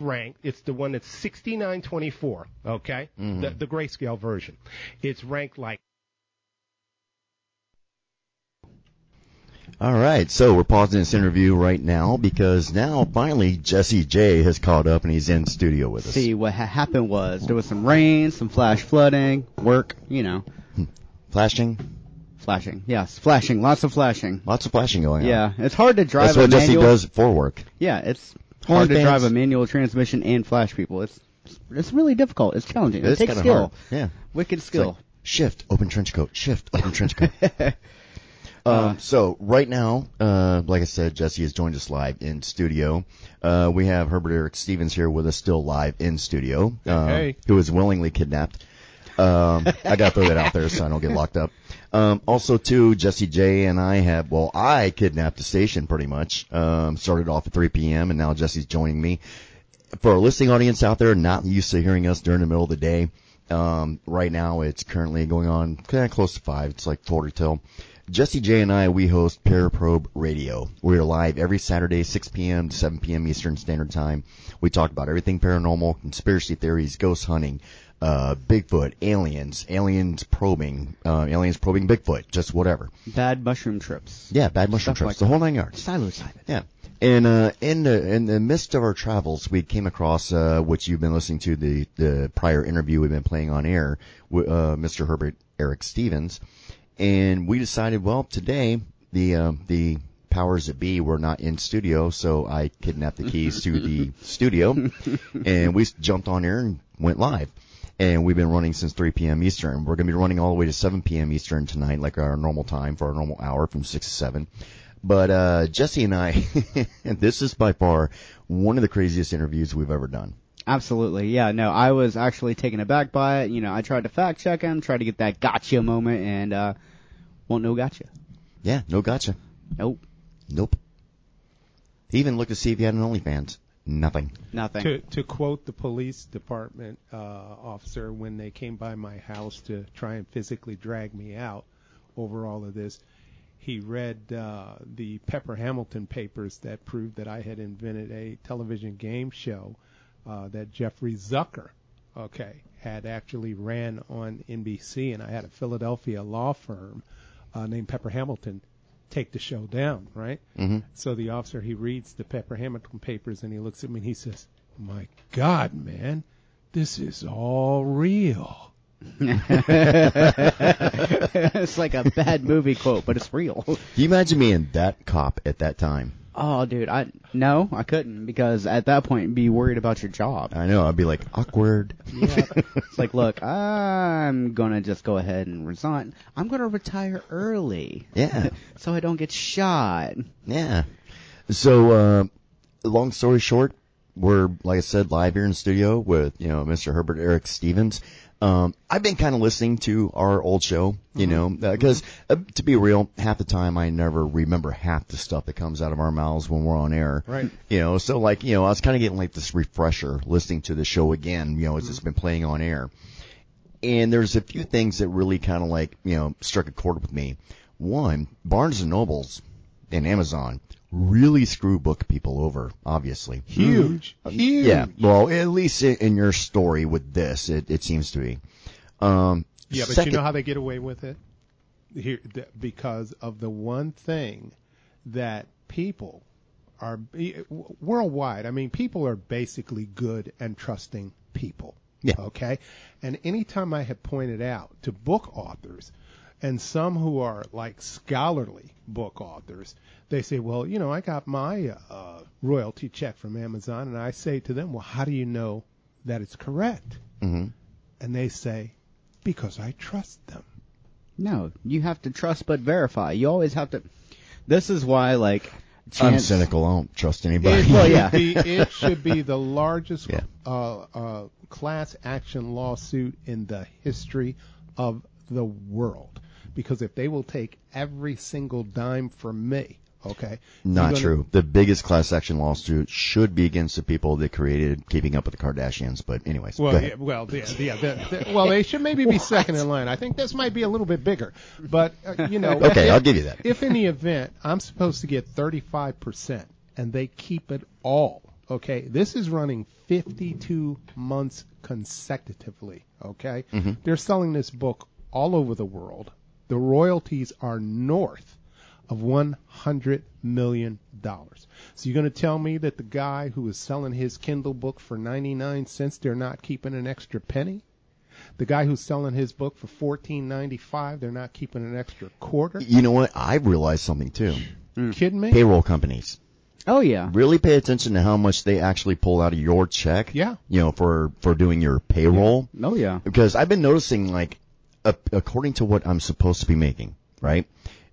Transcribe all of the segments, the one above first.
ranked. It's the one that's 6924. Okay, the, the grayscale version. It's ranked like All right, so we're pausing this interview right now because now finally Jesse J has caught up and he's in studio with us. See what ha- happened was there was some rain, some flash flooding, work, you know, Flashing, flashing. Yes, flashing, lots of flashing. lots of flashing going on. Yeah, it's hard to drive that's a what Jesse manual. does for work. Yeah, it's Horn hard to fans. drive a manual transmission and flash people. It's it's really difficult. It's challenging. It's it takes kinda skill. hard. Yeah. Wicked It's like, skill. shift, open trench coat. Shift, open trench coat. Um, so right now, uh, like I said, Jesse has joined us live in studio. Uh, we have Herbert Eric Stevens here with us still live in studio, uh, Hey. who was willingly kidnapped. Um, I gotta throw that out there so I don't get locked up. Um, also too, Jesse J and I have, well, I kidnapped the station pretty much. Um, started off at 3 p.m. and now Jesse's joining me for our listening audience out there not used to hearing us during the middle of the day, um, right now it's currently going on kinda close to five. It's like quarter till. Jesse J and I, we host Paraprobe Radio. We're live every Saturday, 6 p.m. to 7 p.m. Eastern Standard Time. We talk about everything paranormal, conspiracy theories, ghost hunting, uh, Bigfoot, aliens, aliens probing, uh, aliens probing Bigfoot, just whatever. Bad mushroom trips. Yeah, bad mushroom Stuff trips, like the whole nine yards. Psilocybin. Yeah. And uh, in the in the midst of our travels, we came across uh, what you've been listening to the the prior interview we've been playing on air, with, uh, Mr. Herbert Eric Stevens, and we decided, well, today the uh, the powers that be were not in studio, so I kidnapped the keys to the studio, and we s- jumped on air and went live. And we've been running since 3 p.m. Eastern. We're going to be running all the way to 7 p.m. Eastern tonight, like our normal time for our normal hour from 6 to 7. But uh, Jesse and I, and this is by far one of the craziest interviews we've ever done. Absolutely. Yeah, no, I was actually taken aback by it. You know, I tried to fact check him, tried to get that gotcha moment, and uh, won't no gotcha. Yeah, no gotcha. Nope. Nope. He even looked to see if he had an OnlyFans. Nothing. Nothing. to to quote the police department uh, officer when they came by my house to try and physically drag me out over all of this. He read uh, the Pepper Hamilton papers that proved that I had invented a television game show uh, that Jeffrey Zucker, okay, had actually ran on NBC, and I had a Philadelphia law firm uh, named Pepper Hamilton take the show down, right? Mm-hmm. So the officer he reads the Pepper Hamilton papers and he looks at me and he says, "My God, man, this is all real." it's like a bad movie quote, but it's real. Can you imagine being that cop at that time? Oh, dude, I no, I couldn't because at that point you'd be worried about your job. I know. I'd be like awkward. It's like, look, I'm gonna just go ahead and resign. I'm gonna retire early. Yeah. so I don't get shot. Yeah. So, uh, long story short, we're, like I said, live here in studio with, you know, Mr. Herbert Eric Stevens. Um, I've been kind of listening to our old show, you know, because uh, to be real, half the time I never remember half the stuff that comes out of our mouths when we're on air. Right. You know, so like, you know, I was kind of getting like this refresher listening to the show again, you know, it's just been playing on air and there's a few things that really kind of like you know struck a chord with me. One, Barnes and Nobles and Amazon really screw book people over, obviously. Uh, Huge, huge. Yeah, well, at least i- in your story with this, it, it seems to be. Um, Yeah, but second- you know how they get away with it? Here, th- because of the one thing that people are e- w- worldwide. I mean, people are basically good and trusting people. Yeah. Okay. And anytime I have pointed out to book authors and some who are like scholarly book authors, they say, well, you know, I got my uh, royalty check from Amazon. And I say to them, well, how do you know that it's correct? And they say, because I trust them. No, you have to trust but verify. You always have to. This is why, like, I'm chance- cynical. I don't trust anybody. It, Well, should yeah. be, it should be the largest Yeah. uh, uh, class action lawsuit in the history of the world. Because if they will take every single dime from me, okay? you're Not gonna- true. The biggest class action lawsuit should be against the people that created Keeping Up with the Kardashians. But anyways, go Well, ahead. yeah, well, yeah, yeah, the- the- well, they should maybe be second in line. I think this might be a little bit bigger, but uh, you know. Okay, if- I'll give you that. If in the event I'm supposed to get 35 percent and they keep it all, Okay, this is running 52 months consecutively. Okay, they're selling this book all over the world. The royalties are north of 100 million dollars. So you're going to tell me that the guy who is selling his Kindle book for 99 cents, they're not keeping an extra penny? The guy who's selling his book for 14.95, they're not keeping an extra quarter? You know what? I've realized something too. You Mm. kidding me? Payroll companies. Oh yeah. really pay attention to how much they actually pull out of your check. Yeah. You know, for, for doing your payroll. Oh yeah. Because I've been noticing like, a, according to what I'm supposed to be making, right?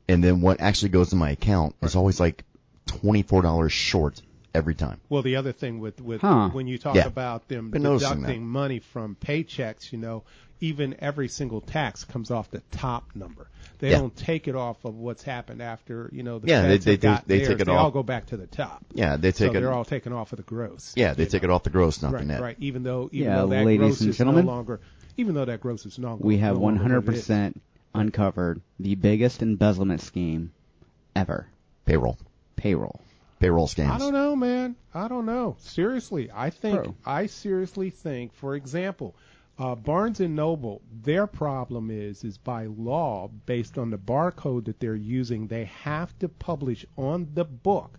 And then what actually goes in my account is always like $24 short every time. Well, the other thing with with Huh. when you talk Yeah. about them Been noticing deducting money from paychecks, you know, even every single tax comes off the top number. They Yeah. don't take it off of what's happened after you know the Yeah, they- feds they have do- got they theirs. take it They all off. go back to the top. Yeah, they So take it. they're all taken off of the gross. yeah, they you take know. it off the gross, not Right, the net. right. Even though even Yeah, though that ladies gross and is gentlemen. no longer, even though that gross is no, We have no longer what it 100% uncovered the biggest embezzlement scheme ever. Payroll. Payroll. Payroll scams. I don't know, man. I don't know. Seriously, I think Bro. I seriously think, for example, uh, Barnes and Noble, their problem is is by law, based on the barcode that they're using, they have to publish on the book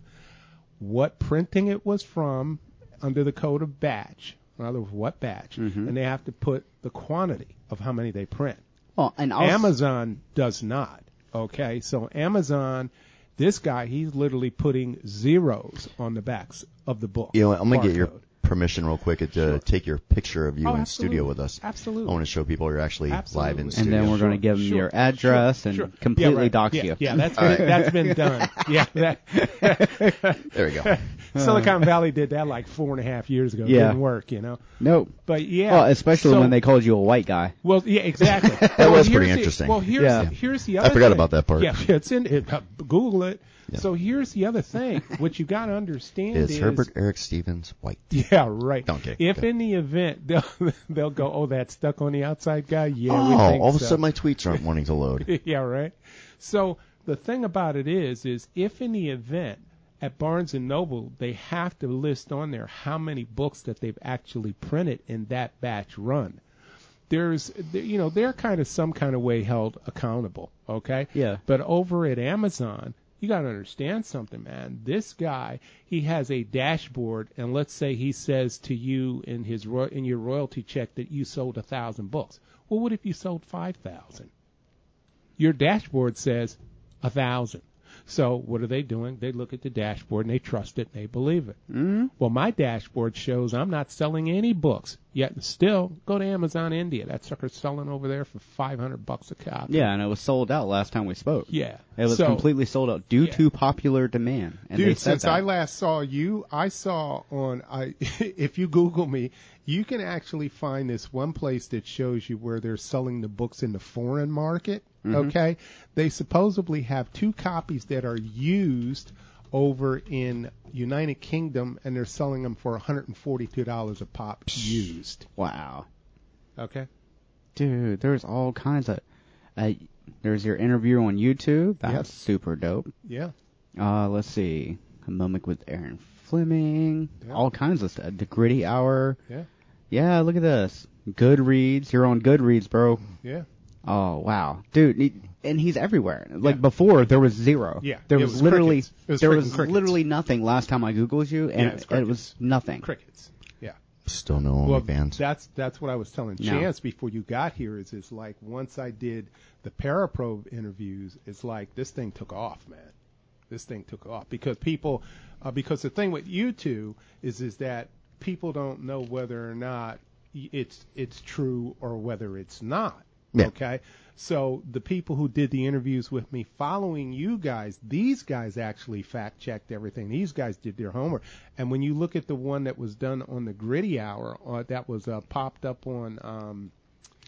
what printing it was from under the code of batch. In other words, what batch, and they have to put the quantity of how many they print. Well, and also, Amazon does not. Okay, so Amazon, this guy, he's literally putting zeros on the backs of the book. You know, what, I'm gonna get your Barcode. permission real quick to take your picture of you Oh, in absolutely. studio with us. Absolutely. I want to show people you're actually live in Absolutely. and studio. then we're going to Sure, give them sure, your address and Sure. completely yeah, right. dox yeah, you. Yeah, that's been, that's been done. Yeah, that, there we go. Silicon Valley did that like four and a half years ago. It Yeah. didn't work, you know. No. But yeah, Well, especially so- when they called you a white guy. Well, yeah, exactly. that was pretty interesting. well, here's Yeah. here's the other. forgot thing. about that part. Yeah, it's in it. uh, Google it. So here's the other thing. What you got to understand Is Herbert Eric Stevens white? Yeah, right. Donkey. If Okay. in the event they'll, they'll go, oh, that stuck on the outside guy. Yeah, we oh, think all of a so. sudden my tweets aren't wanting to load. yeah, right. So the thing about it is, is if in the event at Barnes and Noble they have to list on there how many books that they've actually printed in that batch run. There's, th- you know, they're kind of some kind of way held accountable. Okay. Yeah. But over at Amazon, you got to understand something, man. This guy, he has a dashboard, and let's say he says to you in his ro- in your royalty check that you sold a thousand books. Well, what if you sold five thousand? your dashboard says a thousand. So what are they doing? They look at the dashboard and they trust it and they believe it. Mm-hmm. mm Well, my dashboard shows I'm not selling any books yet. Still, go to Amazon India. That sucker's selling over there for 500 bucks a copy. Yeah, and it was sold out last time we spoke. Yeah. It was So- completely sold out due Yeah. to popular demand. And they Dude, said since that. I last saw you, I saw on I if you Google me, you can actually find this one place that shows you where they're selling the books in the foreign market. Mm-hmm. Okay. They supposedly have two copies that are used over in United Kingdom and they're selling them for $142 a pop used. wow. Okay. Dude, there's all kinds of. Uh, there's your interview on YouTube. That's Yes. super dope. Yeah. Uh, let's see. A moment with Aaron Fleming. Yeah. All kinds of stuff. The Gritty Hour. Yeah. Yeah, look at this. Goodreads. You're on Goodreads, bro. Yeah. Oh, wow. Dude, he- and he's everywhere. Like before, there was zero. Yeah, There it was, was literally crickets. It was there freaking was crickets. literally nothing last time I googled you and Yeah, it's it, it was nothing. Crickets. Yeah. Still no Well, OnlyFans. that's that's what I was telling No. Chance before you got here. Is is like once I did the Paraprobe interviews, it's like this thing took off, man. This thing took off because people, uh, because the thing with you two is is that people don't know whether or not y- it's it's true or whether it's not. Yeah. Okay. So the people who did the interviews with me following you guys, these guys actually fact checked everything. These guys did their homework. And when you look at the one that was done on the Gritty Hour, uh, that was uh, popped up on um,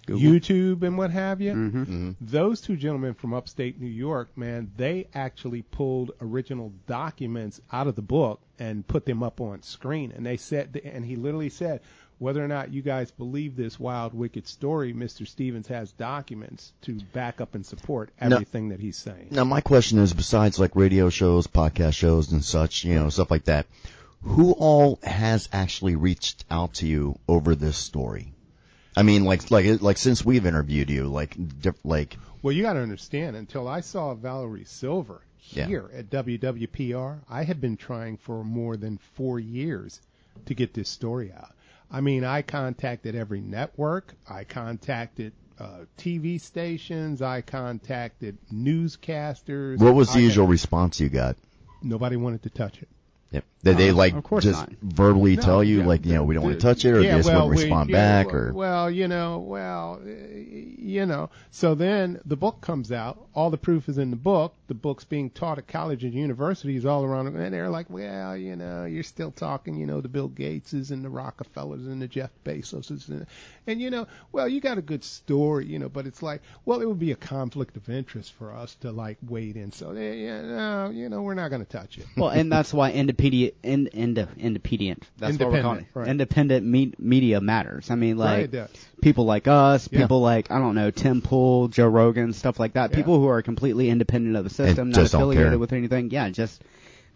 YouTube and what have you, those two gentlemen from upstate New York, man, they actually pulled original documents out of the book and put them up on screen. And they said, and he literally said, whether or not you guys believe this wild, wicked story, Mr. Stevens has documents to back up and support everything that he's saying. Now, my question is, besides like radio shows, podcast shows, and such, you know, stuff like that, who all has actually reached out to you over this story? I mean, like, like, like since we've interviewed you, like, diff, like, Well, you got to understand, until I saw Valerie Silver Yeah. here at WWPR, I had been trying for more than four years to get this story out. I mean, I contacted every network, I contacted uh, TV stations, I contacted newscasters. what was the I- usual response you got? Nobody wanted to touch it. Yep. Did they Uh, like of course just not. verbally No, tell you yeah, like you know we don't the- want to touch it or yeah, they just well, wouldn't respond we, yeah, back well, or well, you know, well, uh, you know. So then the book comes out. All the proof is in the book. The book's being taught at colleges and universities all around, and they're like, well, you know, you're still talking, you know, the Bill Gateses and the Rockefellers and the Jeff Bezoses, and, and you know, well, you got a good story, you know, but it's like, well, it would be a conflict of interest for us to like wade in. So, eh, yeah, no, you know, we're not going to touch it. well, and that's why independent, in, ind, independent. That's what we're calling it. Independent, right. Independent me- media matters. I mean, Right, like it does. people like us, Yeah. people like I don't know Tim Pool, Joe Rogan, stuff like that. Yeah. People who are completely independent of the system, not just don't care. affiliated with anything. Yeah, just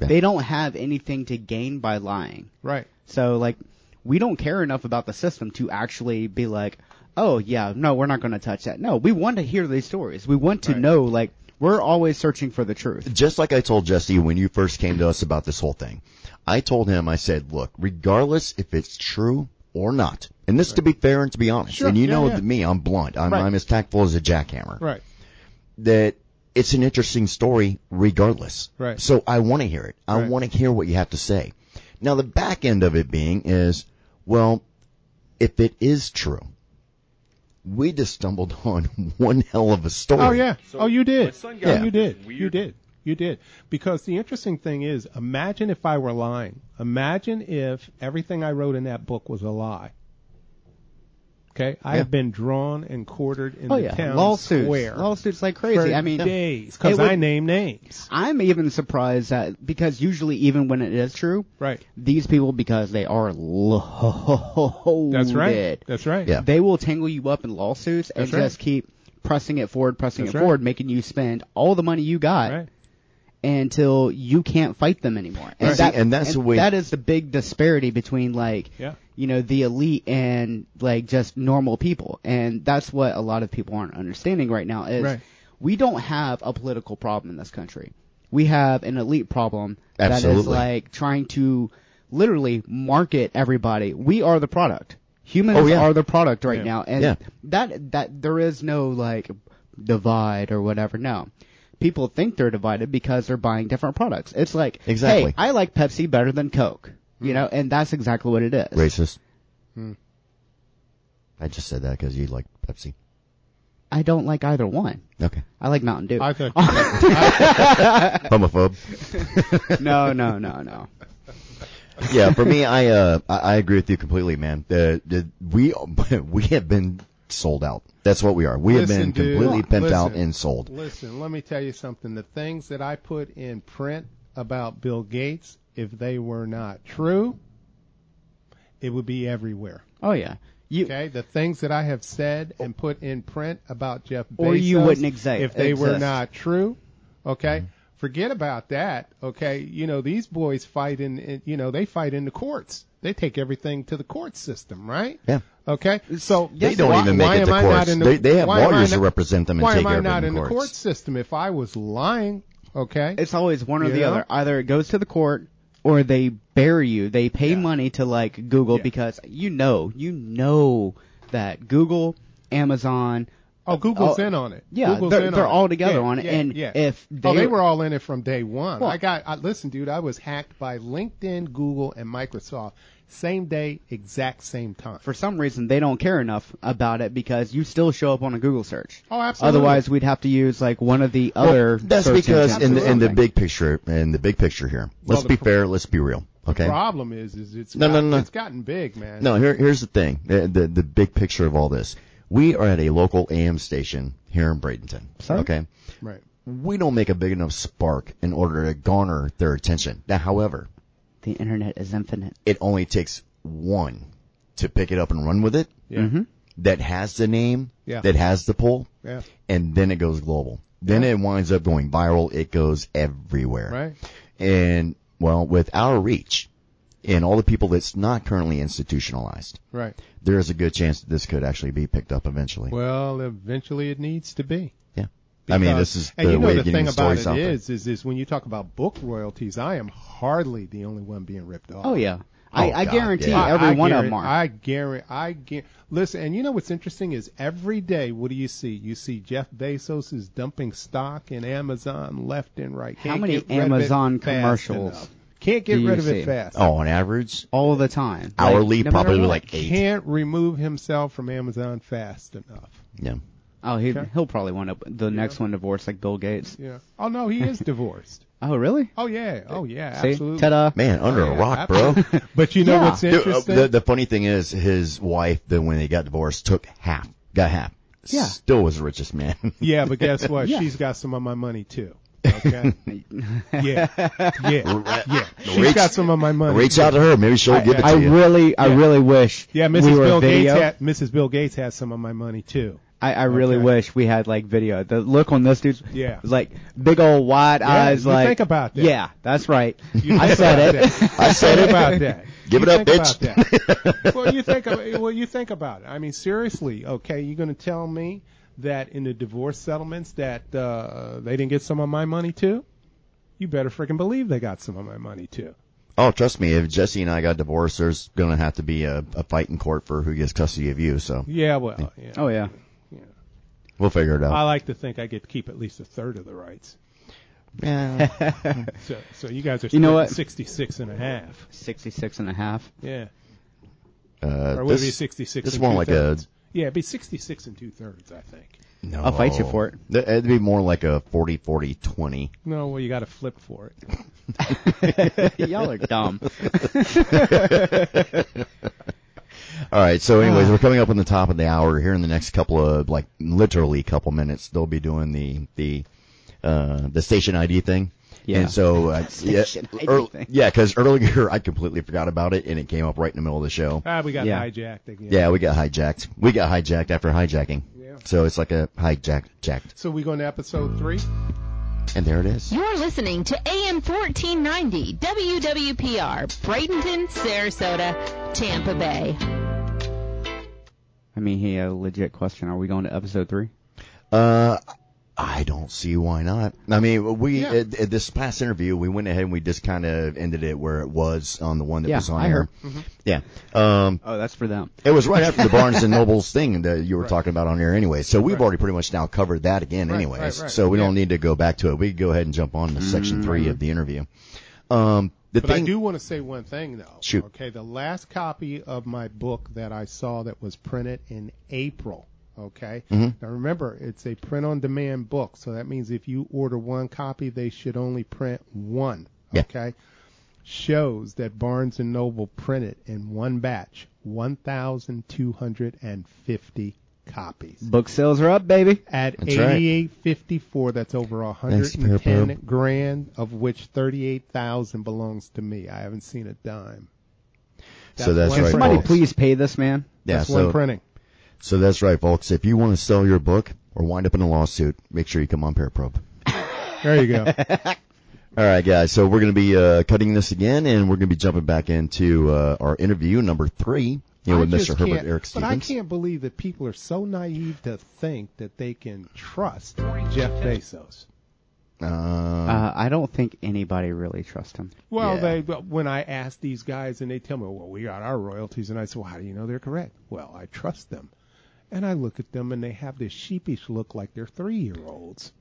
Yeah. they don't have anything to gain by lying. Right. So like we don't care enough about the system to actually be like, oh yeah, no, we're not going to touch that. No, we want to hear these stories. We want to Right. know like we're always searching for the truth. just like I told Jesse when you first came to us about this whole thing, I told him, I said, look, regardless if it's true or not, and this to be fair and to be honest, Sure, and you yeah, know yeah. that me, I'm blunt, I'm, Right. I'm as tactful as a jackhammer, Right. that it's an interesting story regardless. Right. So I want to hear it. I Right. want to hear what you have to say. Now the back end of it being is, well, if it is true, we just stumbled on one hell of a story. Oh yeah. So oh, you my did. son got Oh, Yeah. you did. weird- You did. You did. Because the interesting thing is, imagine if I were lying. Imagine if everything I wrote in that book was a lie. Okay, I have been drawn and quartered in Oh the yeah, town lawsuits, square lawsuits like for crazy. I mean, days it because would- I name names. I'm even surprised that because usually even when it is true, Right. these people because they are loaded. That's right. That's right. Yeah. They will tangle you up in lawsuits and That's right. just keep pressing it forward, pressing That's it right. forward, making you spend all the money you got Right. until you can't fight them anymore. And see, and that's the way- that is the big disparity between like Yeah. you know the elite and like just normal people, and that's what a lot of people aren't understanding right now is Right. we don't have a political problem in this country. We have an elite problem that is Absolutely. like trying to literally market everybody. We are the product. Humans Oh, yeah. are the product right Yeah. now, and Yeah. that that there is no like divide or whatever. No, people think they're divided because they're buying different products. It's like, Exactly. hey, I like Pepsi better than Coke, you know, and that's exactly what it is. Racist. Hmm. I just said that because you like Pepsi. I don't like either one. Okay. I like Mountain Dew. I thought. I Homophobe. no, no, no, no. yeah, for me, I, uh, I, I agree with you completely, man. The, the, we, we have been sold out. That's what we are. We have Listen, been dude. completely pimped out Listen. and sold. Listen, let me tell you something. The things that I put in print about Bill Gates, if they were not true, it would be everywhere. Oh yeah, you. Okay, the things that I have said and put in print about Jeff Bezos, Or you wouldn't exi- if they were exist. not true. Mm-hmm. Okay, forget about that. Okay, you know these boys fight in, in, you know, they fight in the courts. They take everything to the court system, right? Yeah. Okay, so They don't even make it to am I not courts. in the- They- they have why am I lawyers to not- represent them and why take am I care of it not in in the courts. court system if I was lying? Okay, It's always one or You the know? other. Either it goes to the court or they bury you. They pay money to like Google Yeah. because you know, you know that Google, Amazon, oh, Google's oh, in on it. yeah, Google's they're- in they're on all it. together Yeah, on it, yeah, and yeah. if oh, they- they were all in it from day one. Well- I got I, listen, dude. I was hacked by LinkedIn, Google, and Microsoft same day, exact same time. for some reason they don't care enough about it because you still show up on a Google search. Oh, absolutely. Otherwise, we'd have to use like one of the other. that's search because engines in or the, in the something. big picture, in the big picture here, let's the be pro- fair, let's be real. Okay. Problem is, is it's No, no, gotten- no. it's gotten big, man. No, here, here's the thing. The, the the big picture of all this. We are at a local AM station here in Bradenton. Sorry? Okay. right? We don't make a big enough spark in order to garner their attention. Now, however, the internet is infinite. it only takes one to pick it up and run with it Yeah, Mm-hmm. that has the name, Yeah. that has the pull, yeah, and then it goes global. Then it winds up going viral. It goes everywhere. right. And well, with our reach, in all the people that's not currently institutionalized, Right. there is a good chance that this could actually be picked up eventually. Well, eventually it needs to be. yeah. I mean, Because- this is the and you know way the of getting thing the about stories it out there. is, is, is when you talk about book royalties, I am hardly the only one being ripped off. Oh yeah, I, Oh, I God, guarantee yeah. every I one of them guarant- are. I guarantee. I guarantee. Listen, and you know what's interesting is every day, what do you see? You see Jeff Bezos is dumping stock in Amazon left and right. How Can't many get rid of it Amazon fast commercials enough. Can't get do you rid of see? it fast. Oh, on average, all the time. Like, hourly no matter probably what. like eight. Can't remove himself from Amazon fast enough. Yeah. Oh, he, Okay. he'll probably wind up the next one divorced like Bill Gates. Yeah. Oh no, he is divorced. Oh really? Oh yeah. Oh yeah. See, Absolutely. ta-da. Man, under a Yeah, rock, bro. absolutely. But you know Yeah. what's Dude, uh, interesting? the, the funny thing is, his wife, then when they got divorced, took half, got half. Yeah. Still was the richest man. yeah, but guess what? Yeah. She's got some of my money too. Okay. yeah. Yeah. Yeah. She's Reach- got some of my money. Reach out to her. Maybe she'll give it to I you. really, I Yeah. really wish. Yeah, Mrs. We were Bill video. Gates. Had, Mrs. Bill Gates has some of my money too. I, I really Okay. wish we had like video. The look on this dude's Yeah. was like big old wide eyes. you like think about that. Yeah, that's right. You I think about said it. that. I said Think it. about that. Give You it up, think bitch. about that. well, you think about, well, you think about it. I mean, seriously, okay, you're going to tell me that in the divorce settlements that uh, they didn't get some of my money too? You better freaking believe they got some of my money too. Oh, trust me. If Jesse and I got divorced, there's gonna have to be a, a fight in court for who gets custody of you. So Yeah, well, yeah. Oh yeah. we'll figure it I out. like to think I get to keep at least a third of the rights. Yeah. So, so you guys are You know splitting what? 66 and a half. 66 and a half. Yeah. Uh, Or would it be this, 66 this and more two like a- thirds? Yeah, it'd be 66 and two thirds, I think. no. I'll fight you for it. Th- It'd be more like a 40, 40, 20. No, well, you got to flip for it. Y'all are dumb. All right. So, Ah. anyways, we're coming up on the top of the hour here in the next couple of like literally couple minutes. They'll be doing the the uh, the station ID thing. Yeah. And so, uh, yeah, Station ID earl- thing. yeah, because earlier I completely forgot about it and it came up right in the middle of the show. Ah, we got Yeah. hijacked again. Yeah, we got hijacked. We got hijacked after hijacking. Yeah. So it's like a hijack jacked. So we going to episode three? And there it is. You're listening to AM 1490 WWPR, Bradenton, Sarasota, Tampa Bay. I mean, he had a legit question. Are we going to episode three? Uh, I don't see why not. I mean, we Yeah. at, at this past interview, we went ahead and we just kind of ended it where it was on the one that Yeah, was on I Mm-hmm. air. Yeah. Um, Oh, that's for them. it was right after the Barnes and Nobles thing that you were talking about on air anyway. So we've already pretty much now covered that again anyways. right, right. So we don't Yeah. Mm-hmm. need to go back to it. We can go ahead and jump on to section three of the interview. Um, the But thing, I do want to say one thing, though. Shoot. Okay, the last copy of my book that I saw that was printed in April. Okay. Mm-hmm. Now remember, it's a print on demand book. So that means if you order one copy, they should only print one. Yeah. Okay. Shows that Barnes and Noble printed in one batch 1,250 copies. Book sales are up, baby. at That's right. 8854 that's over Thanks, Pear 110 Bum. grand of which 38,000 belongs to me. I haven't seen a dime. So one that's right, printing. Somebody folks. please pay this man. yeah, That's so, one printing. So that's right, folks. If you want to sell your book or wind up in a lawsuit, make sure you come on Paraprobe. There you go. All right, guys. So we're going to be uh, cutting this again, and we're going to be jumping back into uh, our interview number three you know, with I Mr. just Herbert can't- Eric But I Stevens. can't believe that people are so naive to think that they can trust Jeff Bezos. Uh, Uh, I don't think anybody really trusts him. Well, Yeah. they well, when I ask these guys and they tell me, well, we got our royalties, and I say, well, how do you know they're correct? Well, I trust them, and I look at them and they have this sheepish look like they're three year olds.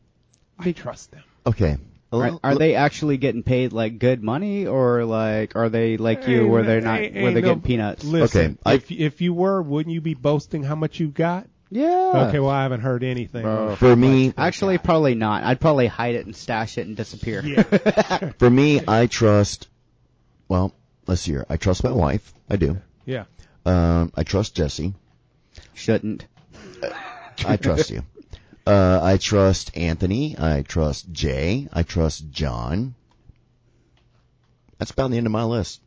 I trust them. okay. Are, are they actually getting paid like good money, or like are they like you, where they're not, Ain't- where ain't they're no- getting peanuts? Listen, Okay, I- if if you were, wouldn't you be boasting how much you got? Yeah. Okay, well, I haven't heard anything. For me, Actually, probably not. I'd probably hide it and stash it and disappear. for me, I trust. Well, let's see here. I trust my wife. I do. Yeah, Um, I trust Jesse. Shouldn't. I trust you. Uh, I trust Anthony. I trust Jay. I trust John. That's about the end of my list.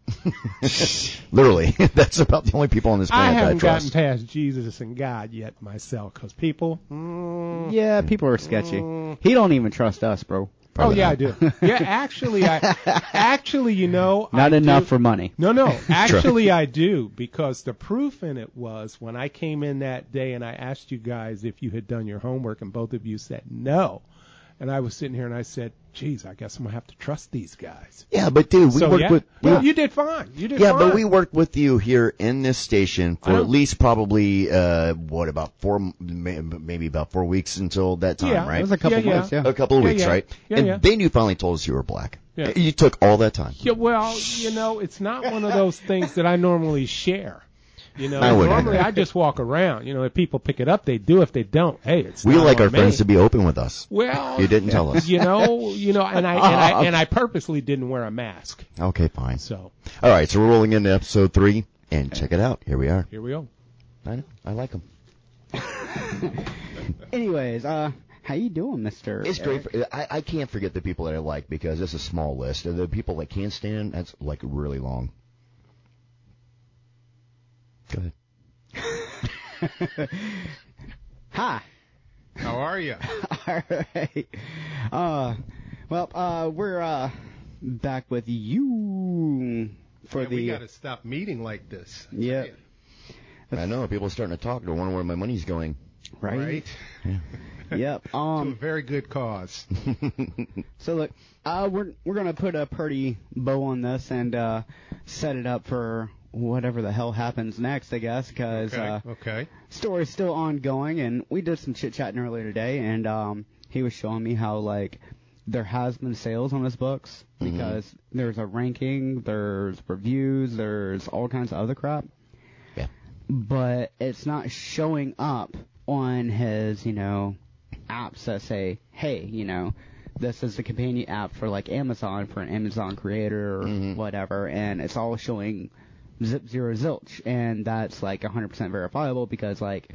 Literally, that's about the only people on this I planet that I haven't gotten trust. past Jesus and God yet myself, because people, mm, Mm. Yeah, people are sketchy. He don't even trust us, bro. Oh Probably yeah, not. I do. Yeah, actually, I actually, you know, Not I enough do- for money. No, no, actually, I do because the proof in it was when I came in that day and I asked you guys if you had done your homework, and both of you said no. And I was sitting here and I said, "Geez, I guess I'm gonna have to trust these guys." Yeah, but dude, we so worked yeah, with we- no, you did fine. You did yeah, fine. but we worked with you here in this station for I at don't- least probably uh what about four m- maybe about four weeks until that time, Yeah, right? it was a couple Yeah, yeah. weeks, yeah. a couple of Yeah, weeks, yeah. right? Yeah, and yeah. then you finally told us you were black. Yeah. You took all that time. Yeah, well, you know, it's not one of those things that I normally share. You know, I wouldn't normally either. I just walk around. You know, if people pick it up, they do. If they don't, hey, it's We not like on our me. friends to be open with us. Well, You didn't tell us. You know, you know, and I and I and I purposely didn't wear a mask. Okay, fine. So All right, so we're rolling into episode three, and check it out. Here we are. here we go. I know. I like them. Anyways, uh, how you doing, Mister? It's great. For, I, I can't forget the people that I like because it's a small list. The people that can't stand, that's like really long. Go ahead. Hi. How are you? All right. Uh, well, uh, we're uh, back with you for Man, the. we got to stop meeting like this. Yeah. I know people are starting to talk. They wonder where my money's going. right. Right? Yep. To a Um. very good cause. So look, uh, we're we're gonna put a pretty bow on this and uh, set it up for whatever the hell happens next, I guess, because Okay. uh, okay. story's still ongoing, and we did some chit chatting earlier today, and um, he was showing me how like there has been sales on his books because there's a ranking, there's reviews, there's all kinds of other crap, Yeah. but it's not showing up on his you know apps that say, hey, you know. This is the companion app for like Amazon for an Amazon creator or whatever, and it's all showing zip zero zilch, and that's like 100% verifiable because like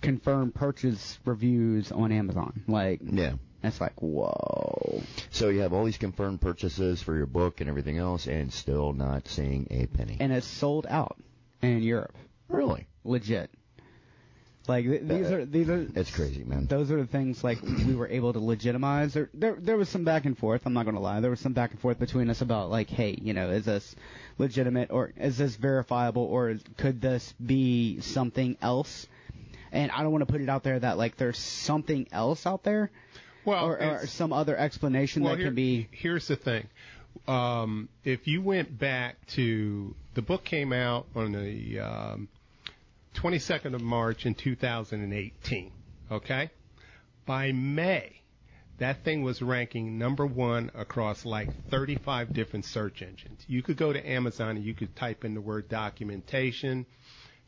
confirmed purchase reviews on Amazon. Like Yeah. that's like whoa. So you have all these confirmed purchases for your book and everything else, and still not seeing a penny. And it's sold out in Europe, really, legit. Like th- these are these are that's crazy, man. those are the things like we were able to legitimize. There, there, there was some back and forth. I'm not gonna lie. There was some back and forth between us about like, hey, you know, is this legitimate or is this verifiable or is- could this be something else? And I don't want to put it out there that like there's something else out there Well, or, or it's- some other explanation well, that here- can be. Here's the thing. Um, if you went back to the book came out on the um, 22nd of March in 2018. Okay. By May, that thing was ranking number one across like 35 different search engines. You could go to Amazon and you could type in the word documentation.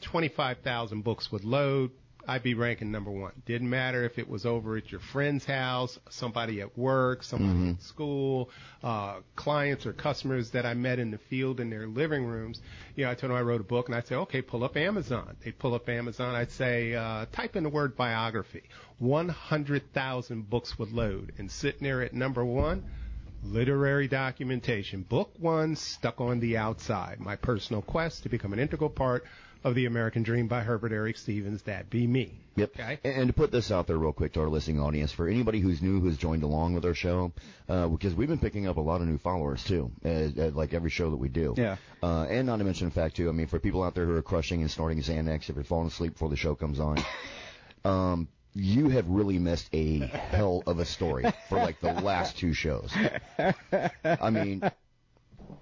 25,000 books would load. I'd be ranking number one. Didn't matter if it was over at your friend's house, somebody at work, somebody at school, uh, clients or customers that I met in the field in their living rooms. You know, I told them I wrote a book and I'd say, okay, pull up Amazon. They pull up Amazon. I'd say, uh, type in the word biography. 100,000 books would load and sitting there at number one, Literary documentation. Book one, Stuck on the Outside. My personal quest to become an integral part of the American Dream by Herbert Eric Stevens. That be me. Yep. Okay. And, and to put this out there real quick to our listening audience, for anybody who's new who's joined along with our show, uh, because we've been picking up a lot of new followers too, uh, uh, like every show that we do. Yeah. Uh, and not to mention the fact too, I mean, for people out there who are crushing and snorting Xanax, if you're falling asleep before the show comes on, um, you have really missed a hell of a story for like the last two shows. I mean,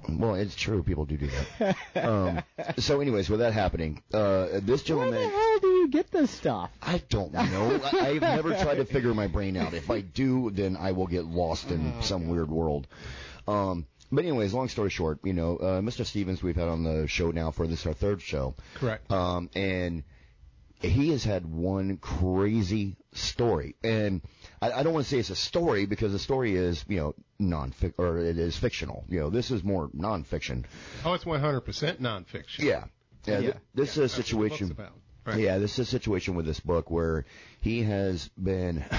well, it's true. People do do that. Um, so, anyways, with that happening, uh, this Where gentleman. the hell do you get this stuff? I don't know. I, I've never tried to figure my brain out. If I do, then I will get lost in some weird world. Um, but anyways, long story short, you know, uh, Mr. Stevens, we've had on the show now for this our third show, Correct. um, and he has had one crazy story, and I, I don't want to say it's a story because the story is, you know, non or it is fictional. You know, this is more nonfiction. oh, it's 100% nonfiction. Yeah, yeah. th- this is a That's what the situation. book's about. Right. Yeah, this is a situation with this book where he has been.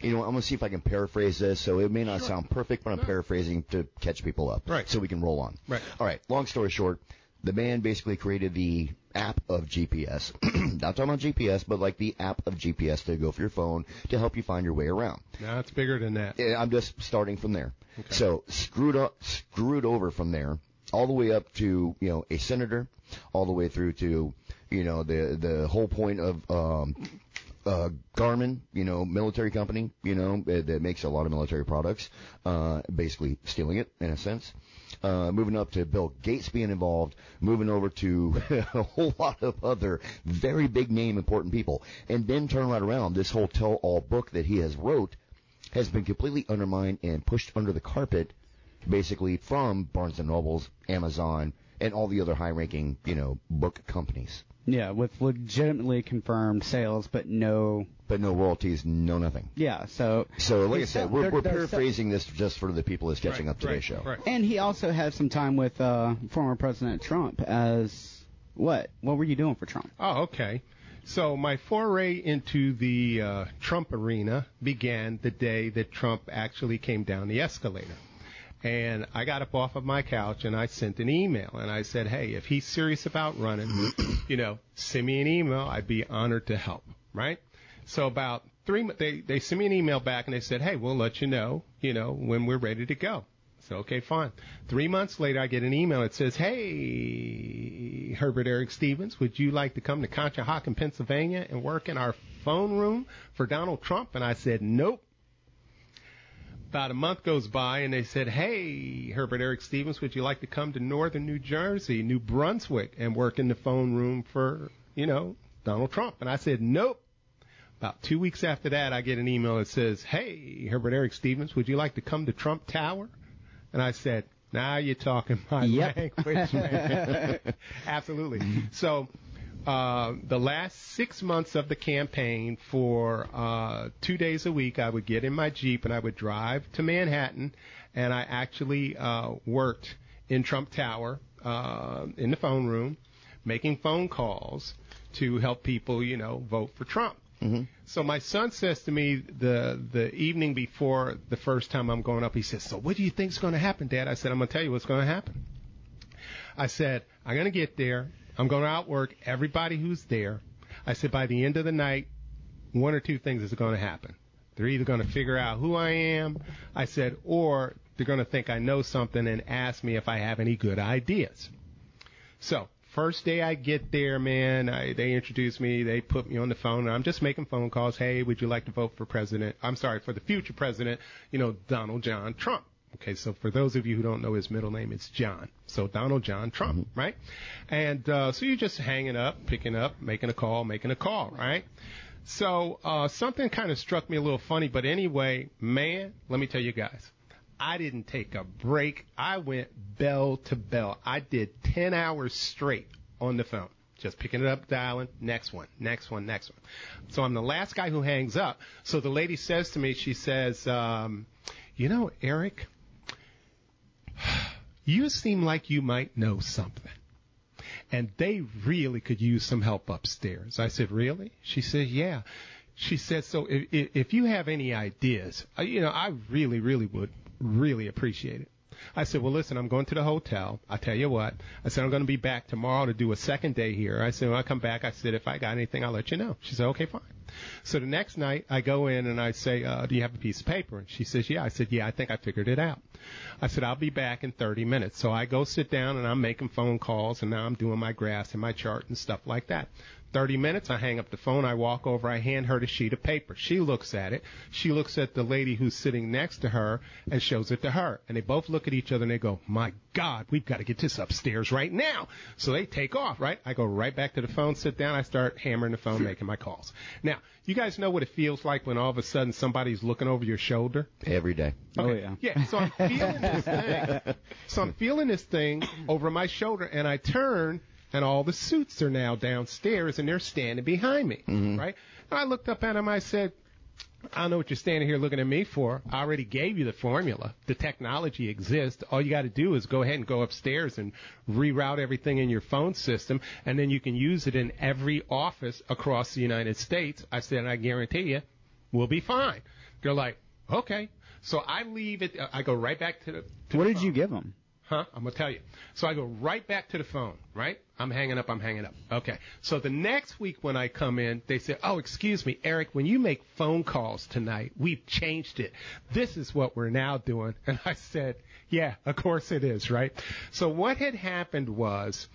You know, I'm gonna see if I can paraphrase this. So it may not sound perfect, but I'm paraphrasing to catch people up, Right. So we can roll on. Right. All right. Long story short, the man basically created the app of GPS. Not talking about GPS, but like the app of GPS to go for your phone to help you find your way around. No, it's bigger than that. Yeah, I'm just starting from there. So screwed up, screwed over from there, all the way up to you know a senator, all the way through to you know the the whole point of um, uh, Garmin, you know, military company, you know, uh, that makes a lot of military products, uh, basically stealing it in a sense. Uh, moving up to Bill Gates being involved, moving over to a whole lot of other very big name important people, and then turn right around this whole tell-all book that he has wrote has been completely undermined and pushed under the carpet, basically from Barnes and Nobles, Amazon, and all the other high-ranking, you know, book companies. Yeah, with legitimately confirmed sales, but no. But no royalties, no nothing. Yeah, so. So, like I said, we're, They're- we're they're so- paraphrasing this just for the people that's catching Right, up to today's right, show. Right. And he also had some time with uh, former President Trump as what? What were you doing for Trump? Oh, okay. So my foray into the uh, Trump arena began the day that Trump actually came down the escalator. And I got up off of my couch and I sent an email and I said, hey, if he's serious about running, you know, send me an email. I'd be honored to help, right? So about three, mo- they, they sent me an email back and they said, hey, we'll let you know, you know, when we're ready to go. So okay, fine. Three months later, I get an email. It says, "Hey, Herbert Eric Stevens, would you like to come to Conshohocken, Pennsylvania, and work in our phone room for Donald Trump?" And I said, "Nope." About a month goes by, and they said, "Hey, Herbert Eric Stevens, would you like to come to Northern New Jersey, New Brunswick, and work in the phone room for you know Donald Trump?" And I said, "Nope." About two weeks after that, I get an email that says, "Hey, Herbert Eric Stevens, would you like to come to Trump Tower?" And I said, "Now you're talking my Yep. language, man." Absolutely. So, uh, the last six months of the campaign, for uh, two days a week, I would get in my jeep and I would drive to Manhattan, and I actually uh, worked in Trump Tower uh, in the phone room, making phone calls to help people, you know, vote for Trump. So my son says to me the the evening before the first time I'm going up, he says, "So what do you think's going to happen, Dad?" I said, "I'm going to tell you what's going to happen." I said, "I'm going to get there. I'm going to outwork everybody who's there." I said, "By the end of the night, one or two things is going to happen. They're either going to figure out who I am," I said, "or they're going to think I know something and ask me if I have any good ideas." So first day I get there, man, I, they introduce me. They put me on the phone. And I'm just making phone calls. Hey, would you like to vote for president? I'm sorry, for the future president, you know, Donald John Trump. Okay, so for those of you who don't know his middle name, it's John. So Donald John Trump, right? And uh, so you're just hanging up, picking up, making a call, making a call, right? So uh, something kind of struck me a little funny, but anyway, man, let me tell you guys, I didn't take a break. I went bell to bell. I did 10 hours straight on the phone. Just picking it up, dialing, next one, next one, next one. So I'm the last guy who hangs up. So the lady says to me, she says, um, you know, Eric, you seem like you might know something. And they really could use some help upstairs. I said, really? She said, yeah. She said, so if, if if you have any ideas, uh, you know, I really, really would really appreciate it. I said, well, listen, I'm going to the hotel. I tell you what. I said, I'm going to be back tomorrow to do a second day here. I said, when I come back, I said, if I got anything, I'll let you know. She said, okay, fine. So the next night, I go in and I say, uh, do you have a piece of paper? And she says, yeah. I said, yeah, I think I figured it out. I said, I'll be back in 30 minutes. So I go sit down and I'm making phone calls and now I'm doing my graphs and my chart and stuff like that. 30 minutes, I hang up the phone, I walk over, I hand her the sheet of paper. She looks at it. She looks at the lady who's sitting next to her and shows it to her. And they both look at each other and they go, my God, we've got to get this upstairs right now. So they take off, right? I go right back to the phone, sit down, I start hammering the phone, making my calls. Now, you guys know what it feels like when all of a sudden somebody's looking over your shoulder? Every day. Oh Okay. yeah. Yeah. So I'm feeling this thing. So I'm feeling this thing over my shoulder, and I turn, and all the suits are now downstairs, and they're standing behind me, right? And I looked up at them. I said, I don't know what you're standing here looking at me for. I already gave you the formula. The technology exists. All you got to do is go ahead and go upstairs and reroute everything in your phone system, and then you can use it in every office across the United States. I said, and I guarantee you, we'll be fine. They're like, okay. So I leave it. I go right back to the. To What the did you give him? Huh? I'm gonna tell you. So I go right back to the phone, right? I'm hanging up, I'm hanging up. Okay. So the next week when I come in, they say, Oh, excuse me, Eric, when you make phone calls tonight, we've changed it. This is what we're now doing. And I said, Yeah, of course it is, right? So what had happened was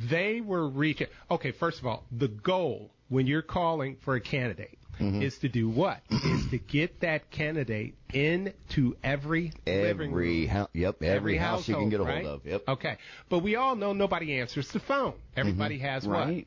they were reaching. Okay, first of all, the goal when you're calling for a candidate is to do what? is to get that candidate into every, living room Every house, yep, every, house you can household, get a hold right? of. Yep. Okay, but we all know nobody answers the phone. Everybody has Right. what?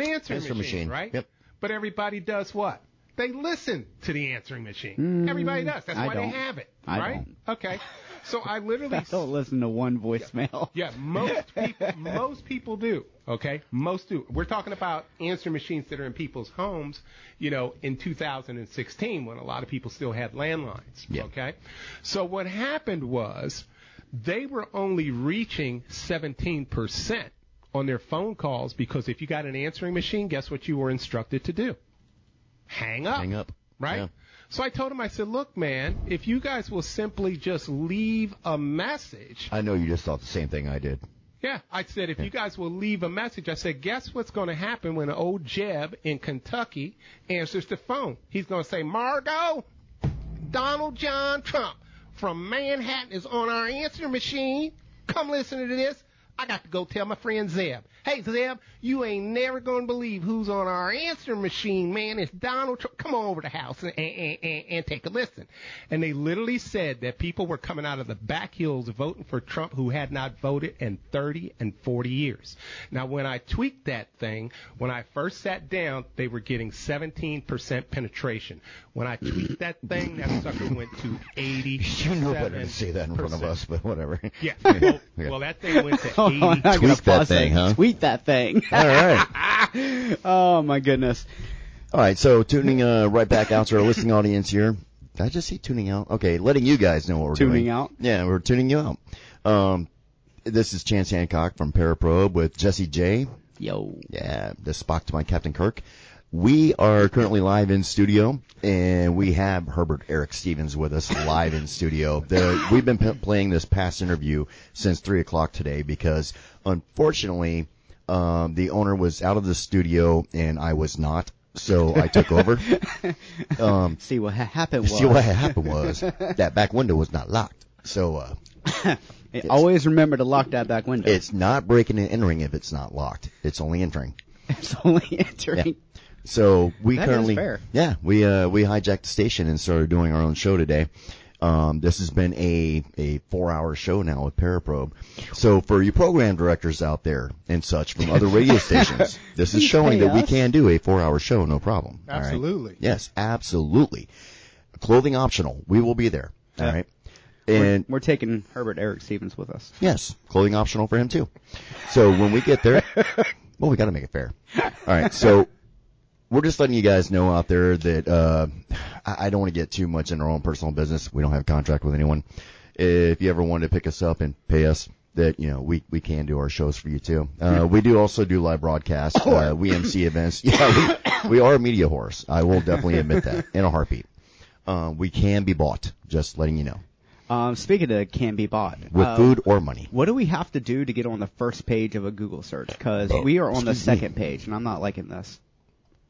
An answering Mm-hmm. Answer machine, machine, right? yep. But everybody does what? They listen to the answering machine. Mm, everybody does. That's I why don't. they have it, I right? don't. Okay. So I literally I don't listen to one voicemail. yeah, most people, most people do. Okay, most do. We're talking about answer machines that are in people's homes. You know, in 2016, when a lot of people still had landlines. Yeah. Okay, so what happened was they were only reaching 17 percent on their phone calls because if you got an answering machine, guess what you were instructed to do? Hang up Hang up. right? Yeah. So I told him, I said, look, man, if you guys will simply just leave a message. I know you just thought the same thing I did. Yeah, I said, if you guys will leave a message, I said, guess what's going to happen when old Jeb in Kentucky answers the phone? He's going to say, Margot, Donald John Trump from Manhattan is on our answer machine. Come listen to this. I got to go tell my friend Zeb. Hey, Zeb, you ain't never going to believe who's on our answer machine, man. It's Donald Trump. Come on over to the house and, and, and, and take a listen. And they literally said that people were coming out of the back hills voting for Trump who had not voted in 30 and 40 years. Now, when I tweaked that thing, when I first sat down, they were getting 17% penetration. When I tweaked that thing, that sucker went to 80. You know better to say that in front of us, but whatever. Yeah. Well, well, that thing went to 80. Oh, I'm not gonna Tweak that pause thing, huh? Tweet that thing. All right. oh my goodness. All right, so tuning uh, right back out to our listening audience here. Did I just see tuning out? Okay, letting you guys know what we're Tuning doing. out? Yeah, we're tuning you out. Um, this is Chance Hancock from Paraprobe with Jesse J. Yo. Yeah, the Spock to my Captain Kirk. We are currently live in studio, and we have Herbert Eric Stevens with us live in studio. The, we've been p- playing this past interview since three o'clock today because, unfortunately, um, the owner was out of the studio and I was not, so I took over. See what ha- happened was. See what happened was that back window was not locked, so uh, Hey, Always remember to lock that back window. it's not breaking and entering if it's not locked. It's only entering. It's only entering. So we That is currently, fair. yeah, we uh, we hijacked the station and started doing our own show today. Um, this has been a a four hour show now with Paraprobe. So for you program directors out there and such from other radio stations, this is Please showing pay that we us. can do a four hour show, no problem. All right? Absolutely. Yes, absolutely. Clothing optional. We will be there. All right. And We're taking Herbert Eric Stevens with us. Yes, clothing optional for him too. So when we get there, well, we got to make it fair. All right, so we're just letting you guys know out there that uh, I, I don't want to get too much in our own personal business. We don't have a contract with anyone. If you ever wanted to pick us up and pay us, that you know we we can do our shows for you too. Uh, we do also do live broadcasts. Uh, we MC events. Yeah, we, we are a media horse. I will definitely admit that in a heartbeat. Uh, we can be bought. Just letting you know Um, speaking of can be bought, with uh, food or money. what do we have to do to get on the first page of a Google search? Because Oh, we are on the second page, and I'm not liking this.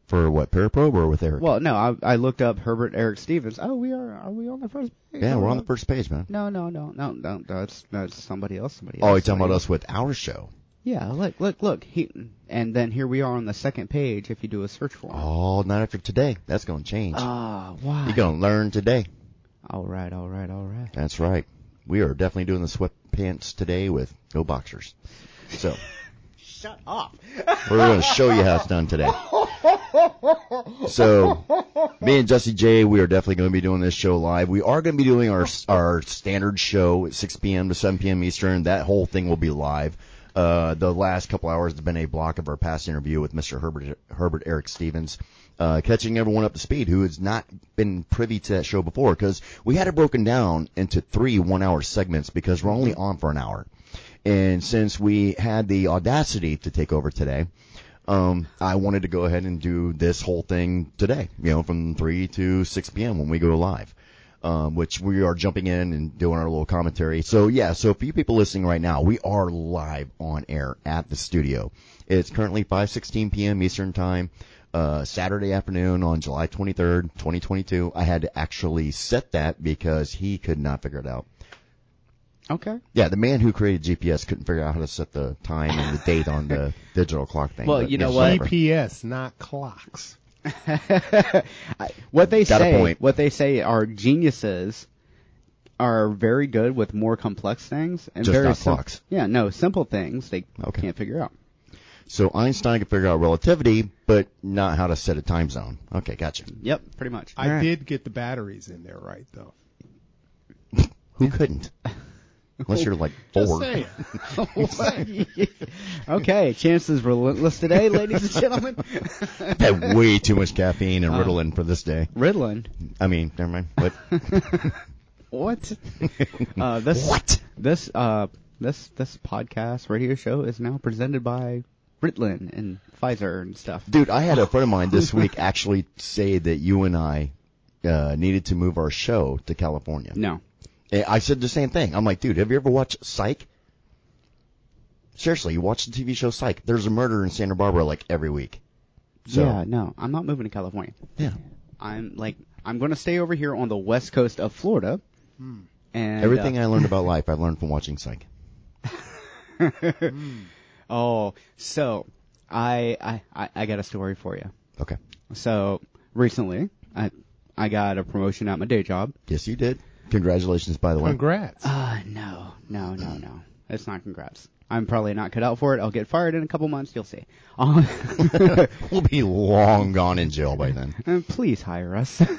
For what? Paraprobe or with Eric? Well, no, I, I looked up Herbert Eric Stevens. Oh, we are. Are we on the first? page? yeah, we're on the first page, man. No, no, no, no, no. That's that's somebody else. Somebody else. Oh, you're talking about somebody us with our show. Yeah, look, look, look. He, and then here we are on the second page if you do a search for him. Oh, not after today. That's going to change. Ah, why? you're going to learn today. All right, all right, all right. That's right. We are definitely doing the sweatpants today with no boxers. So Shut up. we're going to show you how it's done today. So me and Jesse J, we are definitely going to be doing this show live. We are going to be doing our our standard show at 6 p.m. to 7 p.m. Eastern. That whole thing will be live. Uh, the last couple hours has been a block of our past interview with Mr. Herbert Herbert Eric Stevens, uh, catching everyone up to speed who has not been privy to that show before because we had it broken down into three one-hour segments because we're only on for an hour. And since we had the audacity to take over today, um, I wanted to go ahead and do this whole thing today, you know, from 3 to 6 p.m. when we go live. um, which we are jumping in and doing our little commentary. So yeah, so for you people listening right now, we are live on air at the studio. It's currently 5:16 p.m. Eastern Time, uh, Saturday afternoon on July 23rd, 2022. I had to actually set that because he could not figure it out. Okay. Yeah, the man who created GPS couldn't figure out how to set the time and the date on the digital clock thing. Well, but you know yeah, what? whatever. GPS, not clocks. What they Got a say, point. what they say, are geniuses are very good with more complex things and Just very not sim- clocks. Yeah, no, simple things they Okay. can't figure out. So Einstein could figure out relativity, but not how to set a time zone. Okay, gotcha. Yep, pretty much. I Alright. did get the batteries in there right though. Who couldn't? Unless you're like Just four. saying. okay, chances relentless today, ladies and gentlemen. Had way too much caffeine and Uh-huh. Ritalin for this day. Ritalin. I mean, never mind. What? What? uh, this What? this uh this this podcast radio show is now presented by Ritalin and Pfizer and stuff. Dude, I had a friend of mine this week actually say that you and I uh, needed to move our show to California. No. And Eh, I said the same thing. I'm like, dude, have you ever watched Psych? Seriously, you watch the TV show Psych. There's a murder in Santa Barbara like every week. So, Yeah, no. I'm not moving to California. yeah. I'm like I'm going to stay over here on the west coast of Florida. And Everything uh, I learned about life, I learned from watching Psych. oh, so I I I, I got a story for you. Okay. So recently, I I got a promotion at my day job. Yes, you did. Congratulations, by the way. Congrats. Uh, no, no, no, no. It's not congrats. I'm probably not cut out for it. I'll get fired in a couple months. You'll see. Um, we'll be long gone in jail by then. and please hire us.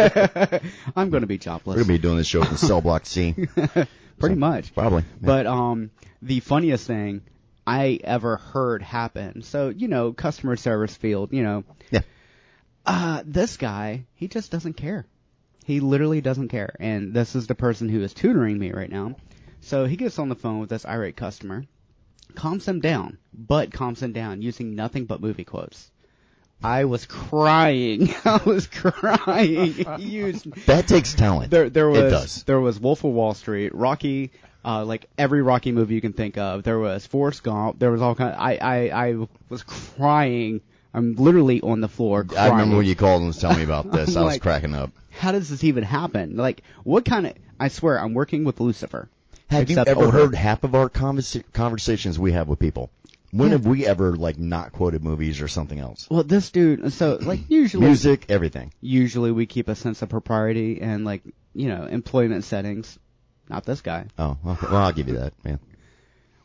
I'm going to be jobless. We're gonna be doing this show from cell block C, pretty much. probably. But um, the funniest thing I ever heard happen. So you know, customer service field. You know, yeah. uh, this guy, he just doesn't care. He literally doesn't care. And this is the person who is tutoring me right now. So he gets on the phone with this irate customer, calms him down, but calms him down using nothing but movie quotes. I was crying. I was crying. He used that takes talent. there, there was it does. there was Wolf of Wall Street, Rocky, uh, like every Rocky movie you can think of. There was Forrest Gump. There was all kind. I, I I was crying. I'm literally on the floor. I Crying. remember when you called and was telling me about this. I was Like- cracking up. How does this even happen? Like, what kind of? I swear, I'm working with Lucifer. Have you Except ever older. heard half of our convers- conversations we have with people? When have we ever like not quoted movies or something else? Well, this dude. So, like, usually, Music, everything. usually we keep a sense of propriety and like, you know, employment settings. Not this guy. Oh, okay. well, I'll give you that. Yeah.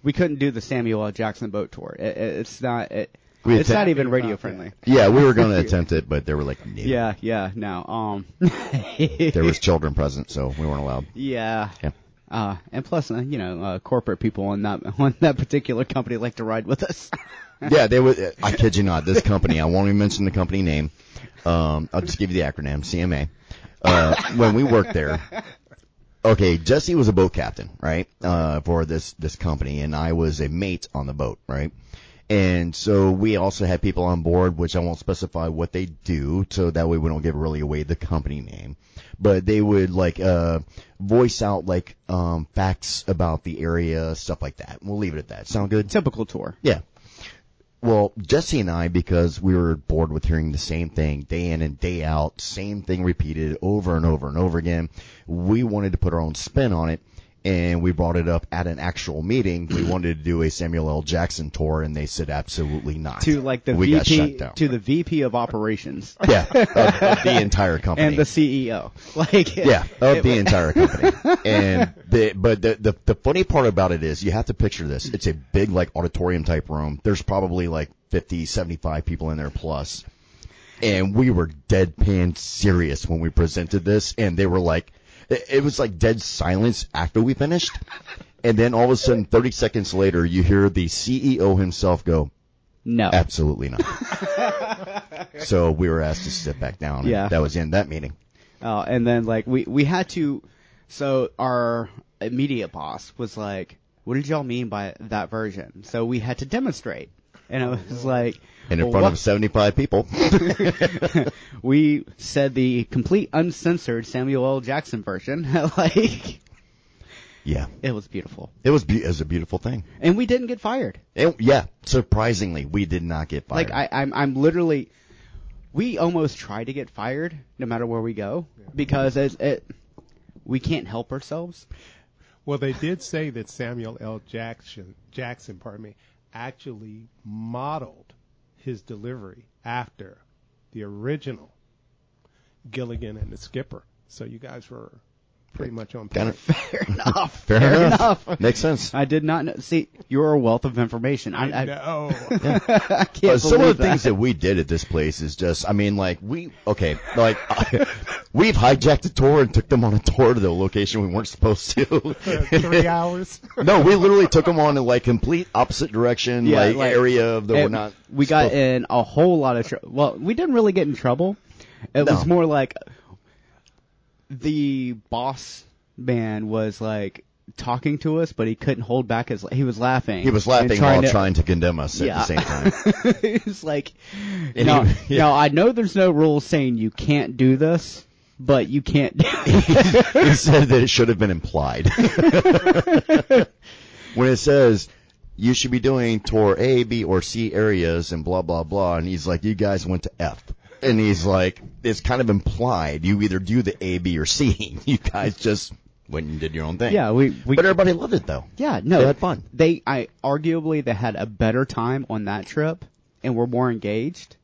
We couldn't do the Samuel L. Jackson boat tour. It, it, it's not. It, We it's not attempt- even radio friendly. Yeah, we were going to attempt it, but they were like, no. Yeah, yeah, no. Um, There was children present, so we weren't allowed. yeah. Yeah. Uh, and plus, uh, you know, uh, corporate people on that on that particular company like to ride with us. Yeah, they would. I kid you not. This company, I won't even mention the company name. Um, I'll just give you the acronym CMA. Uh, when we worked there, okay, Jesse was a boat captain, right, uh, for this this company, and I was a mate on the boat, right. And so we also had people on board, which I won't specify what they do, so that way we don't give really away the company name. But they would like uh voice out like um facts about the area, stuff like that. We'll leave it at that. Sound good? Typical tour. Yeah. Well, Jesse and I, because we were bored with hearing the same thing day in and day out, same thing repeated over and over and over again, we wanted to put our own spin on it. And we brought it up at an actual meeting. We wanted to do a Samuel L. Jackson tour, and they said absolutely not. to like the we VP got shut down. to the VP of operations yeah, of, of the entire company and the CEO. Like yeah, of the entire company. And the, but the, the the funny part about it is you have to picture this. It's a big like auditorium type room. There's probably like 50, 75 people in there plus. And we were deadpan serious when we presented this and they were like it it was like dead silence after we finished. And then all of a sudden 30 seconds later you hear the CEO himself go, no. "Absolutely not." so we were asked to sit back down. and Yeah. That was in that meeting. Uh, and then like we we had to. So our immediate boss was like, "What did y'all mean by that version?" So we had to demonstrate. and I was like, And in well, front what- of 75 people. we said the complete uncensored Samuel L. Jackson version. like yeah. it was beautiful, It was, be- it was a beautiful thing. and we didn't get fired. It, yeah. Surprisingly, we did not get fired. Like I, I'm, I'm literally, we almost try to get fired no matter where we go because it, it, we can't help ourselves. Well, they did say that Samuel L. Jackson, Jackson, pardon me, actually modeled his delivery after the original Gilligan and the Skipper. So you guys were pretty much on Kinda- point. Fair enough. Fair, enough. enough. Makes sense. I did not know. See, you're a wealth of information. I, I, no. I can't Uh, some believe of the things that. that we did at this place is just, I mean, like we, okay, like uh, we've hijacked a tour and took them on a tour to the location we weren't supposed Three to. hours. no, we literally took them on a like complete opposite direction, Yeah, like, like- area of the we're And not. we got supposed- in a whole lot of trouble. Well, we didn't really get in trouble. It No. was more like the boss man was like talking to us, but he couldn't hold back his. He was laughing. He was and laughing trying while to- trying to condemn us at the Yeah. same time. it's like, no, he- no, I know there's no rules saying you can't do this, but you can't. do he said that it should have been implied. when it says you should be doing tour A, B, or C areas and blah blah blah, and he's like, you guys went to F, and he's like, it's kind of implied. You either do the A, B, or C. You guys just went and did your own thing. Yeah, we- we- but everybody loved it though. Yeah, no, They had fun. They, I arguably, they had a better time on that trip and were more engaged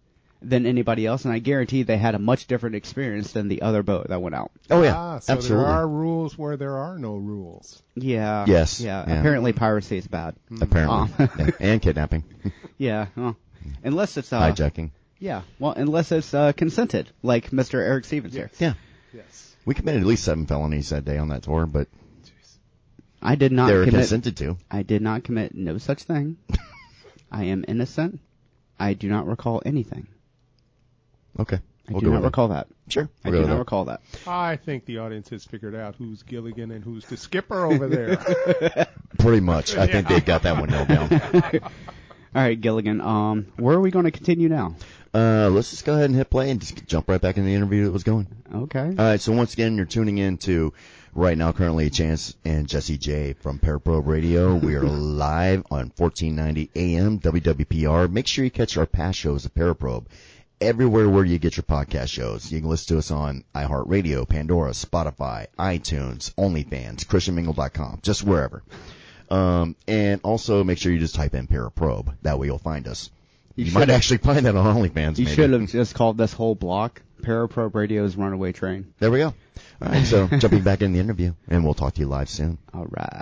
than anybody else, and I guarantee they had a much different experience than the other boat that went out. Oh yeah, Ah, so absolutely. there are rules where there are no rules. Yeah. Yes, Yeah. yeah. Hmm. Apparently, piracy is bad. Apparently, Oh. Yeah, and kidnapping, Yeah. well, unless it's uh, hijacking. Yeah. Well, unless it's uh, consented, like Mr. Eric Stevens here. Yeah, Yes. we committed at least seven felonies that day on that tour, but I did not they were commit. consented to. I did not commit no such thing. I am innocent. I do not recall anything. Okay, I we'll do go not with that. recall that. Sure, I we'll go do with not that. recall that. I think the audience has figured out who's Gilligan and who's the skipper over there. Pretty much. I think they got that one nailed down. All right, Gilligan. Um, where are we going to continue now? Uh, let's just go ahead and hit play and just jump right back into the interview that was going. Okay. All right. So once again, you're tuning in to right now currently Chance and Jesse J from Parapro Radio. We are live on 1490 AM WWPR. Make sure you catch our past shows at Paraprobe. Everywhere where you get your podcast shows, you can listen to us on iHeartRadio, Pandora, Spotify, iTunes, OnlyFans, ChristianMingle.com, just wherever. Um, and also make sure you just type in Paraprobe. That way you'll find us. You, might should- actually find that on OnlyFans. you maybe. should have just called this whole block Paraprobe Radio's Runaway Train. There we go. All right, so jumping back in the interview, and we'll talk to you live soon. All right.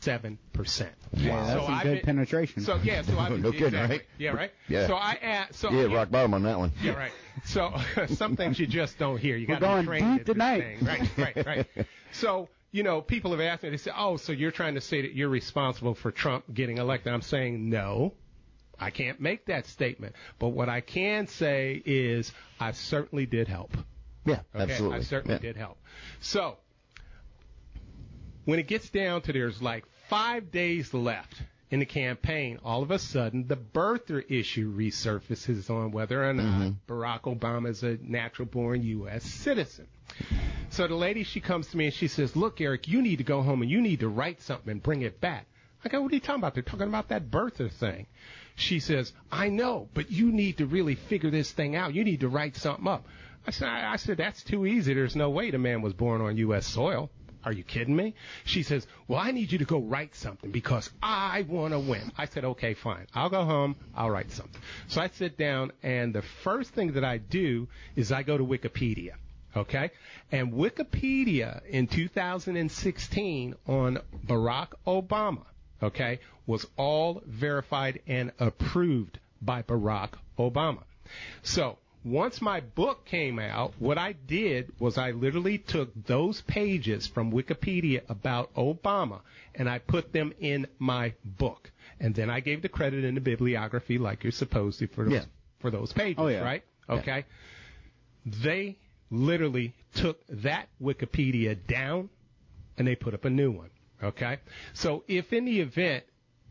Seven percent. That's some I've good been- penetration. So yeah, so I No kidding, exactly. right? Yeah, right. Yeah. So I asked. So Yeah, rock bottom on that one. Yeah, right. So some things you just don't hear. You got to going be trained deep at this tonight. thing. Right, right, right. So you know, people have asked me. They say, "Oh, so you're trying to say that you're responsible for Trump getting elected?" I'm saying no. I can't make that statement. But what I can say is, I certainly did help. Yeah, Okay? absolutely. I certainly Yeah. did help. So when it gets down to there's like five days left in the campaign, all of a sudden the birther issue resurfaces on whether or not Mm-hmm. Barack Obama is a natural born U.S. citizen. So the lady, she comes to me and she says, Look, Eric, you need to go home and you need to write something and bring it back. I go, What are you talking about? They're talking about that birther thing. She says, I know, but you need to really figure this thing out. You need to write something up. I said, I, I said, That's too easy. There's no way the man was born on U.S. soil. Are you kidding me? She says, Well, I need you to go write something because I want to win. I said, Okay, fine. I'll go home. I'll write something. So I sit down, and the first thing that I do is I go to Wikipedia. Okay? And Wikipedia in 2016 on Barack Obama, okay, was all verified and approved by Barack Obama. So once my book came out, what I did was I literally took those pages from Wikipedia about Obama and I put them in my book. And then I gave the credit in the bibliography like you're supposed to for those, Yeah. for those pages, Oh, yeah. right? Okay they literally took that Wikipedia down and they put up a new one. Okay? So if in the event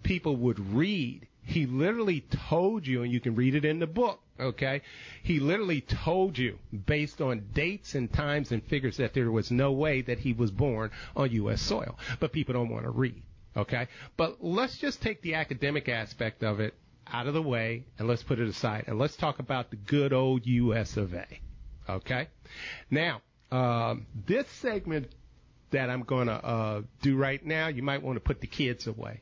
people would read He literally told you, and you can read it in the book, okay? He literally told you, based on dates and times and figures, that there was no way that he was born on U.S. soil. But people don't want to read, okay? But let's just take the academic aspect of it out of the way, and let's put it aside, and let's talk about the good old U.S. of A, okay? Now, um, this segment that I'm going to uh, do right now, you might want to put the kids away.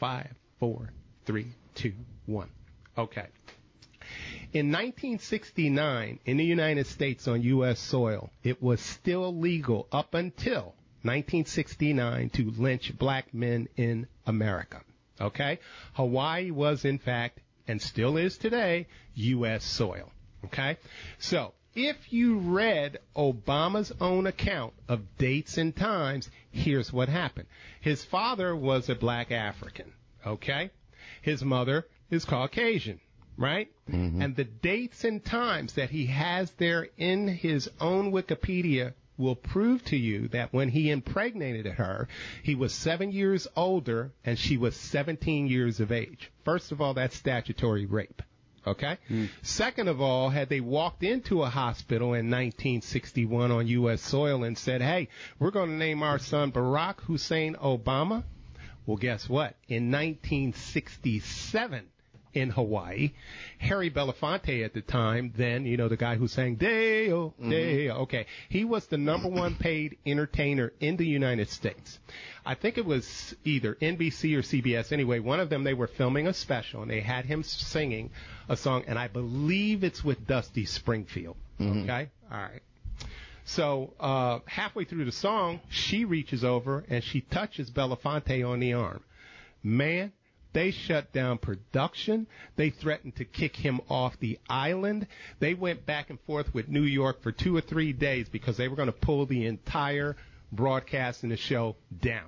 Five, four, three, two, one. Okay. In 1969, in the United States on U.S. soil, it was still legal up until 1969 to lynch black men in America. Okay? Hawaii was, in fact, and still is today, U.S. soil. Okay? So, if you read Obama's own account of dates and times, here's what happened. His father was a black African, okay? His mother is Caucasian, right? And the dates and times that he has there in his own Wikipedia will prove to you that when he impregnated her, he was seven years older and she was 17 years of age. First of all, that's statutory rape. Okay. Second of all, had they walked into a hospital in 1961 on U.S. soil and said, "Hey, we're going to name our son Barack Hussein Obama," well, guess what? In 1967 in Hawaii, Harry Belafonte at the time, then you know the guy who sang "Deo Deo," okay, he was the number one paid entertainer in the United States. I think it was either NBC or CBS. Anyway, one of them they were filming a special and they had him singing a song, and I believe it's with Dusty Springfield. Okay, all right. So uh, halfway through the song, she reaches over and she touches Belafonte on the arm. Man, they shut down production. They threatened to kick him off the island. They went back and forth with New York for two or three days because they were going to pull the entire broadcast and the show down.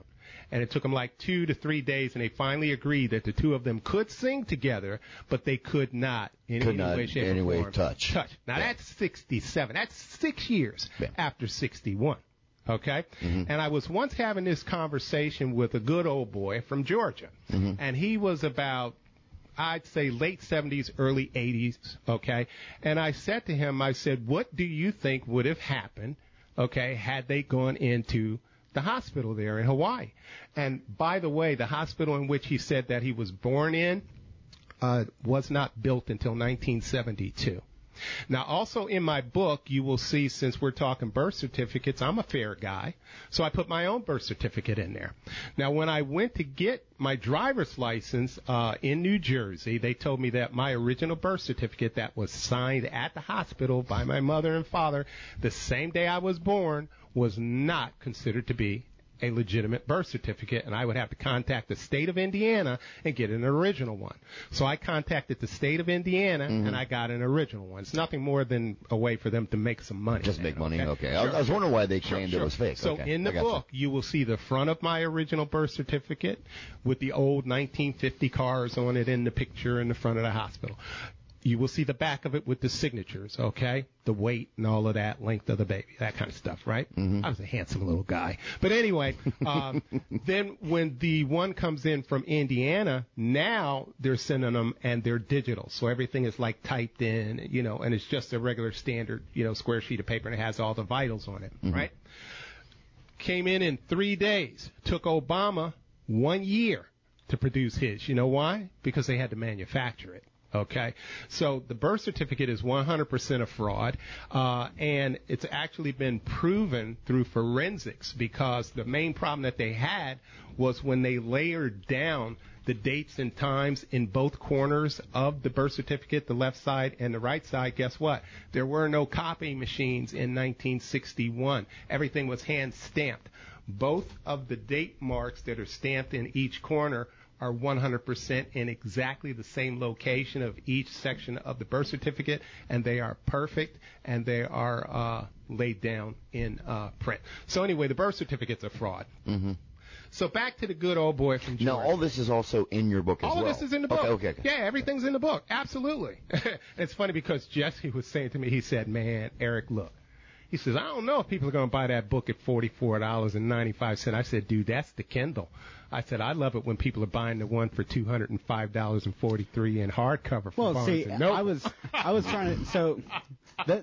And it took them like two to three days, and they finally agreed that the two of them could sing together, but they could not in Could any not way, shape, in any or way form touch. touch. Now that's 67. That's six years Yeah. after 61. Okay? And I was once having this conversation with a good old boy from Georgia. And he was about, I'd say late 70s, early 80s. Okay? And I said to him, I said, what do you think would have happened, okay, had they gone into the hospital there in Hawaii? And by the way, the hospital in which he said that he was born in, uh, was not built until 1972. Now, also in my book, you will see since we're talking birth certificates, I'm a fair guy, so I put my own birth certificate in there. Now, when I went to get my driver's license uh, in New Jersey, they told me that my original birth certificate that was signed at the hospital by my mother and father the same day I was born was not considered to be a legitimate birth certificate and I would have to contact the state of Indiana and get an original one. So I contacted the state of Indiana Mm-hmm. and I got an original one. It's nothing more than a way for them to make some money. Just man, make money. Okay. I, Sure. I was wondering why they claimed Sure. it was fake. So Okay. in I the gotcha. book, you. will see the front of my original birth certificate with the old 1950 cars on it in the picture in the front of the hospital. You will see the back of it with the signatures, okay? The weight and all of that, length of the baby, that kind of stuff, right? I was a handsome little guy. But anyway, um, then when the one comes in from Indiana, now they're sending them and they're digital. So everything is like typed in, you know, and it's just a regular standard, you know, square sheet of paper and it has all the vitals on it, right? came in in three days. Took Obama one year to produce his. You know why? Because they had to manufacture it. Okay, so the birth certificate is 100% a fraud, uh, and it's actually been proven through forensics because the main problem that they had was when they layered down the dates and times in both corners of the birth certificate, the left side and the right side, guess what? There were no copying machines in 1961. Everything was hand stamped. Both of the date marks that are stamped in each corner are 100% in exactly the same location of each section of the birth certificate, and they are perfect and they are uh, laid down in uh, print. So anyway, the birth certificate's a fraud. Mm-hmm. So back to the good old boy from Georgia. Now, all this is also in your book as All well. of this is in the book. Okay, okay. okay. Yeah, everything's in the book. Absolutely. it's funny because Jesse was saying to me, he said, "Man, Eric, look." He says, I don't know if people are going to buy that book at $44.95. I said, dude, that's the Kindle. I said, I love it when people are buying the one for $205.43 in hardcover from Well, Barnes see, and Noble. I was I was trying to so. That,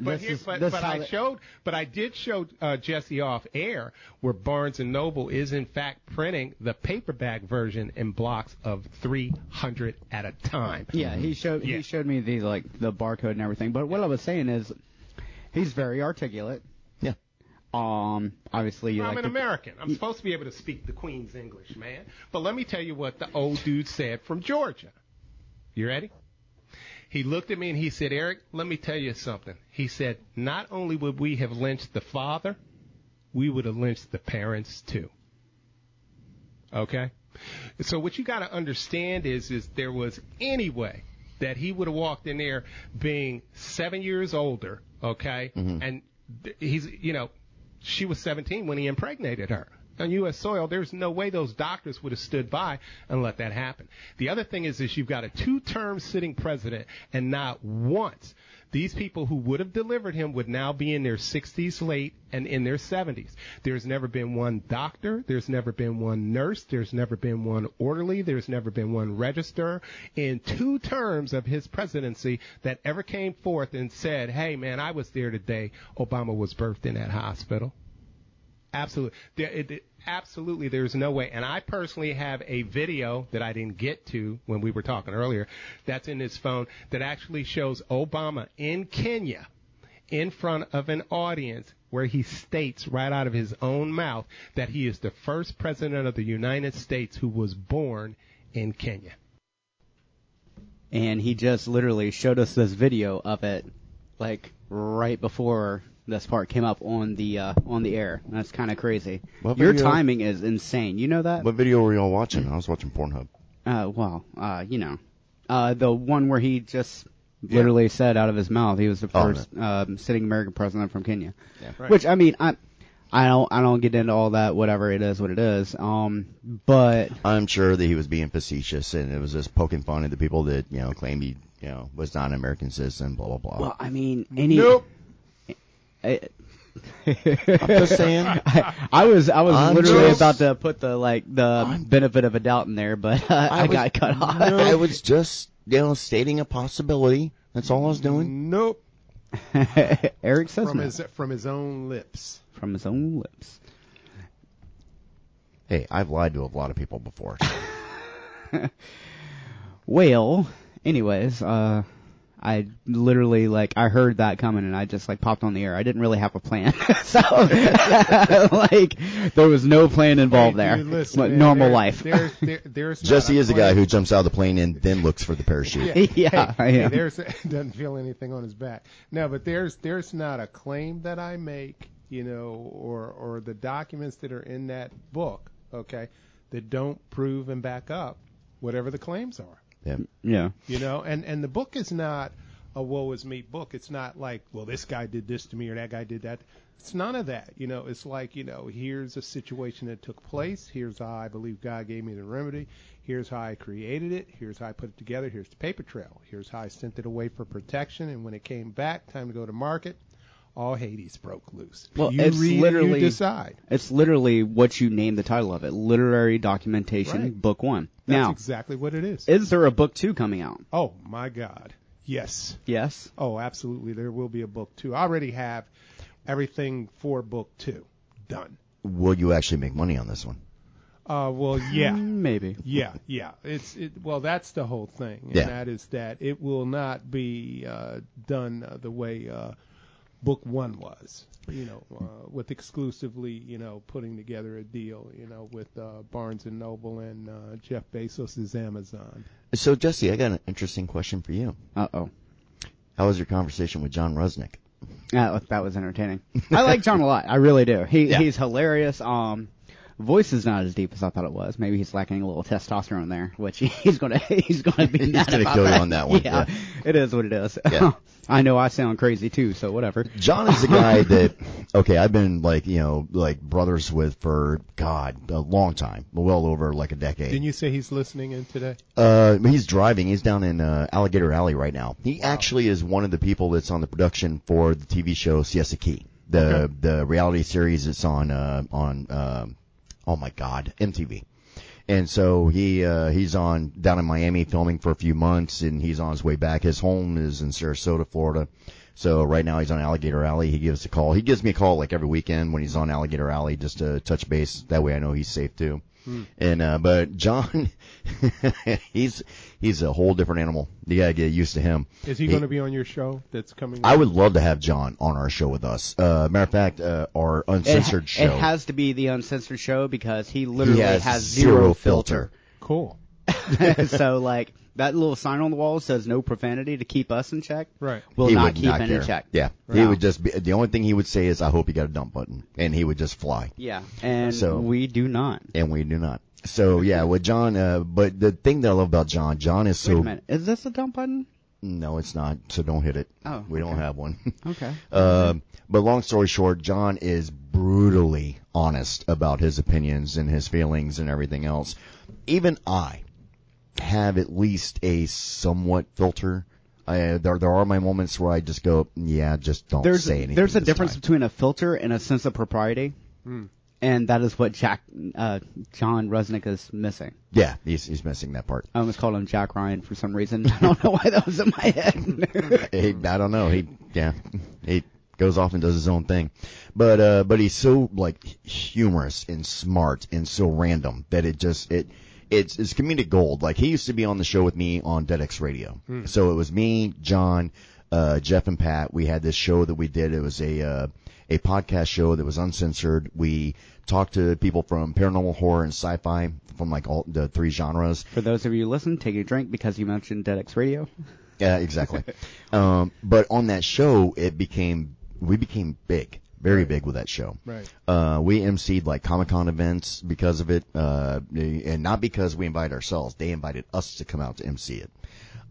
But, this here, is- but, this but how I it- showed, but I did show uh, Jesse off air where Barnes and Noble is in fact printing the paperback version in blocks of 300 at a time. Yeah, he showed Yeah. he showed me the like the barcode and everything. But what I was saying is, he's very articulate. Yeah. Um, obviously you I'm like an to- American. I'm supposed to be able to speak the Queen's English, man. But let me tell you what the old dude said from Georgia. You ready? He looked at me and he said, Eric, let me tell you something. He said, not only would we have lynched the father, we would have lynched the parents too. Okay? So what you got to understand is, is there was any way that he would have walked in there being seven years older, okay? And th- he's, you know, she was 17 when he impregnated her. On U.S. soil, there's no way those doctors would have stood by and let that happen. The other thing is, is you've got a two-term sitting president, and not once these people who would have delivered him would now be in their 60s late and in their 70s. There's never been one doctor. There's never been one nurse. There's never been one orderly. There's never been one register in two terms of his presidency that ever came forth and said, hey, man, I was there today. Obama was birthed in that hospital. Absolutely. There, it, it- absolutely, there's no way. And I personally have a video that I didn't get to when we were talking earlier that's in his phone that actually shows Obama in Kenya in front of an audience where he states right out of his own mouth that he is the first president of the United States who was born in Kenya. and he just literally showed us this video of it, like right before this part came up on the uh, on the air. That's kind of crazy. What Your video? timing is insane. You know that? What video were y'all watching? I was watching Pornhub. Uh, well, uh, you know, uh, the one where he just literally said out of his mouth he was the Oh, first um, sitting American president from Kenya. Yeah. Which I mean, I, I don't, I don't get into all that. Whatever it is, what it is. Um, but I'm sure that he was being facetious and it was just poking fun at the people that, you know, claimed he, you know, was not an American citizen, blah, blah, blah. well, I mean, any. I- I'm just saying. I was I was I'm literally just- about to put the like the benefit of a doubt in there, but uh, I, was- got cut off. I was just, you know, stating a possibility. That's all I was doing. Mm-hmm. Nope. Eric says From no. his from his own lips. from his own lips. Hey, I've lied to a lot of people before. Well, anyways, uh, I literally like I heard that coming and I just like popped on the air. I didn't really have a plan, so like there was no plan involved Hey, there. dude, listen, Like, man, normal there- life. There's, there, there's not Jesse is the guy plan. who jumps out of the plane and then looks for the parachute. yeah, I Hey, am. there's doesn't feel anything on his back. No, but there's there's not a claim that I make, you know, or or the documents that are in that book, okay, that don't prove and back up whatever the claims are, Yeah. yeah. you know. And and the book is not a woe is me book. It's not like, well, this guy did this to me or that guy did that. It's none of that, you know. It's like, you know, here's a situation that took place. Here's how I believe God gave me the remedy. Here's how I created it. Here's how I put it together. Here's the paper trail. Here's how I sent it away for protection. And when it came back, time to go to market, all Hades broke loose. Well, you it's read, and literally- you decide. It's literally what you named the title of it: Literary Documentation, Right. Book One. That's now, exactly what it is. is there a book two coming out? oh my God, yes. Yes. Oh, absolutely. There will be a book two. I already have everything for book two done. Will you actually make money on this one? Uh, well, yeah, Maybe. yeah, yeah. It's it. Well, that's the whole thing, and Yeah. that is that it will not be uh, done uh, the way uh, book one was. You know, uh, with exclusively, you know, putting together a deal, you know, with uh, Barnes and Noble and uh, Jeff Bezos' Amazon. So, Jesse, I got an interesting question for you. Uh oh. How was your conversation with John Rusnick? That was, that was entertaining. I like John a lot. I really do. He he's hilarious. Um, Voice is not as deep as I thought it was. Maybe he's lacking a little testosterone there, which he's gonna he's gonna be He's mad gonna about kill you on that one, Yeah, yeah. it is what it is. Yeah. I know I sound crazy too, so whatever. John is the guy that okay, I've been like you know like brothers with for God a long time, well over like a decade. Didn't you say he's listening in today? Uh, he's driving. He's down in uh, Alligator Alley right now. He actually is one of the people that's on the production for the TV show Siesta Key, the the reality series that's on uh, on um oh my God MTV. And so he uh, he's on down in Miami filming for a few months, and he's on his way back. His home is in Sarasota, Florida. So right now he's on Alligator Alley. He gives us a call. He gives me a call like every weekend when he's on Alligator Alley just to touch base. That way I know he's safe too. Hmm. And uh, but John, he's he's a whole different animal. You gotta get used to him. Is he going to be on your show that's coming? I up? would love to have John on our show with us. Uh, matter of fact, uh, our It, uncensored ha- show. it has to be the uncensored show because he literally has zero zero filter. filter. cool. so like that little sign on the wall says no profanity to keep us in check. Right. Will he not would keep not it care. in check. Yeah, he Wow. would just be. The only thing he would say is, "I hope you got a dump button," and he would just fly. Yeah. And So- we do not. And we do not. So yeah, with John. Uh, but the thing that I love about John, John is Wait so. a minute. Is this a dump button? No, it's not. So don't hit it. Oh, we don't okay. have one. Okay. Um, but long story short, John is brutally honest about his opinions and his feelings and everything else. Even I have at least a somewhat filter. I, there, there are my moments where I just go, yeah, just don't There's say anything. there's a this difference time." between a filter and a sense of propriety. And that is what Jack uh, John Resnick is missing. Yeah, he's he's missing that part. I almost called him Jack Ryan for some reason. I don't know why that was in my head. he, I don't know. He yeah, he goes off and does his own thing, but uh, but he's so like humorous and smart and so random that it just it. It's, it's comedic gold. Like he used to be on the show with me on DedX Radio. So it was me, John, uh, Jeff and Pat. We had this show that we did. It was a, uh, a podcast show that was uncensored. We talked to people from paranormal horror and sci-fi from like all the three genres. for those of you who listen, take a drink because you mentioned DedX Radio. Yeah, exactly. um, but on that show, it became we became big, very big with that show. Right. Uh, we emceed like Comic Con events because of it, uh, and not because we invited ourselves. They invited us to come out to MC it.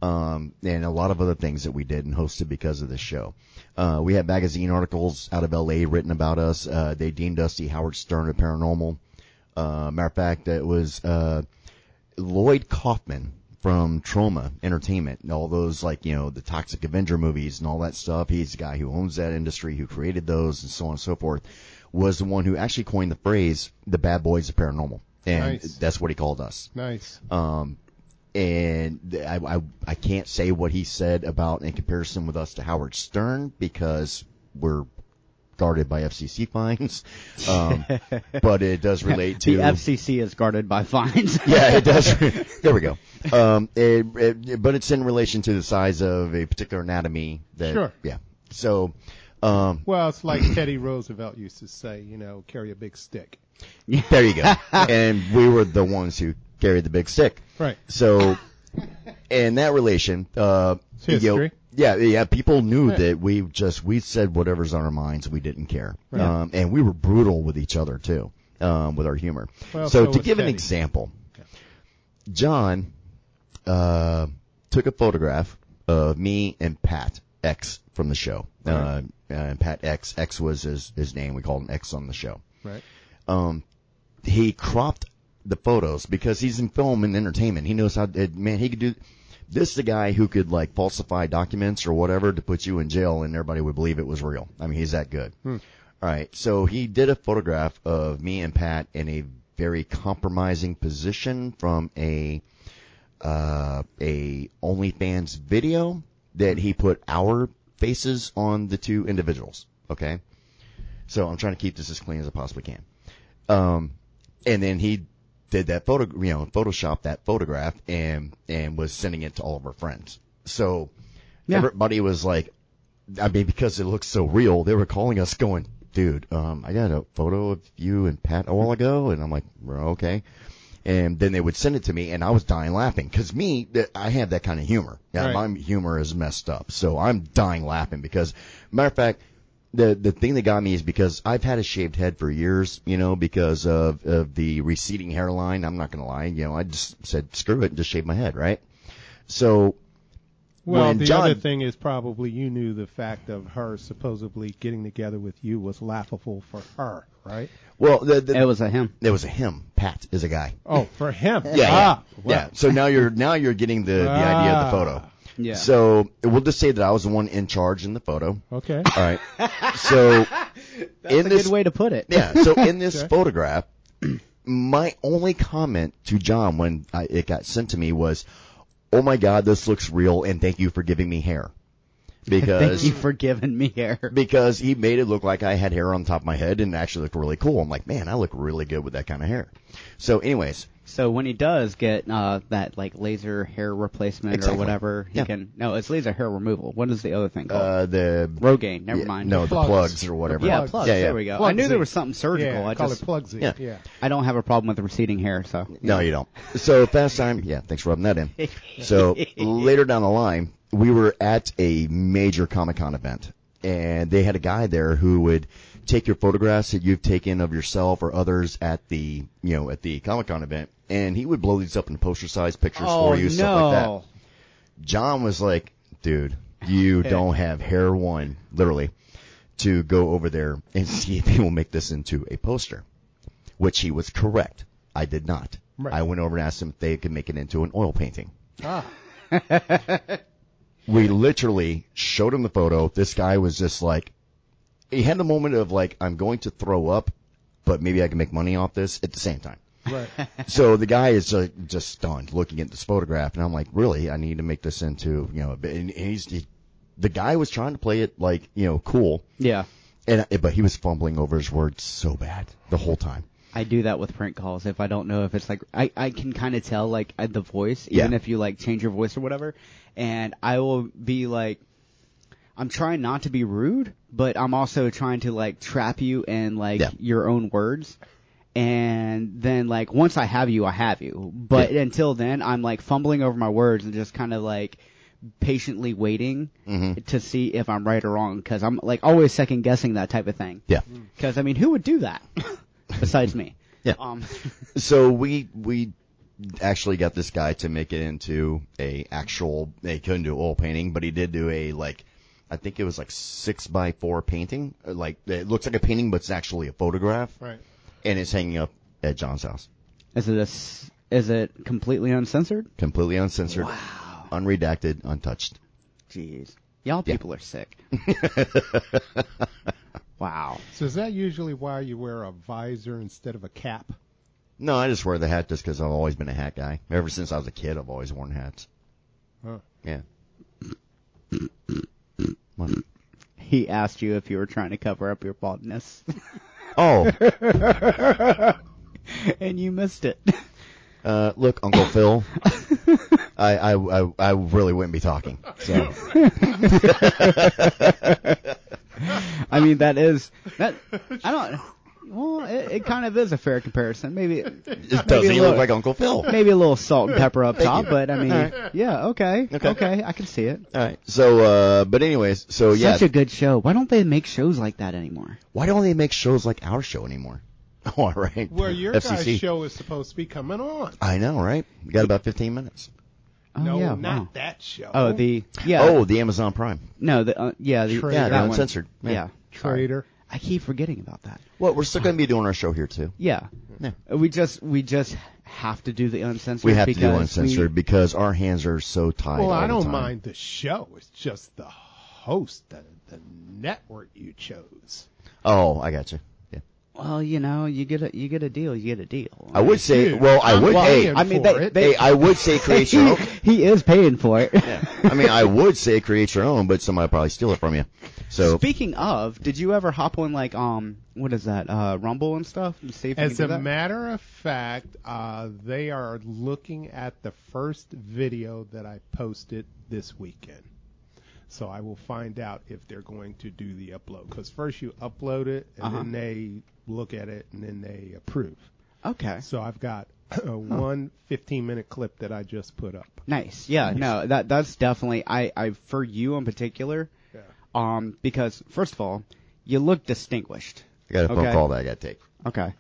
Um, and a lot of other things that we did and hosted because of this show. Uh, we had magazine articles out of LA written about us. Uh, they deemed us the Howard Stern of paranormal. Uh, matter of fact, it was, uh, Lloyd Kaufman from Trauma Entertainment and all those like, you know, the Toxic Avenger movies and all that stuff. He's the guy who owns that industry, who created those and so on and so forth, was the one who actually coined the phrase, the bad boys of paranormal. And Nice. that's what he called us Nice. and th- I, I I can't say what he said about in comparison with us to Howard Stern because we're guarded by FCC fines, um, but it does relate to The FCC is guarded by fines. yeah, it does. there we go. Um, it, it- but it's in relation to the size of a particular anatomy. That, Sure. Yeah. So, um, Well, it's like Teddy Roosevelt used to say, you know, carry a big stick. there you go. and we were the ones who carried the big stick. Right. So, in that relation, uh, you know, history. yeah, yeah, people knew that we just we said whatever's on our minds. We didn't care, um, and we were brutal with each other too, um, with our humor. Well, so, so to was give an Teddy. example, John uh, took a photograph of me and Pat X from the show. Uh, and Pat X X was his his name. We called him X on the show Right. he cropped the photos because he's in film and entertainment. He knows how. It, man, he could do. This is the guy who could like falsify documents or whatever to put you in jail, and everybody would believe it was real. I mean, he's that good. All right, so he did a photograph of me and Pat in a very compromising position from a uh, a OnlyFans video that he put our faces on the two individuals. Okay, so I'm trying to keep this as clean as I possibly can. Um, and then he did that photo, you know, Photoshop that photograph and, and was sending it to all of our friends. So Yeah. everybody was like, I mean, because it looks so real, they were calling us going, dude, um, I got a photo of you and Pat a while ago. And I'm like, well, okay. And then they would send it to me and I was dying laughing because me, th- I have that kind of humor. Yeah, Right. my humor is messed up. So I'm dying laughing because matter of fact, the the thing that got me is because I've had a shaved head for years, you know, because of of the receding hairline. I'm not gonna lie, you know, I just said screw it and just shave my head, right? So Well, when the John- other thing is probably you knew the fact of her supposedly getting together with you was laughable for her, right? well, the, the, It was a him. there was a him. Pat is a guy. Oh, for him. Yeah, Ah, yeah, well, yeah. So now you're now you're getting the the idea of the photo. Ah. Yeah. So we'll just say that I was the one in charge in the photo. Okay. All right. So in That's a this good way to put it. yeah, so in this Okay. photograph, my only comment to John when I, it got sent to me was, "Oh my God, this looks real," and thank you for giving me hair Thank because you for giving me air. because he made it look like I had hair on top of my head and it actually looked really cool. I'm like, man, I look really good with that kind of hair. So, anyways, So when he does get uh, that like laser hair replacement Exactly. or whatever, he Yeah. can. No, it's laser hair removal. What is the other thing called? uh, the Rogaine. Never yeah, mind. no, the Plugs. plugs or whatever. yeah, plugs. Yeah, yeah. There we go. I Plugsy. knew there was something surgical. Yeah, I call just it plugsy. Yeah. yeah. I don't have a problem with receding hair, so No, you don't. So fast time, yeah, thanks for rubbing that in. So later down the line, we were at a major Comic Con event and they had a guy there who would take your photographs that you've taken of yourself or others at the, you know, at the Comic Con event and he would blow these up into poster sized pictures for you, stuff like that. John was like, dude, you don't have hair one, literally, to go over there and see if he will make this into a poster. Which he was correct. I did not. Right. I went over and asked him if they could make it into an oil painting. we literally showed him the photo. This guy was just like, he had the moment of like, I'm going to throw up, but maybe I can make money off this at the same time. Right. So the guy is uh, just stunned looking at this photograph, and I'm like, really? I need to make this into, you know, a bit- and he's, he, the guy was trying to play it like, you know, cool, Yeah, and but he was fumbling over his words so bad the whole time. I do that with prank calls. If I don't know if it's like, I I can kind of tell like uh, the voice, Yeah. even if you like change your voice or whatever, and I will be like. I'm trying not to be rude, but I'm also trying to like trap you in like Yeah. your own words. And then like once I have you, I have you. But Yeah. until then, I'm like fumbling over my words and just kind of like patiently waiting Mm-hmm. to see if I'm right or wrong because I'm like always second guessing that type of thing. Yeah. Because I mean, who would do that besides me? Yeah. Um, So we we actually got this guy to make it into a actual. They couldn't do oil painting, but he did do a like. I think it was like six by four painting. uh, Like it looks like a painting, but it's actually a photograph, Right. and it's hanging up at John's house. is it a s is it completely uncensored? completely uncensored, unredacted, untouched. Jeez, y'all people are sick. wow. So is that usually why you wear a visor instead of a cap? No, I just wear the hat just because I've always been a hat guy. Ever since I was a kid, I've always worn hats. Huh. Yeah. What? He asked you if you were trying to cover up your baldness, Oh, and you missed it. uh, look, Uncle Phil, I, I, I, I really wouldn't be talking. So I mean, that is that. I don't. Well, it, it kind of is a fair comparison. Maybe it doesn't even look. look like Uncle Phil. maybe a little salt and pepper up top, but I mean, yeah, okay, okay, I can see it. All right. So, uh, but anyways, so yeah. Such a good show. Why don't they make shows like that anymore? Why don't they make shows like our show anymore? All right. Where your FCC. guys' show is supposed to be coming on. I know, right? We got about 15 minutes. Oh, no, yeah, not wow. that show. Oh, the yeah. Oh, the Amazon Prime. no, the uh, yeah, the, Traitor. Yeah, yeah, the that one. uncensored. Yeah. traitor. I keep forgetting about that. Well, we're still going to be doing our show here too. Yeah. Uh, Yeah. we just we just have to do the uncensored. We have to do because uncensored we- because our hands are so tied. Well, all I the don't time. mind the show. It's just the host, the, the network you chose. Oh, I got you. Yeah. well, you know, you get a you get a deal, you get a deal. I would say. Dude, well, I I'm would. paying Hey, for I, I mean, they- it. they- hey, I would say create your own. he is paying for it. I mean, I would say create your own, but somebody probably steal it from you. So Speaking of, did you ever hop on like um what is that uh Rumble and stuff and see if you As can a do that? matter of fact, uh, they are looking at the first video that I posted this weekend. So I will find out if they're going to do the upload. Because first you upload it, and Uh-huh. then they look at it, and then they approve. okay. So I've got a one 15 minute clip that I just put up. Nice. Yeah. No. That that's definitely I I for you in particular. Yeah. Um, because first of all, You look distinguished. I got a phone Okay. call that I got to take. Okay.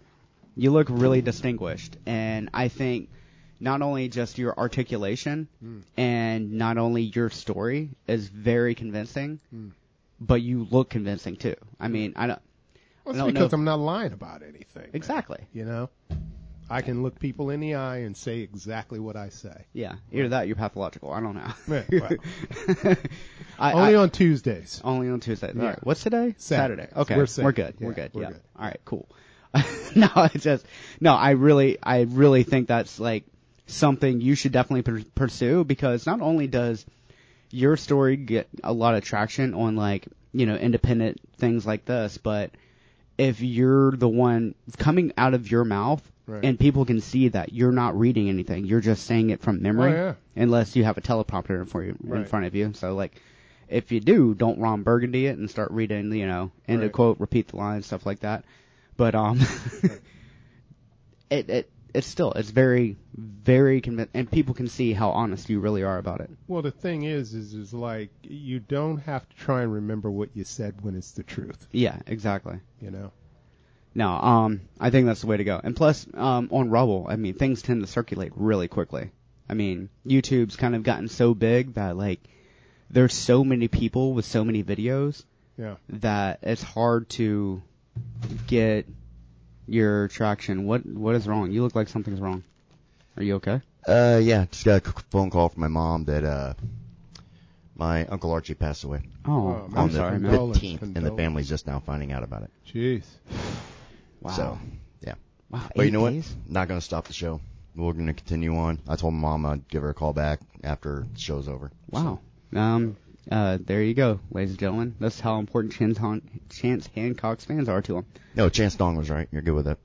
You look really distinguished. And I think not only just your articulation Hmm. and not only your story is very convincing, Hmm. but you look convincing too. I mean, I don't. Well, I it's don't because know. I'm not lying about anything. man. Exactly. You know, I can look people in the eye and say exactly what I say. Yeah. Either that or you're pathological. I don't know. Yeah, well, I, I- only on Tuesdays. only on Tuesday. All Yeah. right. What's today? Saturday. Okay. We're We're, safe. good. Yeah, we're good. we're yeah. good. All right. Cool. no, it's just no. I really, I really think that's like something you should definitely pur- pursue because not only does your story get a lot of traction on like you know independent things like this, but if you're the one coming out of your mouth Right. and people can see that you're not reading anything, you're just saying it from memory Oh, yeah. unless you have a teleprompter for you in Right. front of you. So like, if you do, don't Ron Burgundy it and start reading, you know, end Right. of quote, repeat the line, stuff like that. But um, it it it's still it's very very convincing, and people can see how honest you really are about it. Well, the thing is, is, is like you don't have to try and remember what you said when it's the truth. Yeah, exactly. You know. No, um, I think that's the way to go. And plus, um, on Rubble, I mean, things tend to circulate really quickly. I mean, YouTube's kind of gotten so big that like there's so many people with so many videos Yeah. that it's hard to get your traction. What what is wrong? You look like something's wrong. Are you okay? Uh, yeah, just got a c- phone call from my mom that uh, my uncle Archie passed away Oh, man. I'm on the sorry, man. Well, Condolences, 15th, and the condolences. family's just now finding out about it. Jeez. Wow. So, yeah. wow. But you eight know what? days? Not gonna stop the show. We're gonna continue on. I told my mom I'd give her a call back after the show's over. Wow. Um. Uh. There you go, ladies and gentlemen. That's how important Chance, Han- Chance Hancock's fans are to him. No, Chance Dong was right. You're good with it.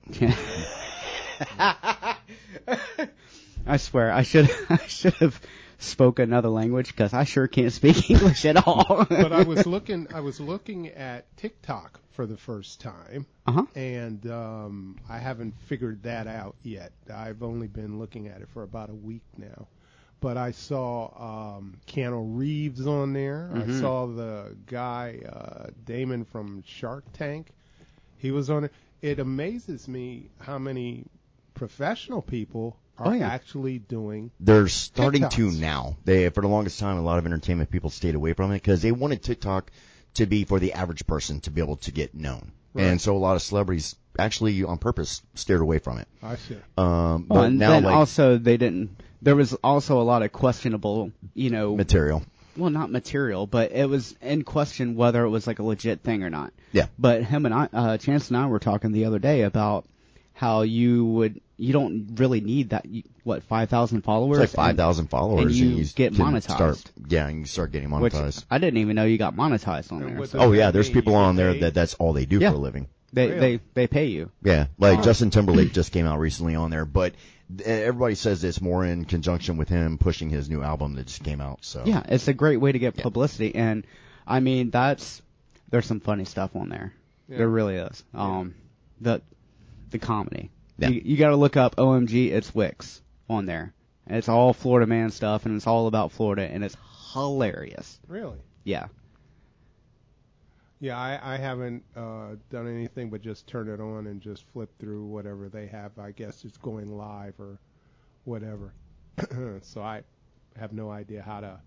I swear, I should I should have spoke another language because I sure can't speak English at all. but I was looking. I was looking at TikTok for the first time, Uh-huh. and um, I haven't figured that out yet. I've only been looking at it for about a week now, but I saw um, Keanu Reeves on there. Mm-hmm. I saw the guy uh, Damon from Shark Tank. He was on it. It amazes me how many professional people are Oh, yeah. actually doing. They're starting to TikToks. now. They for the longest time, a lot of entertainment people stayed away from it because they wanted TikTok to be for the average person to be able to get known. And so a lot of celebrities actually on purpose steered away from it. Uh, I see. Um, but Well, Oh, and now then like also they didn't. There was also a lot of questionable, you know, material. well, not material, but it was in question whether it was like a legit thing or not. Yeah. But him and I, uh, Chance and I were talking the other day about how you would, you don't really need that, you- what, 5,000 followers? It's like five thousand followers, and you s- get can monetized. Start, yeah, and you start getting Which monetized. I didn't even know you got monetized on there. what So the- oh yeah, there's Hey, people you on get there paid? that that's all they do Yeah. for a living. they, Really? they, they pay you. Yeah, like Justin Timberlake just came out recently on there, but th- everybody says it's more in conjunction with him pushing his new album that just came out. So Yeah, it's a great way to get publicity, and I mean that's there's some funny stuff on there. There really is. Um, the the comedy. Yeah. You, you got to look up OMG, it's Wix on there. And it's all Florida man stuff, and it's all about Florida, and it's hilarious. Really. Yeah. Yeah, I, I haven't uh, done anything but just turn it on and just flip through whatever they have. I guess it's going live or whatever. so I have no idea how to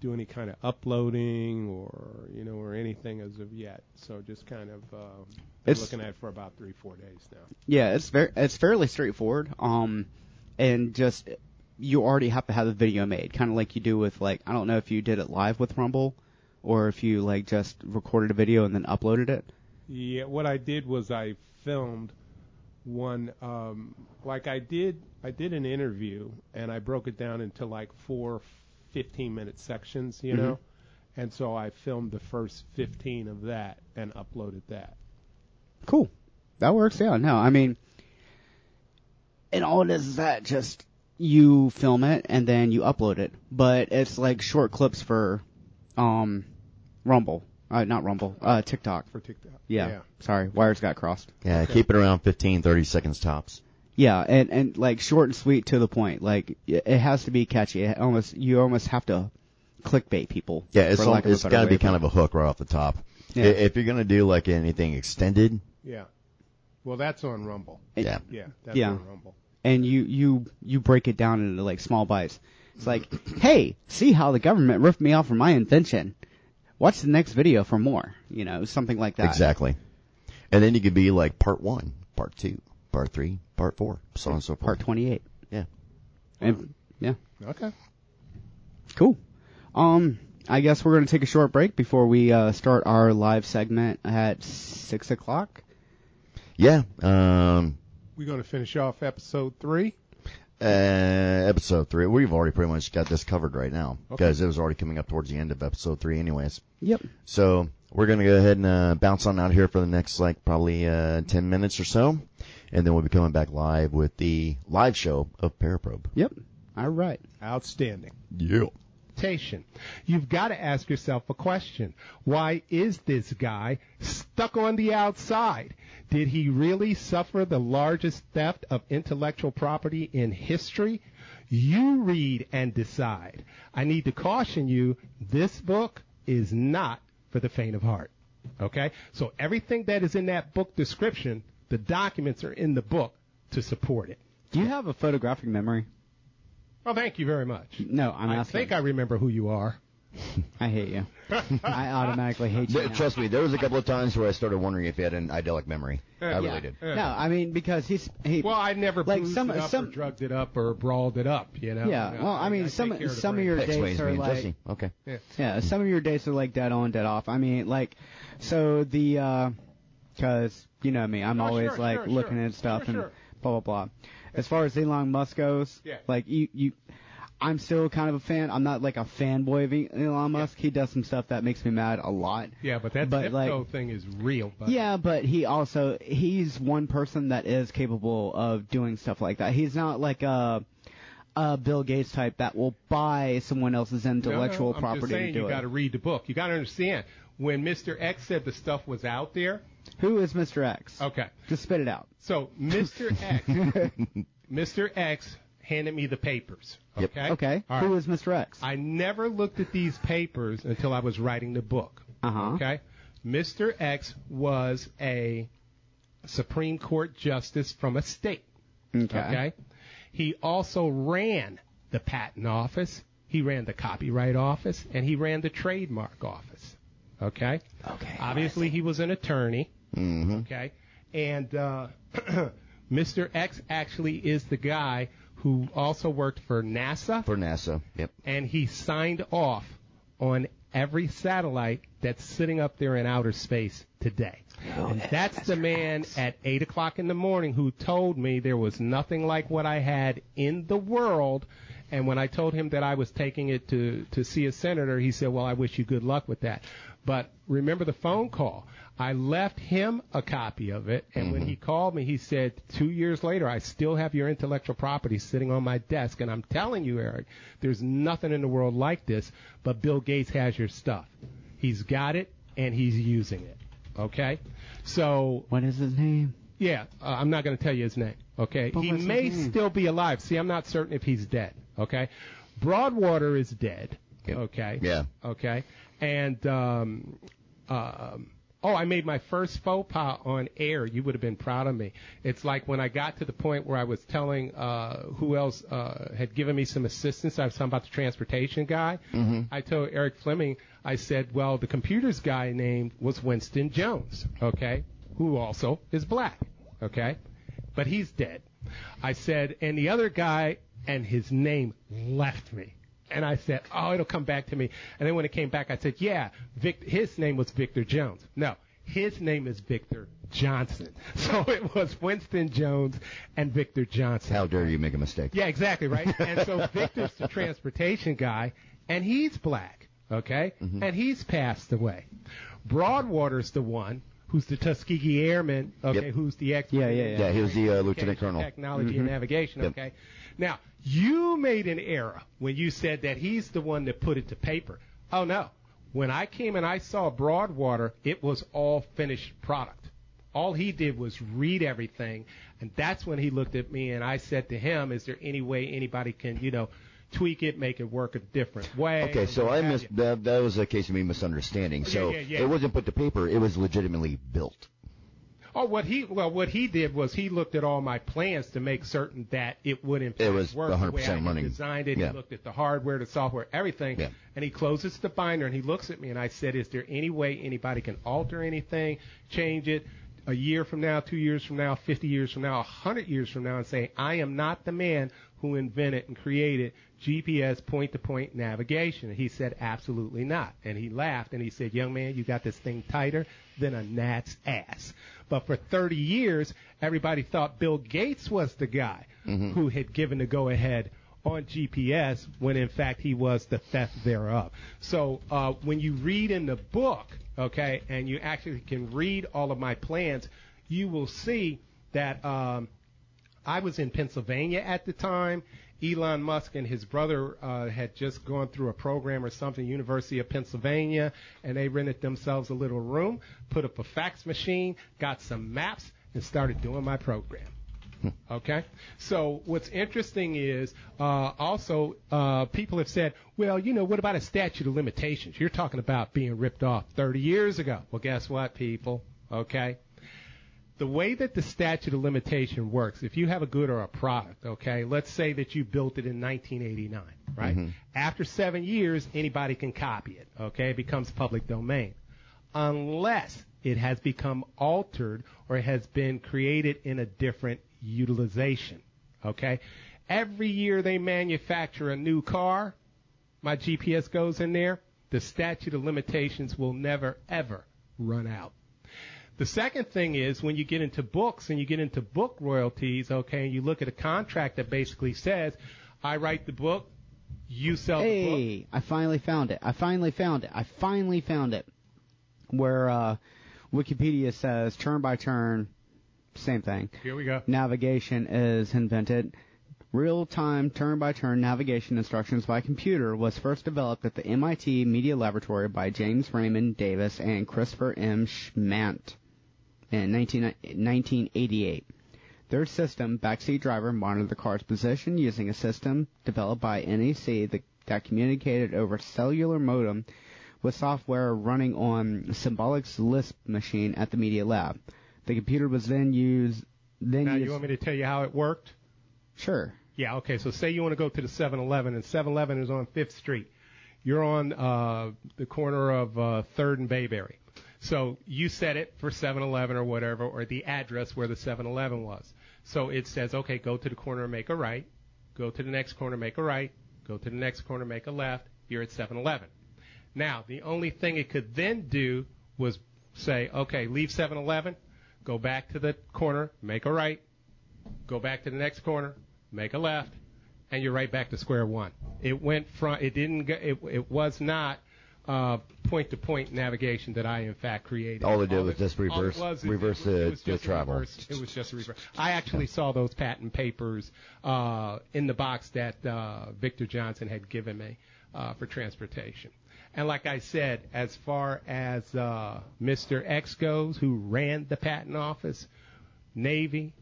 do any kind of uploading or you know or anything as of yet. So just kind of uh, been It's- looking at it for about three four days now. Yeah, it's very it's fairly straightforward. Um, and just you already have to have the video made, kind of like you do with like I don't know if you did it live with Rumble, or if you like just recorded a video and then uploaded it. Yeah, what I did was I filmed one um, like I did I did an interview and I broke it down into like four 15 minute sections, Mm-hmm. you know. And so I filmed the first 15 of that and uploaded that. Cool. That works out. No, I mean, and all it is is that just you film it and then you upload it, but it's like short clips for, um, Rumble, uh, not Rumble, uh, TikTok. for TikTok. Yeah. Sorry, wires got crossed. yeah, keep it around 15, 30 seconds tops. Yeah, and and like short and sweet to the point. Like it it has to be catchy. It almost you almost have to clickbait people. Yeah, it's for all, lack of a it's better got to way be of kind putting of a hook right off the top. Yeah. I- If you're gonna do like anything extended, Yeah. Well, that's on Rumble. It- yeah, Yeah, that's Yeah. on Rumble. and you you you break it down into like small bites. It's like, hey, see how the government ripped me off for my invention. Watch the next video for more. You know, something like that. exactly. And then you could be like part one, part two, part three, part four, so on and so forth. Part twenty-eight. Yeah. And, yeah, Okay. cool. Um, I guess we're gonna take a short break before we uh, start our live segment at six o'clock. Yeah. Um, We're going to finish off episode three. uh, episode three. We've already pretty much got this covered right now because it was already coming up towards the end of episode three, anyways. Yep. So we're gonna go ahead and uh, bounce on out here for the next like probably uh, ten minutes or so, and then we'll be coming back live with the live show of Paraprobe. Yep. All right. Outstanding. Yeah. temptation. You've got to ask yourself a question. Why is this guy stuck on the outside? Did he really suffer the largest theft of intellectual property in history? You read and decide. I need to caution you, this book is not for the faint of heart. Okay? So everything that is in that book description, the documents are in the book to support it. Do you have a photographic memory? Well, thank you very much. No, I'm I asking. think I remember who you are. I hate you. I automatically hate you. now. Trust me, there was a couple of times where I started wondering if he had an idyllic memory. I really did. No, I mean because he's he. Well, I never Like, boozed some- it up some- or drugged it up or brawled it up, you know. Yeah, well, I mean, take some- care of the some of brain. your- That explains dates are me and like- Jesse. Okay. Yeah, some of your dates are like dead on, dead off. I mean, like, so the, uh 'cause you know me, I'm Oh, always sure, like sure, looking sure. at stuff Sure, and sure. blah blah blah. As far as Elon Musk goes, Yeah. like you, you, I'm still kind of a fan. I'm not like a fanboy of E- Elon Musk. He does some stuff that makes me mad a lot. Yeah, but that But, Zipco like- thing is real. Buddy. Yeah, but he also he's one person that is capable of doing stuff like that. He's not like a a Bill Gates type that will buy someone else's No, no, intellectual I'm property Just saying to do you it. got to read the book. You got to understand when Mr. X said the stuff was out there. Who is Mr. X? Okay, Just spit it out. so Mr. X, Mr. X handed me the papers. Yep. Okay. Okay. All right. Who is Mr. X? I never looked at these papers until I was writing the book. Uh-huh. Okay. Mr. X was a Supreme Court justice from a state. Okay. Okay. He also ran the patent office, he ran the copyright office, and he ran the trademark office. Okay. Okay. Obviously, he was an attorney. Mm-hmm. Okay. And uh, Mr. X actually is the guy who also worked for NASA For NASA. Yep. and he signed off on every satellite that's sitting up there in outer space today. and that's the man at 8 o'clock in the morning who told me there was nothing like what I had in the world. And when I told him that I was taking it to, to see a senator, he said, Well, I wish you good luck with that. But remember the phone call. I left him a copy of it, and Mm-hmm. when he called me, he said, Two years later, I still have your intellectual property sitting on my desk, and I'm telling you, Eric, there's nothing in the world like this, but Bill Gates has your stuff. He's got it, and he's using it. Okay? So, What is his name? yeah, uh, I'm not going to tell you his name. Okay, he what's his may name? still be alive. See, I'm not certain if he's dead. Okay, Broadwater is dead. Yep. Okay. Yeah. Okay, and um, um, oh, I made my first faux pas on air. You would have been proud of me. It's like when I got to the point where I was telling uh, who else uh, had given me some assistance. I was talking about the transportation guy. I told Eric Fleming. I said, well, the computers guy name was Winston Jones. Okay, who also is black. Okay, but he's dead. I said, and the other guy, and his name left me. And I said, oh, it'll come back to me. And then when it came back, I said, yeah, Vic- his name was Victor Jones. No, his name is Victor Johnson. So it was Winston Jones and Victor Johnson. How dare you make a mistake? Yeah, exactly, right? and so Victor's the transportation guy, and he's black, okay? Mm-hmm. And he's passed away. Broadwater's the one who's the Tuskegee Airman, okay, Yep. who's the ex Yeah, yeah, yeah. Yeah, he was the uh, lieutenant Communication, colonel. Mm-hmm. Technology and navigation. Okay. Now you made an error when you said that he's the one that put it to paper. Oh no. When I came and I saw Broadwater, it was all finished product. All he did was read everything, and that's when he looked at me and I said to him, "Is there any way anybody can, you know, tweak it, make it work a different way. Okay, so what I have missed you. that. That was a case of me misunderstanding. So yeah, yeah. it wasn't put to paper; it was legitimately built. Oh, what he well, what he did was he looked at all my plans to make certain that it would in fact It was work the way 100% I had running. designed it. Yeah. He looked at the hardware, the software, everything, Yeah. and he closes the binder and he looks at me and I said, "Is there any way anybody can alter anything, change it?" A year from now, two years from now, 50 years from now, 100 years from now, and say, I am not the man who invented and created GPS point to point navigation. And he said, Absolutely not. And he laughed and he said, Young man, you got this thing tighter than a gnat's ass. But for 30 years, everybody thought Bill Gates was the guy who had given the go ahead on GPS when in fact he was the theft thereof. So uh, when you read in the book, okay, and you actually can read all of my plans, you will see that um, I was in Pennsylvania at the time. Elon Musk and his brother uh, had just gone through a program or something, University of Pennsylvania, and they rented themselves a little room, put up a fax machine, got some maps, and started doing my program. Okay. So what's interesting is uh, also uh, people have said, well, you know, what about a statute of limitations? You're talking about being ripped off 30 years ago. Well, guess what, people? Okay. The way that the statute of limitation works, if you have a good or a product, okay, let's say that you built it in 1989, right? After seven years, anybody can copy it, okay? It becomes public domain unless it has become altered or has been created in a different utilization. Okay? Every year they manufacture a new car, my GPS goes in there, the statute of limitations will never, ever run out. The second thing is when you get into books and you get into book royalties, okay, and you look at a contract that basically says, I write the book, you sell the book. Hey, I finally found it. I finally found it. I finally found it. Where uh, Wikipedia says turn by turn, same thing. Here we go. Navigation is invented. Real time turn by turn navigation instructions by computer was first developed at the MIT Media Laboratory by James Raymond Davis and Christopher M. Schmant in 19, 1988. Their system, backseat driver, monitored the car's position using a system developed by NEC that, that communicated over cellular modem with software running on Symbolic's Lisp machine at the Media Lab. The computer was then used. Then Now, used, you want me to tell you how it worked? sure. Yeah, okay. So say you want to go to the 7-Eleven, and 7-Eleven is on Fifth Street. You're on uh, the corner of uh, Third and Bayberry. So you set it for 7-Eleven or whatever, or the address where the 7-Eleven was. So it says, okay, go to the corner, make a right. Go to the next corner, make a right. Go to the next corner, make a left. You're at 7-Eleven. Now, the only thing it could then do was say, okay, leave 7-Eleven, go back to the corner, make a right, go back to the next corner, make a left, and you're right back to square one. It went from it didn't go, it it was not uh, point to point navigation that I in fact created. All it did was just all it reverse- was, reverse was- the- was the just a travel. reverse- it was just a reverse. I actually saw those patent papers uh, in the box that uh, Victor Johnson had given me uh, for transportation. And like I said, as far as uh, Mr. X goes, who ran the patent office, Navy,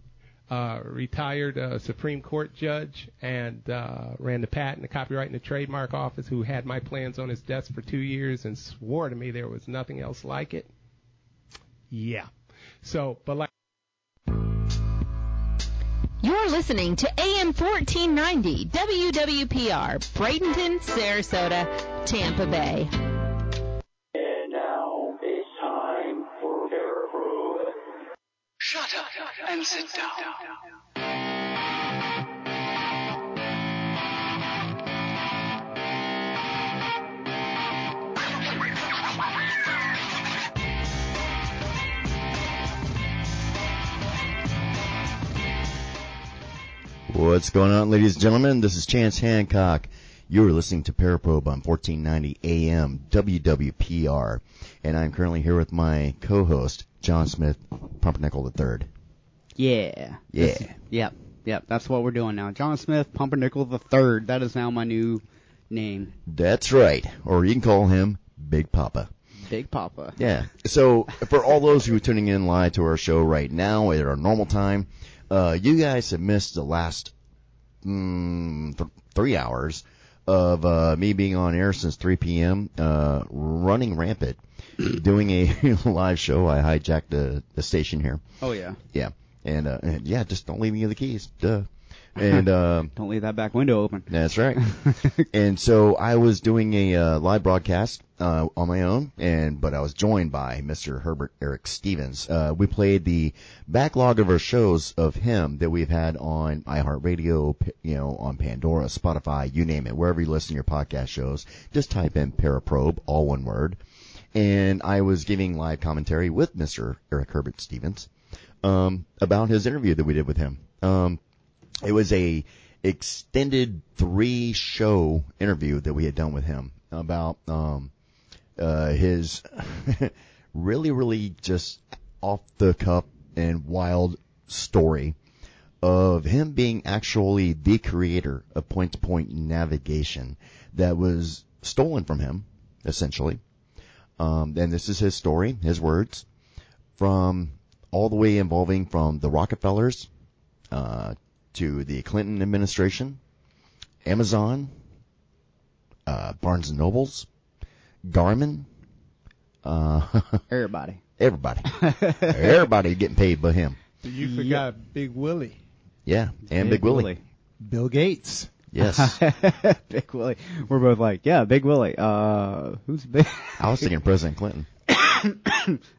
uh, retired uh, Supreme Court judge, and uh, ran the patent, the copyright, and the trademark office, who had my plans on his desk for two years and swore to me there was nothing else like it. Yeah. So, but like. You're listening to AM 1490 WWPR, Bradenton, Sarasota, Tampa Bay. And now it's time for Veracruz. Shut up and sit down. What's going on, ladies and gentlemen? This is Chance Hancock. You are listening to Paraprobe on 1490 AM WWPR, and I'm currently here with my co-host John Smith, Pumpernickel III. Yeah. Yeah, Yep. Yep. That's what we're doing now. John Smith, Pumpernickel the Third. That is now my new name, that's right. Or you can call him Big Papa. Big Papa. Yeah. So for all those who are tuning in live to our show right now at our normal time, uh, you guys have missed the last mm, th- three hours of uh, me being on air since 3 p.m. Uh, running rampant, doing a live show. I hijacked the the station here. Oh yeah. Yeah, and, uh, and yeah, just don't leave any of the keys. Duh. And uh, Don't leave that back window open. that's right. and so I was doing a uh, live broadcast uh, on my own, and but I was joined by Mr. Herbert Eric Stevens. Uh, we played the backlog of our shows of him that we've had on iHeartRadio, p- you know, on Pandora, Spotify, you name it, wherever you listen to your podcast shows. Just type in Paraprobe, all one word, and I was giving live commentary with Mr. Eric Herbert Stevens um, about his interview that we did with him. Um, it was a extended three show interview that we had done with him about um uh his really really just off the cuff and wild story of him being actually the creator of point to point navigation that was stolen from him essentially um and this is his story his words from all the way involving from the Rockefellers uh, to the Clinton administration, Amazon, uh, Barnes and Nobles, Garmin, Everybody. everybody, everybody getting paid but him. You forgot Big Willie. Yeah, and Big, Willie. Bill Gates. Yes, Willie. Big Willie. We're both like, yeah, Big Willie. Uh, who's big? I was thinking President Clinton.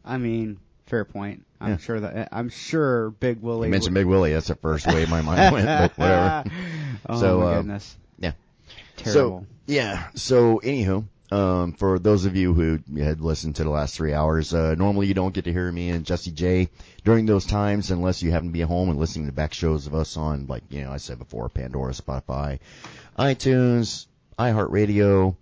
I mean, fair point. I'm Yeah. sure that I'm sure Big Willie. You mentioned Big Willie. That's the first way my mind went, but whatever. Oh so, my uh, goodness, Yeah. terrible. So yeah. So anywho, um, for those of you who had listened to the last three hours, uh, normally you don't get to hear me and Jesse J during those times unless you happen to be at home and listening to back shows of us on, like you know, I said before, Pandora, Spotify, iTunes, iHeartRadio,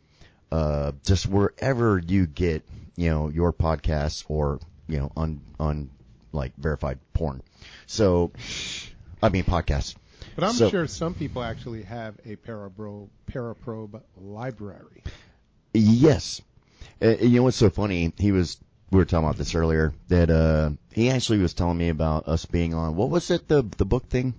uh, just wherever you get you know your podcasts or you know on on like verified porn. So, I mean podcasts. But I'm So- sure some people actually have a paraprobe, paraprobe library. Yes. Uh, you know what's so funny? He was, we were talking about this earlier, that, uh, he actually was telling me about us being on, what was it, the, the book thing?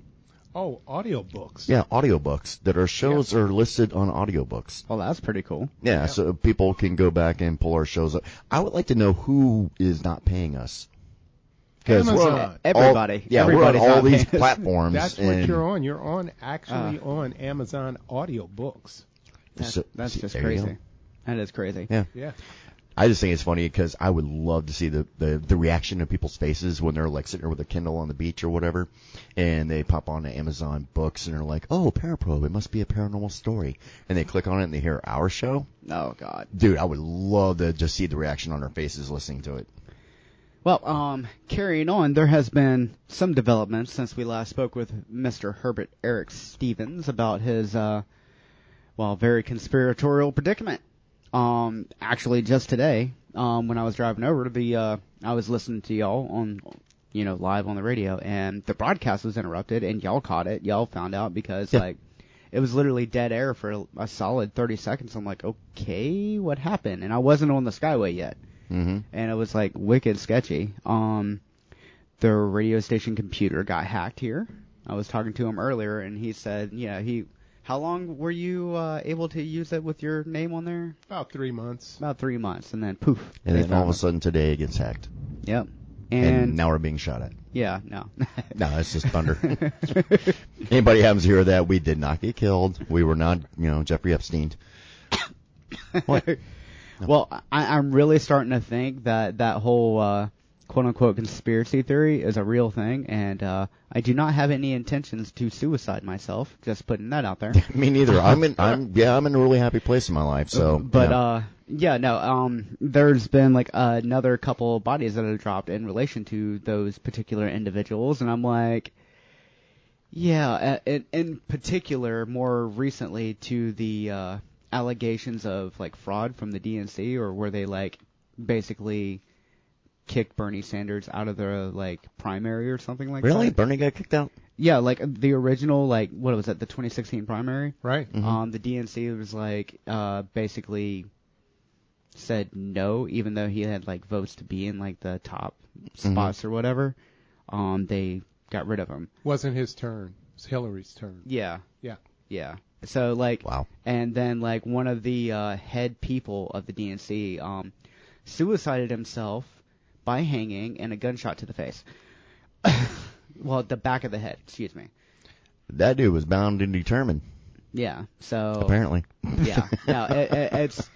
Oh, audiobooks. Yeah, audiobooks, that our shows are listed on audiobooks. well, that's pretty cool. Yeah, so people can go back and pull our shows up. I would like to know who is not paying us. 'Cause we're on Amazon. all- Everybody. yeah, Everybody's we're on all not these paying us. platforms. That's and what you're on. You're on actually on Amazon audiobooks. That's, so- that's see, just there you go. crazy. That is crazy. Yeah. Yeah. I just think it's funny because I would love to see the, the, the reaction of people's faces when they're like sitting there with a Kindle on the beach or whatever, and they pop on to Amazon Books and they're like, "Oh, Paraprobe, it must be a paranormal story," and they click on it and they hear our show. Oh God. Dude, I would love to just see the reaction on their faces listening to it. Well, um, carrying on, there has been some developments since we last spoke with Mr. Herbert Eric Stevens about his, uh, well, very conspiratorial predicament. Um, actually, just today, um, when I was driving over to the, uh, I was listening to y'all on, you know, live on the radio, and the broadcast was interrupted, and y'all caught it. Y'all found out because, like, it was literally dead air for a solid 30 seconds. I'm like, okay, what happened? And I wasn't on the Skyway yet Mm-hmm. and it was like wicked sketchy. Um, the radio station computer got hacked here. I was talking to him earlier, and he said, "Yeah, he. How long were you uh, able to use it with your name on there? About three months. About three months, and then poof. And they then all of found a sudden today it gets hacked, it. Yep. and, And, now we're being shot at. yeah, no. No, that's just thunder. Anybody happens to hear that? We did not get killed. We were not, you know, Jeffrey Epstein. well, I, I'm really starting to think that that whole uh, quote unquote conspiracy theory is a real thing, and uh, I do not have any intentions to suicide myself. Just putting that out there. Me neither. I'm in. I'm yeah. I'm in a really happy place in my life. So, But yeah. uh yeah, no, um there's been like another couple bodies that have dropped in relation to those particular individuals and I'm like yeah, a- in, in particular more recently to the uh allegations of like fraud from the DNC or were they like basically kicked Bernie Sanders out of the like primary or something like really, that? Bernie got kicked out. Yeah, like the original like what was it, the 2016 primary? Right. Mm. Mm-hmm. Um, the DNC was like uh, basically said no, even though he had like votes to be in like the top Mm-hmm. spots or whatever. Um, they got rid of him. Wasn't his turn. It was Hillary's turn. Yeah, Yeah. yeah. So like, Wow. And then like one of the uh, head people of the DNC um, suicided himself by hanging and a gunshot to the face. well, the back of the head. Excuse me. That dude was bound and determined, Yeah. So apparently. yeah. No, it, it, it's.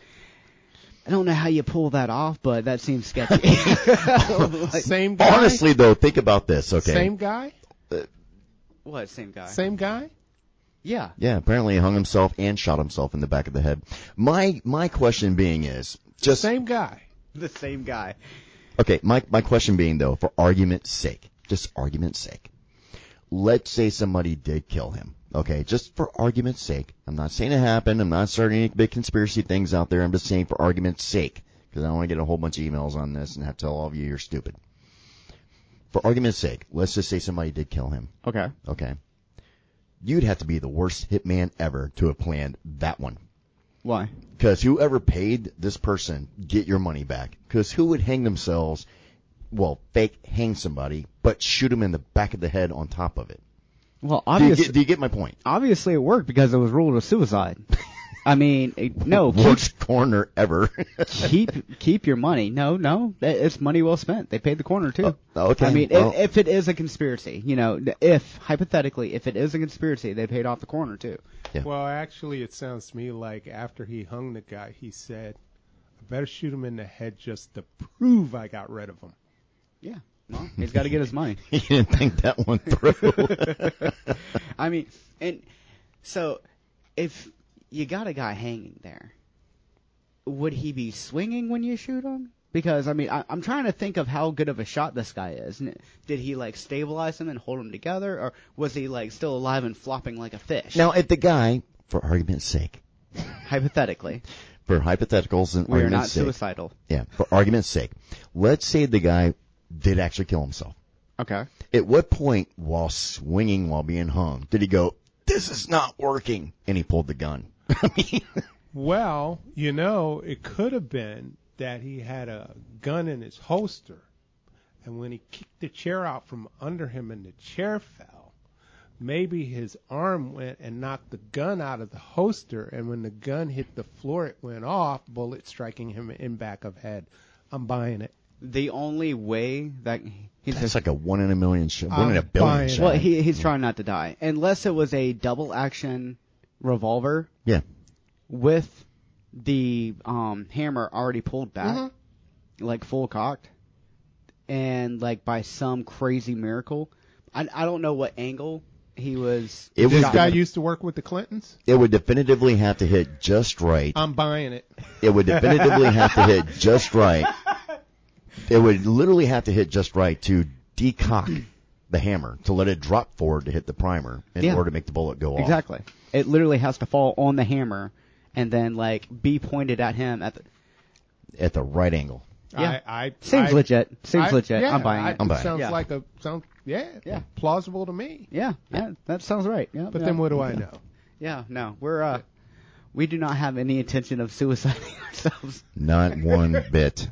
I don't know how you pull that off, but that seems sketchy. Same guy. Honestly, though, think about this. Okay. Same guy. what same guy? Same guy. Yeah. Yeah, apparently he hung himself and shot himself in the back of the head. My my question being is just Same guy. The same guy. okay. My my question being though, for argument's sake, just argument's sake, let's say somebody did kill him. Okay, just for argument's sake, I'm not saying it happened. I'm not starting any big conspiracy things out there. I'm just saying for argument's sake, because I don't want to get a whole bunch of emails on this and have to tell all of you you're stupid. For argument's sake, let's just say somebody did kill him. Okay. Okay. You'd have to be the worst hitman ever to have planned that one. Why? Because whoever paid this person, get your money back. Because who would hang themselves, well, fake hang somebody, but shoot them in the back of the head on top of it? Well, Do you obviously, get, do you get my point? obviously it worked because it was ruled a suicide. I mean, it- Oh, no, keep, Worst corner ever. keep keep your money. No, no, that- it's money well spent. They paid the corner too. Oh, okay, I mean, well- if, if it is a conspiracy, you know, if hypothetically, if it is a conspiracy, they paid off the corner too. Well, actually, it sounds to me like after he hung the guy, he said, "I better shoot him in the head just to prove I got rid of him." Yeah. Well, he's got to get his money. you didn't think that one through. I mean, and so if you got a guy hanging there, would he be swinging when you shoot him? Because I mean, I, I'm trying to think of how good of a shot this guy is. N- Did he like stabilize him and hold him together, or was he like still alive and flopping like a fish? now, if the guy, for argument's sake, hypothetically, for hypotheticals and we are not argument's sake, suicidal. yeah, for argument's sake, let's say the guy did actually kill himself. Okay. At what point, while swinging, while being hung, did he go, this is not working, and he pulled the gun? I mean, Well, you know, it could have been that he had a gun in his holster, and when he kicked the chair out from under him and the chair fell, maybe his arm went and knocked the gun out of the holster, and when the gun hit the floor, it went off, bullet striking him in back of head. I'm buying it. The only way that he that's like a one in a million shot, one in a I'm billion buying shot. it. well, he, he's trying not to die, unless it was a double action revolver. yeah. with the um, hammer already pulled back, like full cocked, and like by some crazy miracle, I, I don't know what angle he was. It This would, guy used to work with the Clintons. it would definitively have to hit just right. I'm buying it. It would definitively have to hit just right. It would literally have to hit just right to decock the hammer, to let it drop forward to hit the primer in Yeah. order to make the bullet go off. Exactly. It literally has to fall on the hammer and then like be pointed at him at the. At the right angle. Yeah. I, I, Seems I- legit. Seems I- legit. yeah, I'm buying I- it. I'm buying it. Sounds Yeah. like a sounds yeah, Yeah. plausible to me. Yeah, yeah, that sounds right. Yeah, But yeah. then what do I know? Yeah, no, we're uh, we do not have any intention of suiciding ourselves. Not one bit.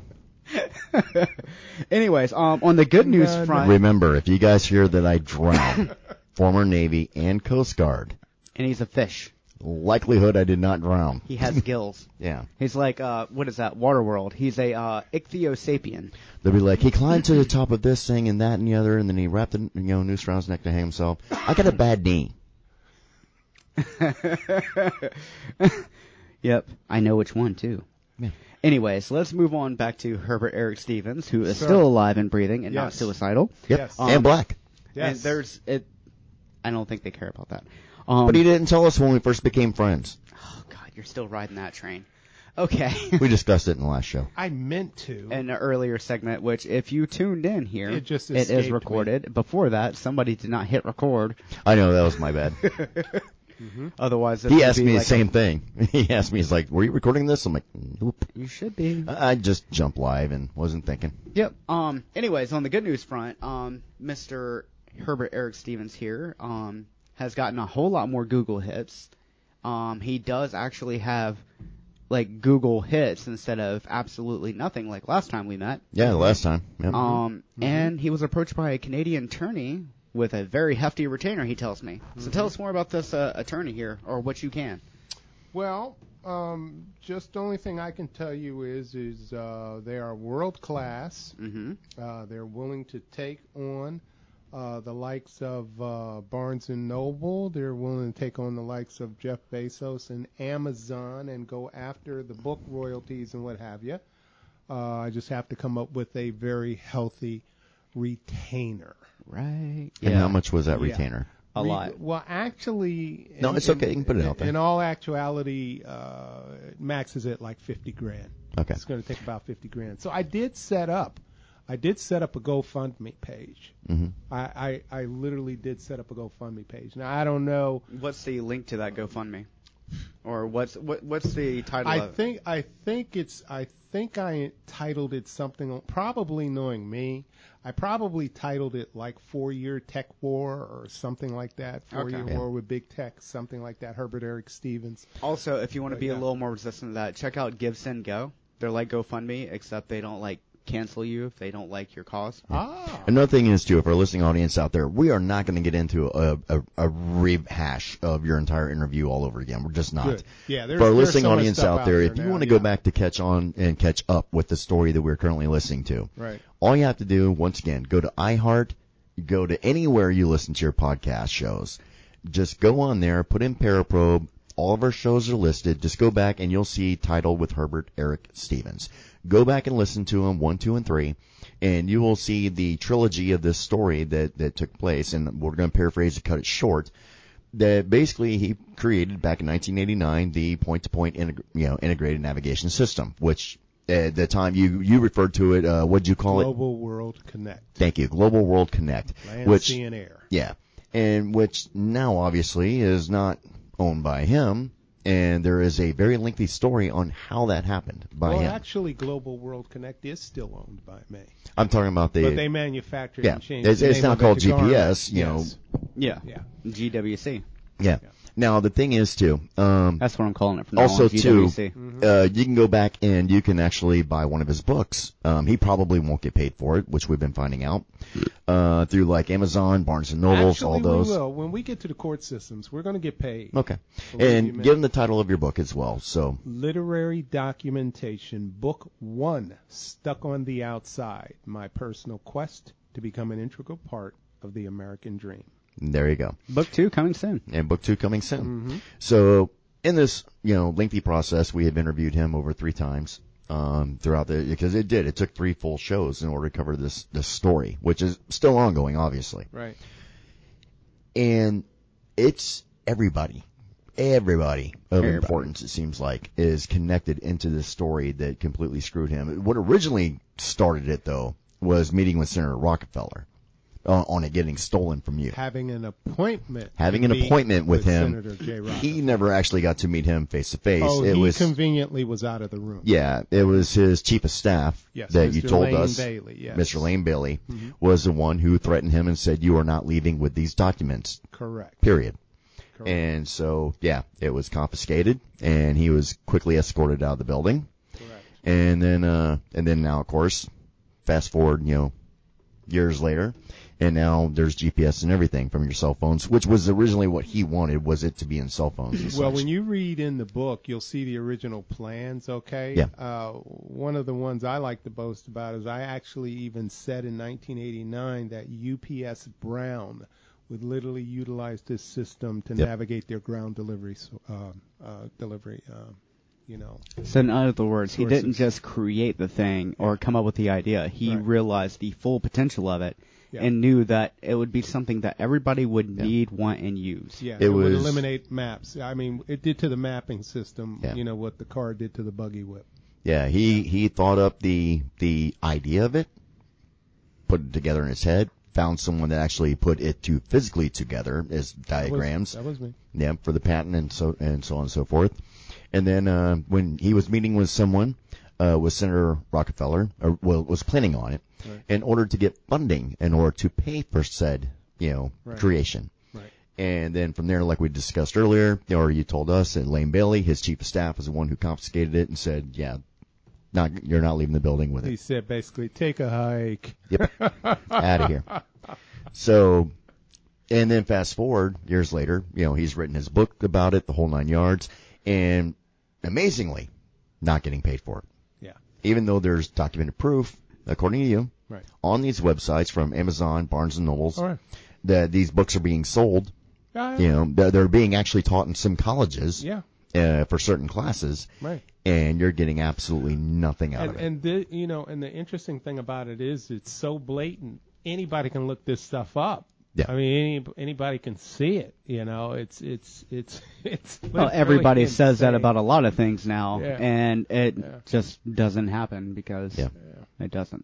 Anyways, um, on the good news No, no. front, Remember, if you guys hear that I drown, former Navy and Coast Guard, and he's a fish. likelihood I did not drown. He has gills. Yeah. He's like, uh, what is that? Waterworld. He's a uh, ichthyosapien. They'll be like, he climbed to the top of this thing and that and the other, and then he wrapped the you know, noose around his neck to hang himself. I got a bad knee. Yep, I know which one too. Anyways, let's move on back to Herbert Eric Stevens, who is still alive and breathing and not Yes. suicidal. Yep. Yes. Um, and black. Yes. And there's it. I don't think they care about that. Um, But he didn't tell us when we first became friends. oh God, you're still riding that train. Okay. We discussed it in the last show. I meant to. in an earlier segment, which if you tuned in here, It just it escaped is me. recorded. Before that, somebody did not hit record. I know that was my bad. Otherwise, this He would asked be me the like a- same thing. He asked me, he's like, "Were you recording this?" I'm like, "Nope." you should be. I I just jumped live and wasn't thinking. Yep. Um. Anyways, on the good news front, um, Mr. Herbert Eric Stevens here, um, has gotten a whole lot more Google hits. Um, he does actually have like Google hits instead of absolutely nothing like last time we met. Mm-hmm. Yeah, the last time. Yep. Um, and he was approached by a Canadian attorney with a very hefty retainer, he tells me. So tell us more about this uh, attorney here, or what you can. Well, um, just the only thing I can tell you is is uh, they are world class. Mm-hmm. Uh, they're willing to take on uh, the likes of uh, Barnes and Noble. They're willing to take on the likes of Jeff Bezos and Amazon and go after the book royalties and what have you. Uh, I just have to come up with a very healthy retainer. Right. And how much was that Yeah. retainer? A Re- lot. Well, actually, No, in- it's okay. You can put it in- out there. In all actuality, uh, it maxes at like fifty grand. Okay. It's going to take about fifty grand. So I did set up, I did set up a GoFundMe page. Mhm. I, I I literally did set up a GoFundMe page. Now I don't know. What's the link to that GoFundMe? Or what's what, what's the title I of it? think I think it's I think I titled it something. Probably knowing me, I probably titled it like Four Year Tech War or something like that. Four Okay. Year Yeah. War with Big Tech, something like that. Herbert Eric Stevens. Also, if you want to But be a yeah. little more resistant to that, check out Gibson Go. They're like GoFundMe, except they don't like cancel you if they don't like your cause. Ah, Another thing is too, if our listening audience out there, we are not going to get into a, a, a rehash of your entire interview all over again. We're just not. Good. Yeah, there's- for our there's listening so much audience stuff out there, out if there you now, want to go yeah. back to catch on and catch up with the story that we're currently listening to, Right. All you have to do, once again, go to iHeart, go to anywhere you listen to your podcast shows. Just go on there, put in Paraprobe. All of our shows are listed. Just go back and you'll see title with Herbert Eric Stevens. Go back and listen to them one, two, and three, and you will see the trilogy of this story that that took place. And we're going to paraphrase to cut it short. That basically he created back in 1989 the point-to-point integ- you know integrated navigation system, which at the time you you referred to it. Uh, what would you call it? Global World Connect, Thank you. Global World Connect, land, which sea, and air. yeah, and which now obviously is not owned by him, and there is a very lengthy story on how that happened by Well, him. actually, Global World Connect is still owned by me, I'm talking about the but they manufactured yeah. and changed. It's, the it's name now of it called to Garmin. GPS, you know. Yes. Yeah. Yeah. GWC. Yeah. Now the thing is too. Um, That's what I'm calling it from now also on, too, GWC. Mm-hmm. uh, you can go back and you can actually buy one of his books. Um, he probably won't get paid for it, which we've been finding out uh, through like Amazon, Barnes and Nobles, Actually, all those. we will. When we get to the court systems, we're going to get paid. Okay, Believe and you, man. give him the title of your book as well. So Literary Documentation, Book One, Stuck on the Outside My Personal Quest to Become an Integral Part of the American Dream. there you go. Book two coming soon. and book two coming soon. So in this, you know, lengthy process, we have interviewed him over three times um, throughout the because it did. It took three full shows in order to cover this this story, which is still ongoing, obviously. Right. And it's everybody, everybody of Everybody. importance. It seems like is connected into this story that completely screwed him. What originally started it though was meeting with Senator Rockefeller uh, on it getting stolen from you. Having an appointment. Having to an meet appointment with him. Senator Jay He Rockefeller. never actually got to meet him face to face. oh, It he was conveniently was out of the room. Yeah, it was his chief of staff Yes, that you Mr. told Lane us, Bailey, yes. Mm-hmm. Mr. Lane Bailey, was the one who threatened him and said, "You are not leaving with these documents." Correct. Period. Correct. And so, yeah, it was confiscated, and he was quickly escorted out of the building. Correct. And then, uh, and then now, of course, fast forward, you know, years later, and now there's GPS and everything from your cell phones, which was originally what he wanted was it to be in cell phones. and Well, such. when you read in the book, you'll see the original plans, okay? Yeah. Uh, one of the ones I like to boast about is I actually even said in 1989 that UPS Brown would literally utilize this system to Yep. navigate their ground delivery, so- uh, uh, delivery, uh, you know. So in other words, he Sources. didn't just create the thing or come up with the idea. He Right. realized the full potential of it Yeah. and knew that it would be something that everybody would need, want, and use. Yeah, It it, would was- eliminate maps. I mean, it did to the mapping system, Yeah. you know, what the car did to the buggy whip. Yeah, he he thought up the the idea of it, put it together in his head, found someone that actually put it to physically together as That was- diagrams, That was me. yeah, for the patent and so and so on and so forth. And then uh, when he was meeting with someone, uh, with Senator Rockefeller, or well, was planning on it, in order to get funding in order to pay for said you know Right. creation. Right. And then from there, like we discussed earlier, or you told us, and Lane Bailey, his chief of staff, was the one who confiscated it and said, "Yeah, not you're not leaving the building with He it. said basically, take a hike. Yep, out of here." So And then fast forward years later, you know, he's written his book about it, the whole nine yards, and amazingly, not getting paid for it. Yeah. Even though there's documented proof, according to you, Right. on these websites from Amazon, Barnes and Nobles, All right. that these books are being sold. Yeah. You know, they're, they're being actually taught in some colleges Yeah. uh, for certain classes, Right. and you're getting absolutely nothing out And, of it. and the, you know, and the interesting thing about it is it's so blatant. Anybody can look this stuff up. Yeah. I mean, any, anybody can see it. You know, it's it's it's it's. Oh, Well, literally everybody says that insane. about a lot of things now, Yeah. and it Yeah. just doesn't happen because Yeah. it doesn't.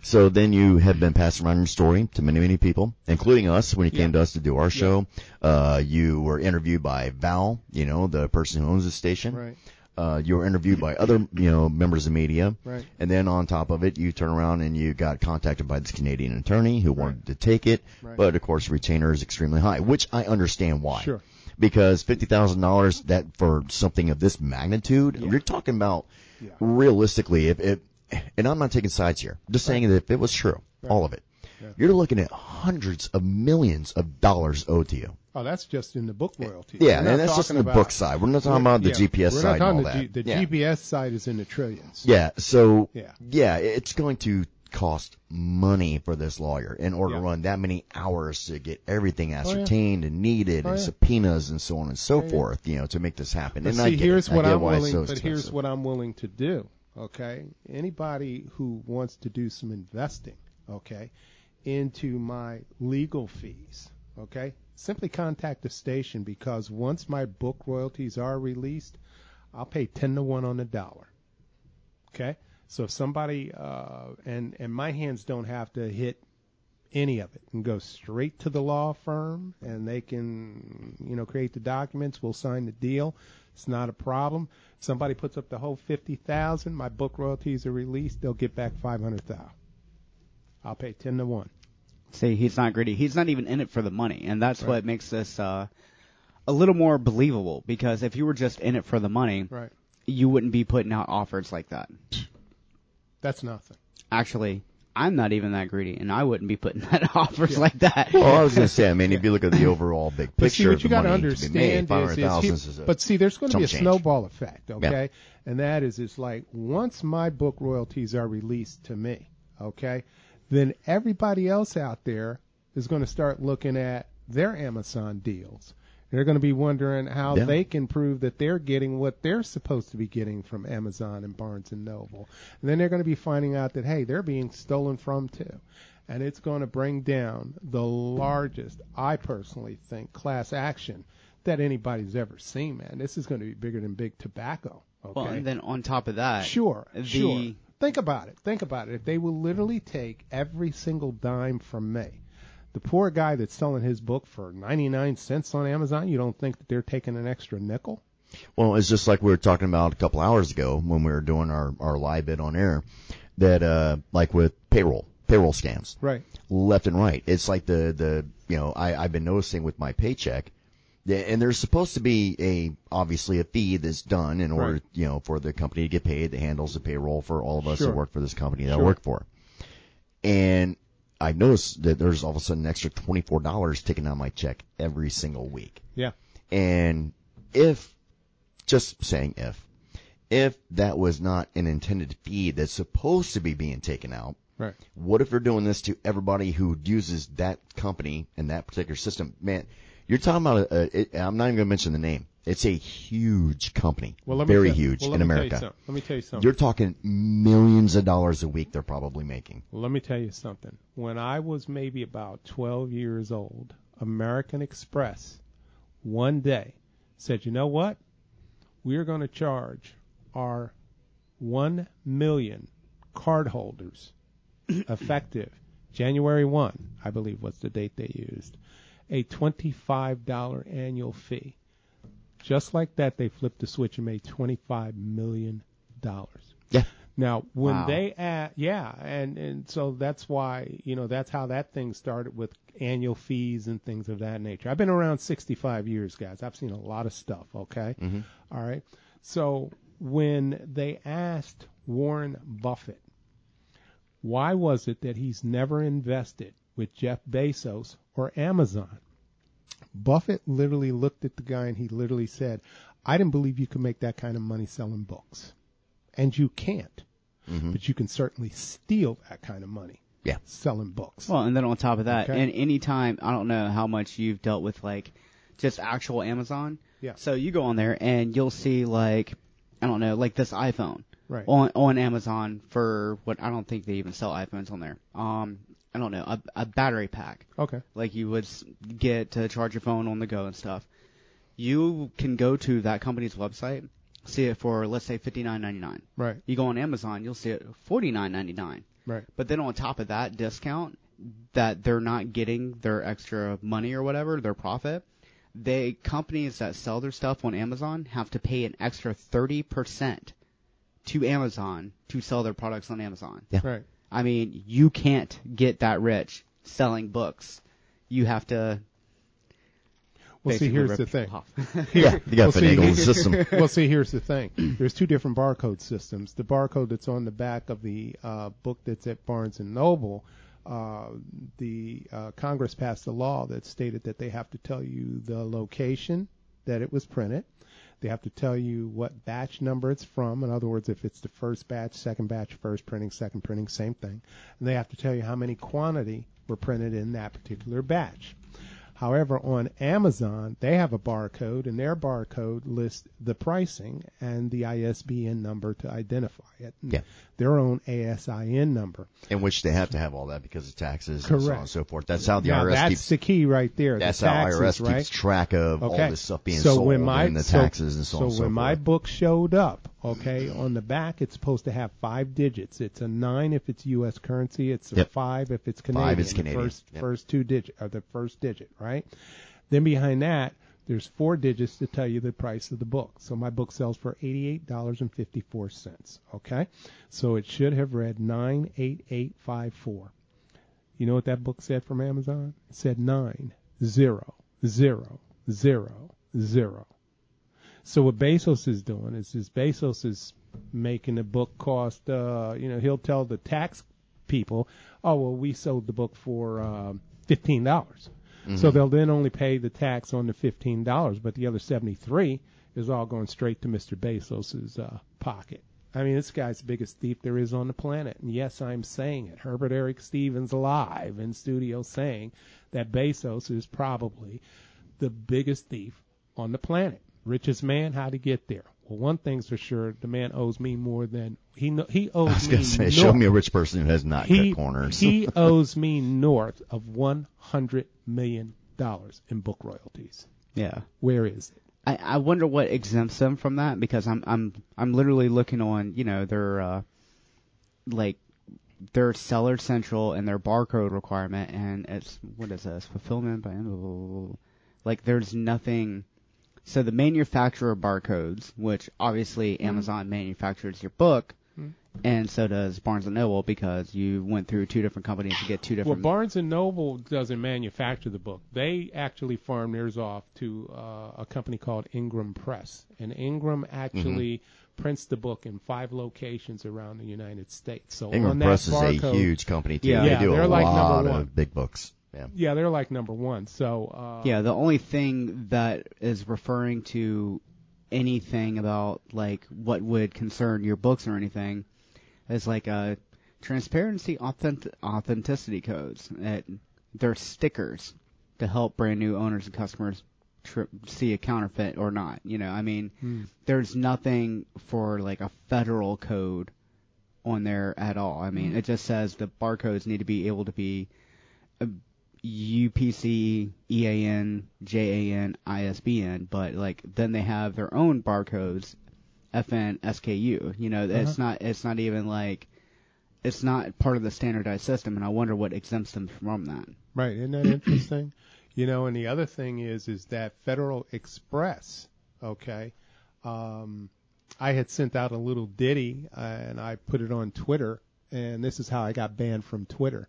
So then you have been passing around your story to many, many people, including us when you came to us to do our show. Uh, you were interviewed by Val, you know, the person who owns the station. Right. Uh, you were interviewed by other, you know, members of media. Right. And then on top of it, you turn around and you got contacted by this Canadian attorney who wanted to take it. Right. But of course, retainer is extremely high, which I understand why. Sure. Because $50,000 that for something of this magnitude, you're talking about realistically, if it, and I'm not taking sides here, just saying that if it was true, all of it, you're looking at hundreds of millions of dollars owed to you. Oh, that's just in the book royalty. Yeah, We're not and that's just talking on the about- book side. We're not talking about the yeah, GPS we're side not and all talking that. the G- yeah. the GPS side is in the trillions. Yeah. So Yeah. yeah, it's going to cost money for this lawyer in order to Yeah. Oh, run that many hours to get everything ascertained and needed and yeah. subpoenas and so on and so forth, you know, to make this happen. But and see, I get here's it. what I get am why willing. it's so but expensive. here's what I'm willing to do. Okay, anybody who wants to do some investing, okay, into my legal fees, okay, simply contact the station because once my book royalties are released, I'll pay ten to one on the dollar. Okay, so if somebody uh, and and my hands don't have to hit any of it and go straight to the law firm and they can you know create the documents we'll sign the deal it's not a problem somebody puts up the whole 50,000 my book royalties are released they'll get back 500,000 I'll pay 10 to 1 See, he's not greedy. He's not even in it for the money, and that's what makes this uh, a little more believable. Because if you were just in it for the money, right you wouldn't be putting out offers like that. that's nothing Actually, I'm not even that greedy, and I wouldn't be putting out offers like that. Well, Oh, I was going to say, I mean, if you look at the overall big But picture, see, what you got to to understand is, is, he- but see, there's going to be a chump change. snowball effect, okay? And that is, it's like once my book royalties are released to me, okay, then everybody else out there is going to start looking at their Amazon deals. They're going to be wondering how Yeah. they can prove that they're getting what they're supposed to be getting from Amazon and Barnes and Noble. And then they're going to be finding out that, hey, they're being stolen from too. And it's going to bring down the largest, I personally think, class action that anybody's ever seen, man. This is going to be bigger than big tobacco. Okay. Well, and then on top of that, Sure, the- sure. Think about it. Think about it. If they will literally take every single dime from me, the poor guy that's selling his book for 99 cents on Amazon, you don't think that they're taking an extra nickel? Well, it's just like we were talking about a couple hours ago when we were doing our, our live bit on air that, uh, like with payroll, payroll scams. Right. left and right. It's like the the you know I I've been noticing with my paycheck, the- and there's supposed to be a obviously a fee that's done in order Right. you know for the company to get paid that handles the payroll for all of us Sure. who work for this company that I Sure. work for, and I noticed that there's all of a sudden an extra twenty four dollars taken out of my check every single week. Yeah. And if, just saying if, if that was not an intended fee that's supposed to be being taken out, Right. what if they're doing this to everybody who uses that company and that particular system? Man, you're talking about a, a it, I'm not even going to mention the name. It's a huge company, Well, let me very tell- huge well, let in me tell you America. something. let me tell you something. You're talking millions of dollars a week they're probably making. Let me tell you something. When I was maybe about 12 years old, American Express one day said, you know what? We're going to charge our 1 million cardholders effective January 1, I believe was the date they used, a $25 annual fee. Just like that, they flipped the switch and made $25 million. Yeah. Now, when Wow. they at, yeah, and and so that's why you know that's how that thing started with annual fees and things of that nature. I've been around 65 years, guys. I've seen a lot of stuff. Okay, All right. So when they asked Warren Buffett, why was it that he's never invested with Jeff Bezos or Amazon. Buffett literally looked at the guy and he literally said, I didn't believe you could make that kind of money selling books. And you can't. Mm-hmm. But you can certainly steal that kind of money Yeah. selling books. Well, and then on top of that, Okay. and any time I don't know how much you've dealt with like just actual Amazon. Yeah. So you go on there and you'll see like I don't know, like this iPhone. Right. On on Amazon for what I don't think they even sell iPhones on there. Um I don't know, a, a battery pack. okay. Like you would s- get to charge your phone on the go and stuff. You can go to that company's website, see it for let's say fifty nine ninety nine. Right. You go on Amazon, you'll see it forty nine ninety nine. Right. But then on top of that discount that they're not getting their extra money or whatever, their profit, they companies that sell their stuff on Amazon have to pay an extra 30% to Amazon to sell their products on Amazon. Right. I mean, you can't get that rich selling books. You have to Well, see, basically here's rip the people thing. off. Yeah, you got Well, see, finagle the system. well, see, here's the thing. There's two different barcode systems. The barcode that's on the back of the uh, book that's at Barnes and Noble, uh, the uh, Congress passed a law that stated that they have to tell you the location that it was printed. They have to tell you what batch number it's from. In other words, if it's the first batch, second batch, first printing, second printing, same thing. And they have to tell you how many quantity were printed in that particular batch. However, on Amazon, they have a barcode, and their barcode lists the pricing and the ISBN number to identify it. Yeah. Their own ASIN number. in which they have to have all that because of taxes and so on Correct. and so forth. That's how the now, IRS that's keeps. the key right there. that's the taxes, how IRS right? keeps track of all Okay. this stuff being so sold when my, and the so- taxes and so, on and when so my forth. book showed up, okay, on the back it's supposed to have five digits. It's a nine if it's U.S. currency. It's a Yep. five if it's Canadian. Five is the Canadian. first Yep. first two digit or the first digit, right? Then behind that, there's four digits to tell you the price of the book. So my book sells for eighty-eight dollars and fifty-four cents. Okay, so it should have read nine eight eight five four. You know what that book said from Amazon? It said nine zero zero zero zero. So what Bezos is doing is, is Bezos is making the book cost. Uh, you know, he'll tell the tax people, "Oh well, we sold the book for um, fifteen dollars." So they'll then only pay the tax on the fifteen dollars, but the other seventy three is all going straight to Mr. Bezos's uh, pocket. I mean, this guy's the biggest thief there is on the planet. And yes, I'm saying it. Herbert Eric Stevens live in studio saying that Bezos is probably the biggest thief on the planet. Richest man, how to get there? Well, one thing's for sure, the man owes me more than he kno- he owes I was me. gonna say, north. show me a rich person who has not he, cut corners. he owes me north of one hundred million dollars in book royalties. yeah. Where is it? I, I wonder what exempts them from that because I'm I'm I'm literally looking on you know their uh, like their seller central and their barcode requirement and it's what is this fulfillment by blah, blah, blah, blah. like there's nothing so the manufacturer barcodes which obviously Amazon manufactures your book and so does Barnes and Noble because you went through two different companies to get two Well, different Barnes and Noble doesn't manufacture the book. They actually farm theirs off to uh, a company called Ingram Press, and Ingram actually Mm-hmm. prints the book in five locations around the United States. So on Ingram that Press is barcode, a huge company too. Yeah. they Yeah, do a they're like number lot one. of big books. Yeah. Yeah, they're like number one. So uh, Yeah, the only thing that is referring to anything about like what would concern your books or anything is like uh transparency authentic- authenticity codes. That they're stickers to help brand new owners and customers tri- see a counterfeit or not. You know, I mean, there's nothing for like a federal code on there at all. I mean, it just says the barcodes need to be able to be UPC, EAN, JAN, ISBN, but like then they have their own barcodes, FN, SKU. You know, it's not it's not even like it's not part of the standardized system, and I wonder what exempts them from that. Right, isn't that interesting? you know, and the other thing is, is that Federal Express, okay, um, I had sent out a little ditty uh, and I put it on Twitter, and this is how I got banned from Twitter.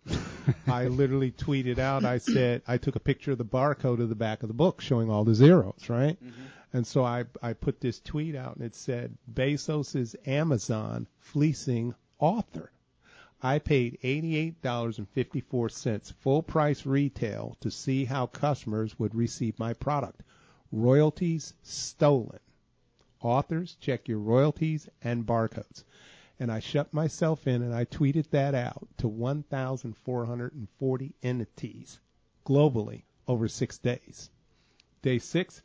I literally tweeted out, I said, I took a picture of the barcode of the back of the book showing all the zeros, right? And so I, I put this tweet out and it said, Bezos' Amazon fleecing author. I paid $88.54 full price retail to see how customers would receive my product. Royalties stolen. Authors, check your royalties and barcodes. And I shut myself in and I tweeted that out to 1,440 entities globally over six days. Day six,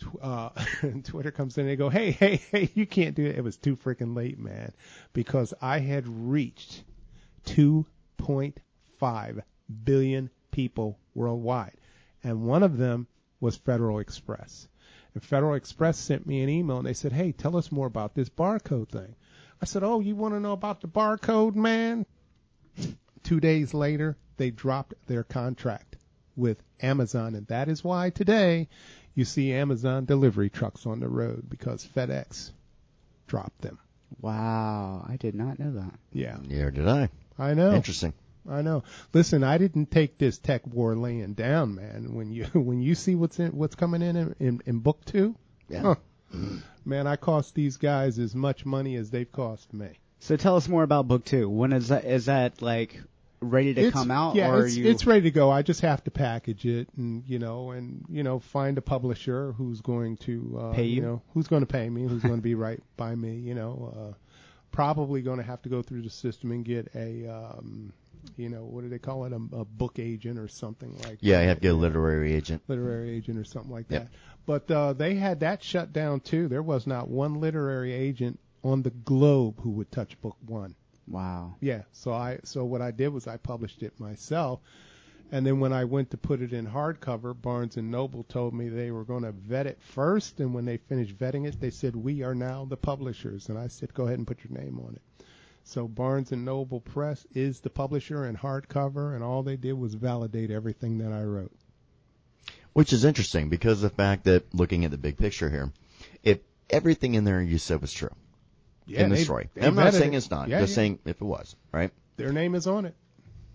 tw- uh, Twitter comes in and they go, hey, hey, hey, you can't do it. It was too freaking late, man, because I had reached 2.5 billion people worldwide. And one of them was Federal Express. And Federal Express sent me an email and they said, hey, tell us more about this barcode thing. I said, oh, you want to know about the barcode, man? Two days later, they dropped their contract with Amazon. And that is why today you see Amazon delivery trucks on the road because FedEx dropped them. Wow, I did not know that. Yeah, Neither did I. I know. Interesting. I know. Listen, I didn't take this tech war laying down, man. When you when you see what's in what's coming in in, in, in book two, huh, Yeah. man, I cost these guys as much money as they've cost me. So tell us more about book two. When is that? Is that like ready to It's- come out, yeah, or are it's, you? it's ready to go. I just have to package it, and you know, and you know, find a publisher who's going to uh, Pay you? know, who's going to pay me, who's going to be right by me. You know, uh, probably going to have to go through the system and get a, um, you know, what do they call it, a, a book agent or something like Yeah, that I have to get a literary agent. literary agent or something like Yep. that. But uh, they had that shut down too. There was not one literary agent on the globe who would touch book one. wow. Yeah. So I so what I did was I published it myself, and then when I went to put it in hardcover, Barnes and Noble told me they were going to vet it first, and when they finished vetting it, they said we are now the publishers, and I said go ahead and put your name on it. So Barnes and Noble Press is the publisher and hardcover, and all they did was validate everything that I wrote. Which is interesting because of the fact that looking at the big picture here, if everything in there you said was true Yeah, in the they- story, they I'm not vetted saying it. it's not, Yeah, just yeah. saying if it was, right? Their name is on it.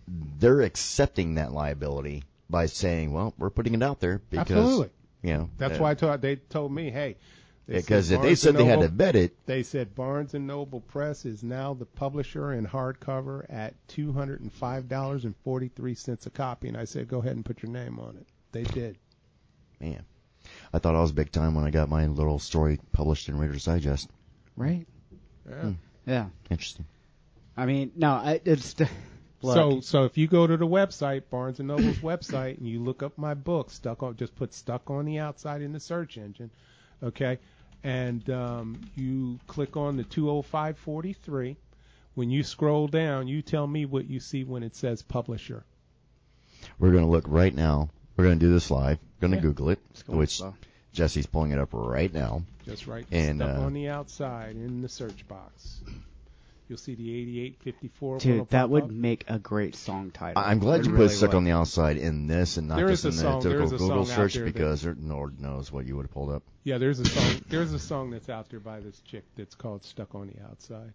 They're accepting that liability by saying, well, we're putting it out there because, Absolutely. you know, That's uh, why I told, they told me, hey, they said Because if they Barnes said and they had Noble- to vet it, They said Barnes and Noble Press is now the publisher in hardcover at two hundred and five dollars and forty three cents a copy, and I said, go ahead and put your name on it. They did. man, I thought I was big time when I got my little story published in Reader's Digest. Right. Yeah. Yeah. Interesting. I mean, no, I, it's. Look, So, so if you go to the website, Barnes and Noble's website, and you look up my book, stuck on, just put stuck on the outside in the search engine, okay, and um, you click on the 20543. When you scroll down, you tell me what you see when it says publisher. We're going to look right now. We're going to do this live. Going to Yeah. Google it, going which slow. Jesse's pulling it up right now. Just right And, stuck uh, on the outside in the search box. You'll see the 8854. dude, that would make a great song title. I- I'm glad It you put really stuck would. on the outside in this and not There just is in a the song- there typical is a Google song out search there that- because there- Lord knows what you would have pulled up. Yeah, there's a song. There's a song that's out there by this chick that's called "Stuck on the Outside."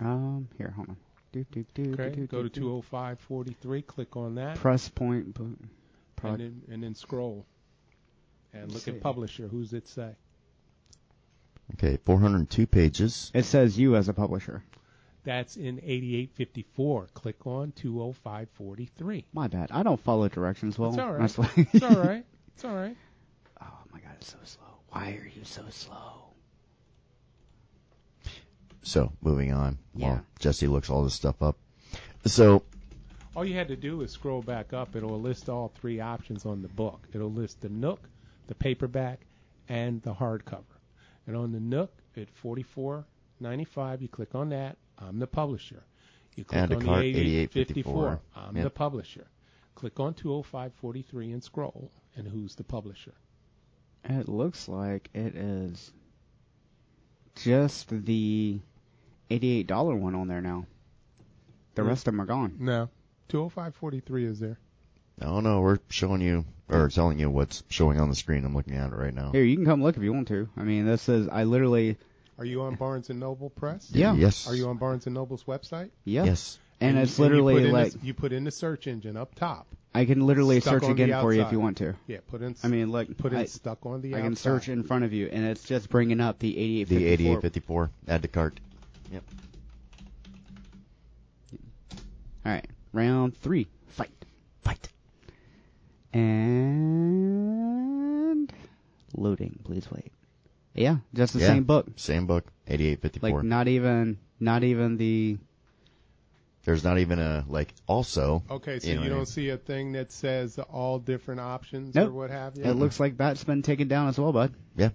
Um, here, hold on. Do, do, do, do, Okay, do, go to do, do. 20543. Click on that, Press point. bo- and Product. then and then scroll, and look Let's see. at publisher. Who's it say? Okay, 402 pages. It says you as a publisher. That's in 8854. Click on 20543. My bad. I don't follow directions well. It's all right. That's why- It's all right. It's all right. oh my god, it's so slow. Why are you so slow? So moving on. Yeah. While Jesse looks all this stuff up. So All you had to do is scroll back up. It'll list all three options on the book. It'll list the Nook, the paperback, and the hardcover. And on the Nook at forty four ninety five, you click on that. I'm the publisher. You click Add to on cart, the eighty eight fifty four. 8854. I'm Yep. the publisher. Click on two hundred five forty three and scroll. And who's the publisher? It looks like it is just the eighty-eight dollar one on there now. The Hmm. rest of them are gone. No, two hundred five forty three is there. I don't know. We're showing you or telling you what's showing on the screen. I'm looking at it right now. Here, you can come look if you want to. I mean, this is I literally Are you on Barnes and Noble Press? Yeah. Yes. Are you on Barnes and Noble's website? yeah. Yes. And, it's you- and you literally put in like the- you put in the search engine up top. I can literally Stuck search on the again for you if outside. you want to. Yeah, put in. I mean, look, put in I, stuck on the I outside. can search in front of you, and it's just bringing up the eighty-eight. The 8854. Add to cart. Yep. All right, round three, fight, Fight. and loading. Please wait. Yeah, just the Yeah. same book. Same book. Eighty-eight Like fifty-four. not even, not even the. There's not even a like. Also. Okay, so You know you, what I don't mean. see a thing that says all different options or Nope. what have you? Mm-hmm. It looks like that's been taken down as well, bud. Yeah.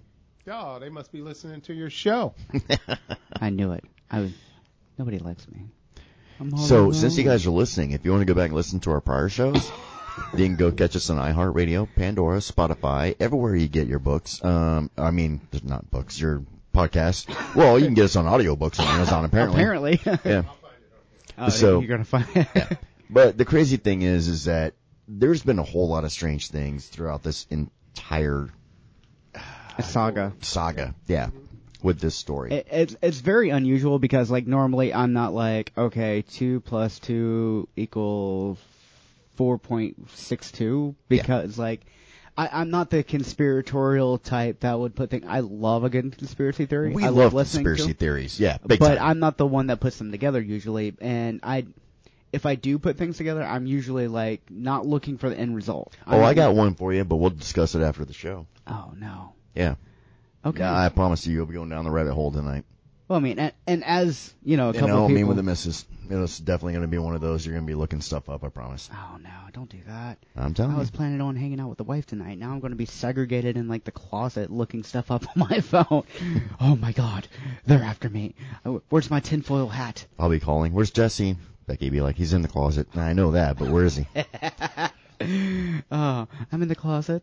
Oh, they must be listening to your show. I knew it. I was. Nobody likes me. I'm all So alone. since you guys are listening, if you want to go back and listen to our prior shows, you can go catch us on iHeartRadio, Pandora, Spotify, everywhere you get your books. Um, I mean, not books, your podcasts. Well, you can get us on audiobooks on Amazon apparently. apparently, Yeah. Oh, So- you're gonna find. But the crazy thing is, is that there's been a whole lot of strange things throughout this entire a saga. saga. Yeah. With this story. It, it's it's very unusual because like normally I'm not like okay two plus two equals four point six two because like I, I'm not the conspiratorial type that would put things. I love a good conspiracy theory. we I love listening to conspiracy them. theories. Yeah. Big but time. I'm not the one that puts them together usually. And I, if I do put things together, I'm usually like not looking for the end result. oh, I'm I got like, one for you, but we'll discuss it after the show. Oh no. Yeah. Okay. Yeah, I promise you, you'll be going down the rabbit hole tonight. well, I mean, and, and as you know, a You couple know, of me people. with the missus. You know, It's definitely going to be one of those. You're going to be looking stuff up. I promise. oh no! Don't do that. I'm I telling you. was planning on hanging out with the wife tonight. Now I'm going to be segregated in like the closet, looking stuff up on my phone. oh my god, they're after me. Oh, Where's my tinfoil hat? I'll be calling. Where's Jesse? Becky be like, he's in the closet. Nah, I know that, but where is he? Oh, I'm in the closet.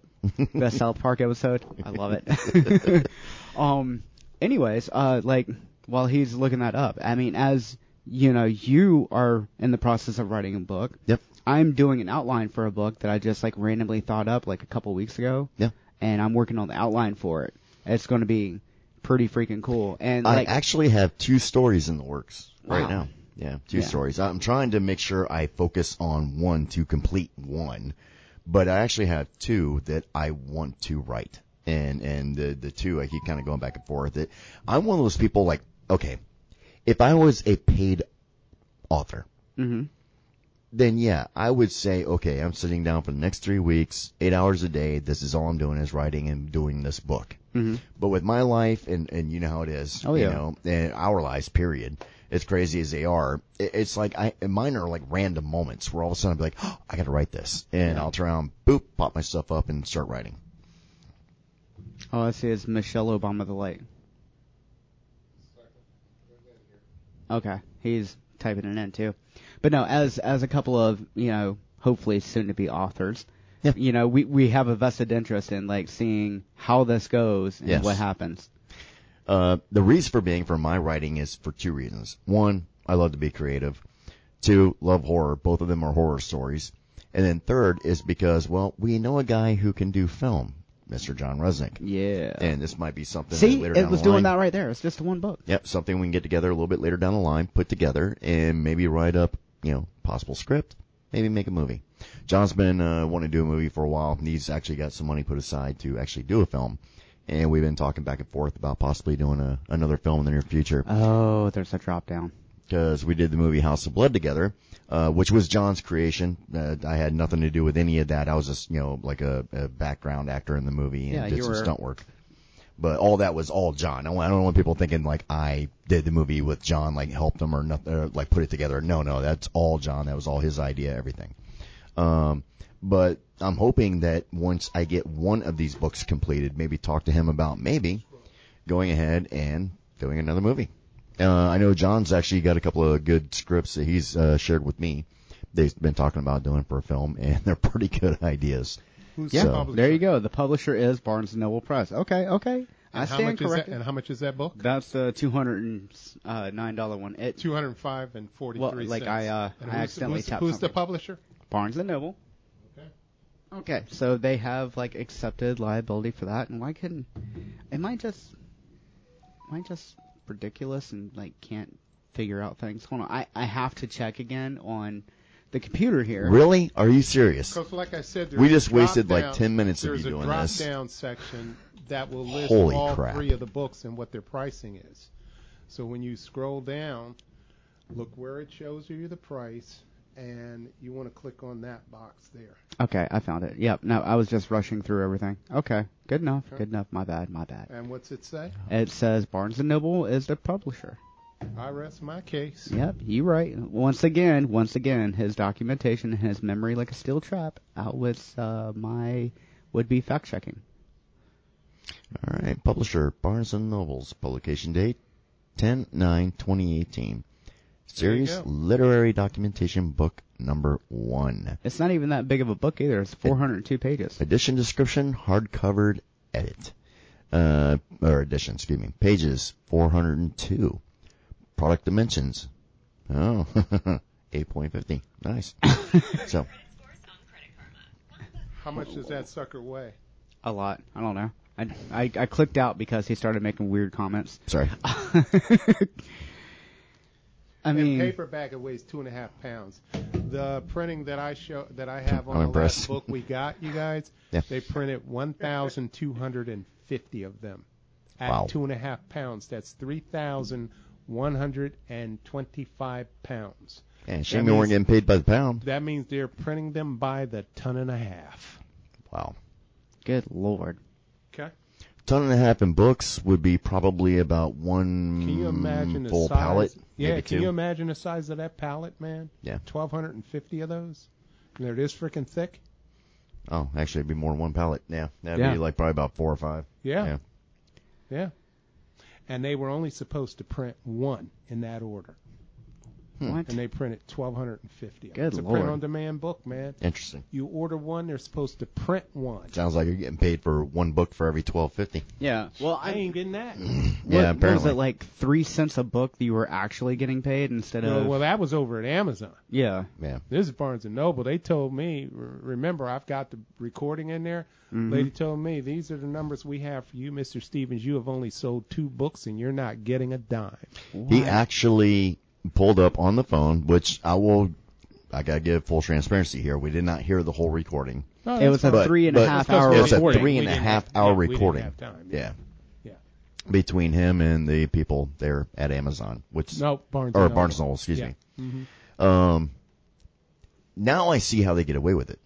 Best South Park episode. I love it. um. Anyways, uh, like while he's looking that up, I mean, as you know, you are in the process of writing a book. yep. I'm doing an outline for a book that I just like randomly thought up like a couple weeks ago. Yeah. And I'm working on the outline for it. It's going to be pretty freaking cool. And like, I actually have two stories in the works right Wow. now. Yeah, two Yeah. stories. I'm trying to make sure I focus on one to complete one, but I actually have two that I want to write. And and the the two I keep kind of going back and forth. It I'm one of those people like okay, if I was a paid author, Mm-hmm. then yeah, I would say, okay, I'm sitting down for the next three weeks, eight hours a day. This is all I'm doing is writing and doing this book. Mm-hmm. But with my life and, and you know how it is, Oh, you yeah. know, and our lives, period, as crazy as they are, it, it's like I, and mine are like random moments where all of a sudden I'll be like, oh, I gotta write this. And I'll turn around, boop, pop myself up and start writing. all I see oh, is Michelle Obama the light. Okay, he's typing it in too. But no, as as a couple of you know, hopefully soon to be authors, Yeah. you know, we we have a vested interest in like seeing how this goes and Yes. what happens. Uh, the reason for being for my writing is for two reasons. One, I love to be creative. Two, love horror. Both of them are horror stories. And then third is because, well, we know a guy who can do film, Mr. John Resnick. Yeah. And this might be something that See, later it down was the doing line- that right there. It's just the one book. Yep, something we can get together a little bit later down the line, put together, and maybe write up, you know, possible script, maybe make a movie. John's been uh, wanting to do a movie for a while. and He's actually got some money put aside to actually do a film, and we've been talking back and forth about possibly doing a, another film in the near future Oh, there's a drop down. because we did the movie House of Blood together, uh, which was John's creation. Uh, I had nothing to do with any of that. I was just, you know, like a, a background actor in the movie and Yeah, did you some were- stunt work. But all that was all John. I, want- I don't want people thinking like I did the movie with John, like helped him or nothing, or like put it together. No, no, that's all John. That was all his idea, everything. Um, but I'm hoping that once I get one of these books completed, maybe talk to him about maybe going ahead and doing another movie. Uh, I know John's actually got a couple of good scripts that he's uh, shared with me. They've been talking about doing for a film, and they're pretty good ideas. Who's Yeah, the publisher? There you go. The publisher is Barnes and Noble Press. Okay, okay. I And how stand much is that? corrected. And how much is that book? That's the two hundred and uh, nine dollar one. It Two hundred five and forty three Well, like I, uh, I accidentally who's, tapped Who's the something. publisher? Barnes and Noble. Okay. Okay, so they have like accepted liability for that, and why couldn't? Am I just? Am I just ridiculous and like can't figure out things? Hold on, I I have to check again on the computer here. Really? Are you serious? Because, like I said, We there's a just wasted, drop-down- like, 10 minutes of there's you a doing drop this. down section that will list Holy all crap. three of the books and what their pricing is. So when you scroll down, look where it shows you the price, and you want to click on that box there. Okay, I found it. Yep. No, I was just rushing through everything. Okay, good enough. Good enough. My bad. My bad. And what's it say? It says Barnes and Noble is the publisher. I rest my case. Yep, you right. Once again, once again, his documentation, his memory like a steel trap, outwits uh, my would-be fact checking. All right. Publisher Barnes and Noble's publication date 10 9 2018. Serious go. Literary Documentation Book Number 1. It's not even that big of a book either. It's 402 pages. Edition description, hardcovered edit. Uh, or edition, excuse me. Pages 402. Product dimensions. Oh, 8.50. Nice. so, How much does that sucker weigh? A lot. I don't know. I, I, I clicked out because he started making weird comments. sorry. I In Hmm. mean, paperback, it weighs two and a half pounds. The printing that I show that I have on I'm the impressed. last book we got, you guys, Yeah. they printed 1,250 of them at Wow. two and a half pounds. That's 3,125 pounds. And shame That we weren't means- getting paid by the pound. That means they're printing them by the ton and a half. Wow. good lord. Okay. Ton and a half in books would be probably about one Can you imagine the Hmm, full size? pallet. Yeah. maybe can two. you imagine the size of that pallet, man? Yeah. 1,250 of those. And they're this freaking thick. Oh, actually, it'd be more than one pallet. Yeah, that'd Yeah. be like probably about four or five. Yeah. Yeah. Yeah. And they were only supposed to print one in that order. What? And they printed 1,250. of them. Hmm. Good it's a Lord. print on demand book, man. Interesting. You order one, they're supposed to print one. Sounds like you're getting paid for one book for every twelve fifty. Yeah. Well, I ain't getting that. Mm. Yeah, what, what was apparently. it like three cents a book that you were actually getting paid instead well, of? well, that was over at Amazon. yeah. Yeah. This is Barnes and Noble. They told me, re- remember, I've got the recording in there. Mm-hmm. Lady told me, these are the numbers we have for you, Mr. Stevens. You have only sold two books and you're not getting a dime. He actually pulled up on the phone, which I will. I gotta give full transparency here. We did not hear the whole recording. No, It was a But- three and a but- half That's hour supposed It's to a be report. recording. three and We a didn't half have- hour yeah, we didn't recording. have time. Yeah. Yeah. Between him and the people there at Amazon, which No, Barnes or and Noble. Barnes and Noble, excuse Yeah. Mm-hmm. me. Um, now I see how they get away with it.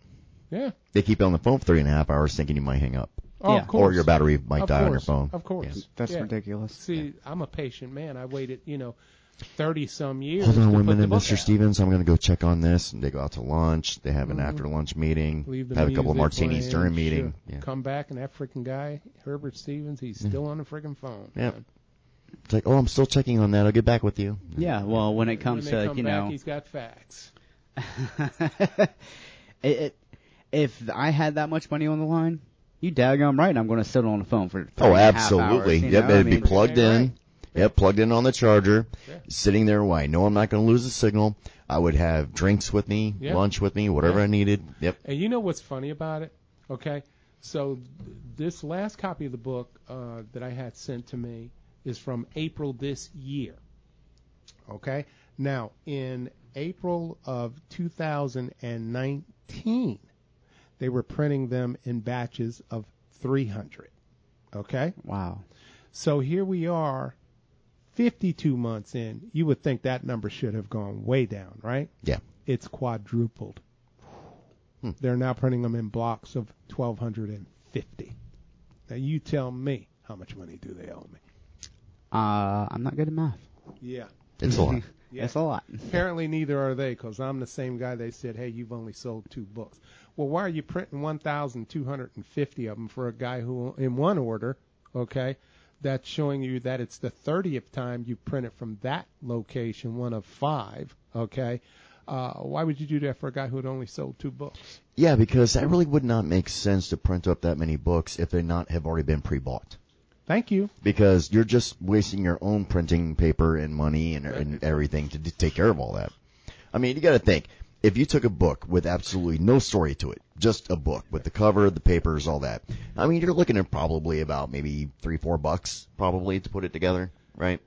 Yeah. They keep you on the phone for three and a half hours, thinking you might hang up, Oh, Yeah. of course. or your battery might Of die on your course. phone. Of course. Yeah. That's Yeah. ridiculous. See, I'm a patient man. I waited, you know, 30 some years. Hold on to one put the minute, book Mr. out. Stevens. I'm going to go check on this. And they go out to lunch. They have an Mm-hmm. after lunch meeting. Leave the have a couple of music martinis playing, during sure. meeting. Yeah. Mm. Come back, and that freaking guy, Herbert Stevens, he's still on the freaking phone. Yeah. It's like, oh, I'm still checking on that. I'll get back with you. Yeah. Well, when it When comes they to come you back, know, he's got facts. it, it, if I had that much money on the line, you daggum right, I'm going to sit on the phone for. three Oh, and a half absolutely. hours, you yep, know? I it'd be mean, plugged Yeah, in. right. Yep, plugged in on the charger, Yeah. sitting there. Why? No, I'm not going to lose the signal. I would have drinks with me, Yeah. lunch with me, whatever I needed. Yep. And you know what's funny about it? Okay, so th- this last copy of the book uh, that I had sent to me is from April this year. Okay, now in April of 2019, they were printing them in batches of 300. Okay, Wow. so here we are, 52 months in. You would think that number should have gone way down, right? Yeah. it's quadrupled. They're now printing them in blocks of 1,250. Now you tell me how much money do they owe me? Uh, I'm not good at math. Yeah. It's a lot. Yeah. It's a lot. Apparently neither are they because I'm the same guy they said, hey, you've only sold two books. Well, why are you printing 1,250 of them for a guy who, in one order, okay, that's showing you that it's the 30th time you print it from that location, one of five, okay? Uh, why would you do that for a guy who had only sold two books? Yeah, because that really would not make sense to print up that many books if they not have already been pre-bought. Thank you. because you're just wasting your own printing paper and money and, and everything to d- take care of all that. I mean, you got to think if you took a book with absolutely no story to it, just a book with the cover, the papers, all that. I mean, you're looking at probably about maybe three, four bucks probably to put it together, right?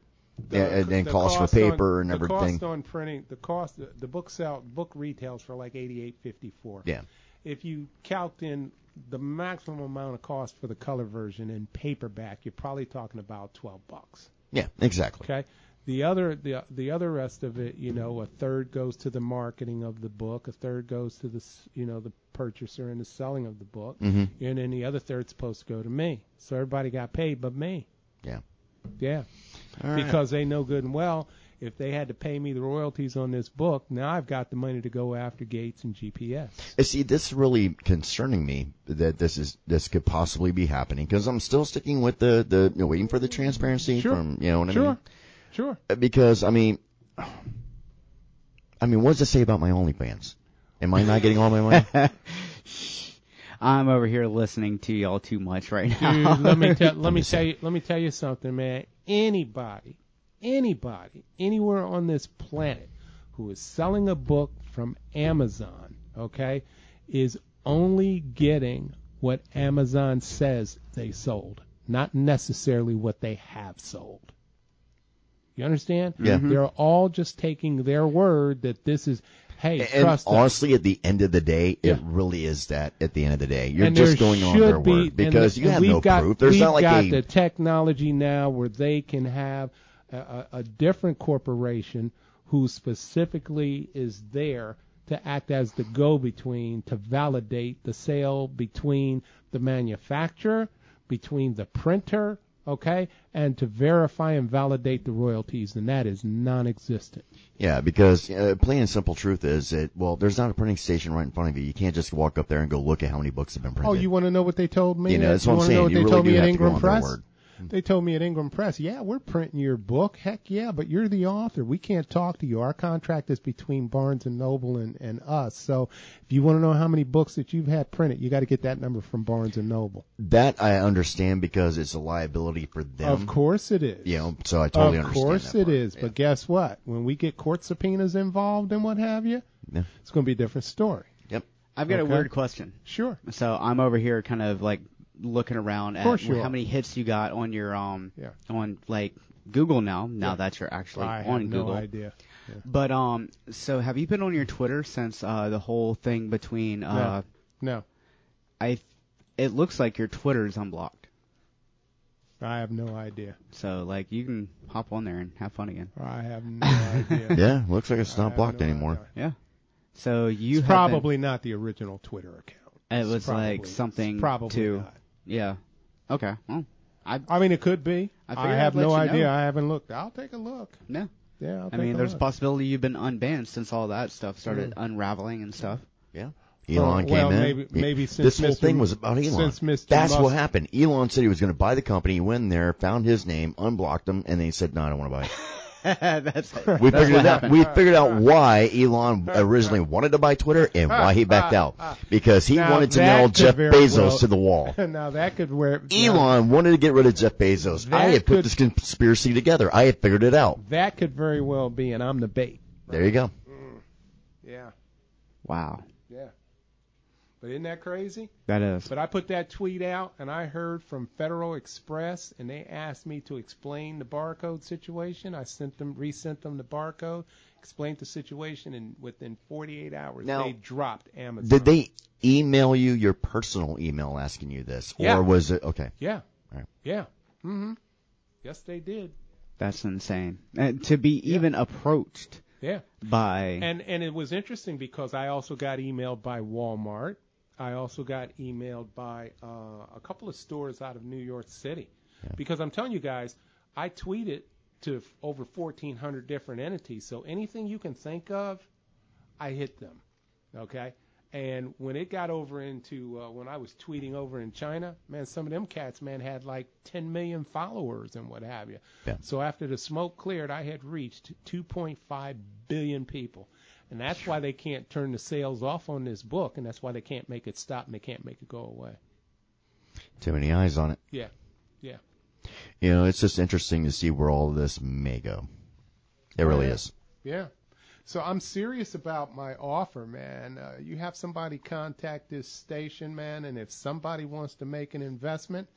yeah, and then the cost, for on- paper and the everything. cost on printing the cost the, the book sell book retails for like eighty eight fifty four. yeah, If you count in the maximum amount of cost for the color version in paperback, you're probably talking about twelve bucks. yeah, exactly. Okay. The other the the other rest of it, you know, a third goes to the marketing of the book, a third goes to the s- you know the purchaser and the selling of the book, Mhm. and then the other third's supposed to go to me. So everybody got paid, but me. Yeah. Yeah, because they know good and well if they had to pay me the royalties on this book, now I've got the money to go after Gates and GPS. And see, this really concerning me that this is this could possibly be happening because I'm still sticking with the the you know, waiting for the transparency Sure. from you know what I Sure, mean. Uh, sure. because I mean, I mean, what does it say about my OnlyFans? Am I not getting all my money? I'm over here listening to y'all too much right Dude, now. let me tell let me me see. tell you let me tell you something, man. Anybody, anybody, anywhere on this planet who is selling a book from Amazon, okay, is only getting what Amazon says they sold, not necessarily what they have sold. You understand? Yeah. They're all just taking their word that this is hey, and trust us. honestly, at the end of the day, it Yeah. really is that. At the end of the day, you're And just there going on should their be- word and because the- you and have no we've got- proof. There's we've not like got a the technology now where they can have a, a, a different corporation who specifically is there to act as the go-between to validate the sale between the manufacturer, between the printer, okay, and to verify and validate the royalties, and that is non-existent. yeah. Because uh, plain and simple truth is that well, there's not a printing station right in front of you. You can't just walk up there and go look at how many books have been printed. Oh, you want to know what they told me? You know, that's what I'm wanna saying. Know what You they really told do me at have to go Ingram on their Press. word. They told me at Ingram Press, yeah, we're printing your book. Heck yeah, but you're the author. We can't talk to you. Our contract is between Barnes and Noble and, and us. So if you want to know how many books that you've had printed, you got to get that number from Barnes and Noble. that I understand because it's a liability for them. Of course it is. You know, so Mm-hmm. I totally of understand. course that it part. is. But guess what? When we get court subpoenas involved and what have you, Yeah. it's going to be a different story. Yep. I've got a Okay. weird question. Sure. So I'm over here kind of like looking around at course you how are. many hits you got on your um Yeah. on like Google now. Now that you're actually I on have no Google. idea. But um so have you been on your Twitter since uh the whole thing between uh No, I it looks like your Twitter's unblocked. I have no idea. So like you can hop on there and have fun again. I have no idea. Yeah, looks like it's I not have blocked no anymore. idea. Yeah. So you It's have been- probably not the original Twitter account. it was probably- like it's something probably to not. yeah. Okay. Well, I mean, it could be. I I, figured have I'd let no you know. idea. I haven't looked. I'll take a look. no. Yeah, I'll I take mean, a there's a look. possibility you've been unbanned since all that stuff started unraveling and stuff. Yeah. Elon Well, well, came in. maybe- Yeah. maybe this since whole Mr. thing was about Elon. since Mr. That's what Musk- happened. Elon said he was going to buy the company. He went in there, found his name, unblocked him, and then he said, "No, I don't want to buy it." that's We that's figured what it out. happened. We figured out why Elon originally wanted to buy Twitter and why he backed out because he Now, wanted to that nail could Jeff very Bezos well- to the wall. now that could where now, Elon wanted to get rid of Jeff Bezos. I That had put could- this conspiracy together. I had figured it out. that could very well be, and I'm the bait. There you go. Yeah, wow, yeah. But isn't that crazy? that is. But I put that tweet out, and I heard from Federal Express, and they asked me to explain the barcode situation. I sent them, resent them the barcode, explained the situation, and within 48 hours, Now- they dropped Amazon. Did they email you your personal email asking you this, Yeah. or was it okay? Yeah. Right. Yeah. Mm-hmm. Yes, they did. That's insane. And to be even approached Yeah. by And and it was interesting because I also got emailed by Walmart. I also got emailed by uh, a couple of stores out of New York City, because I'm telling you guys, I tweeted to f- over 1,400 different entities. So anything you can think of, I hit them. Okay. And when it got over into uh, when I was tweeting over in China, man, some of them cats, man, had like 10 million followers and what have you. Yeah. So after the smoke cleared, I had reached 2.5 billion people. And that's why they can't turn the sales off on this book, and that's why they can't make it stop and they can't make it go away. Too many eyes on it. Yeah. Yeah. you know, it's just interesting to see where all this may go. It really is. Yeah. So I'm serious about my offer, man. Uh, you have somebody contact this station, man, and if somebody wants to make an investment,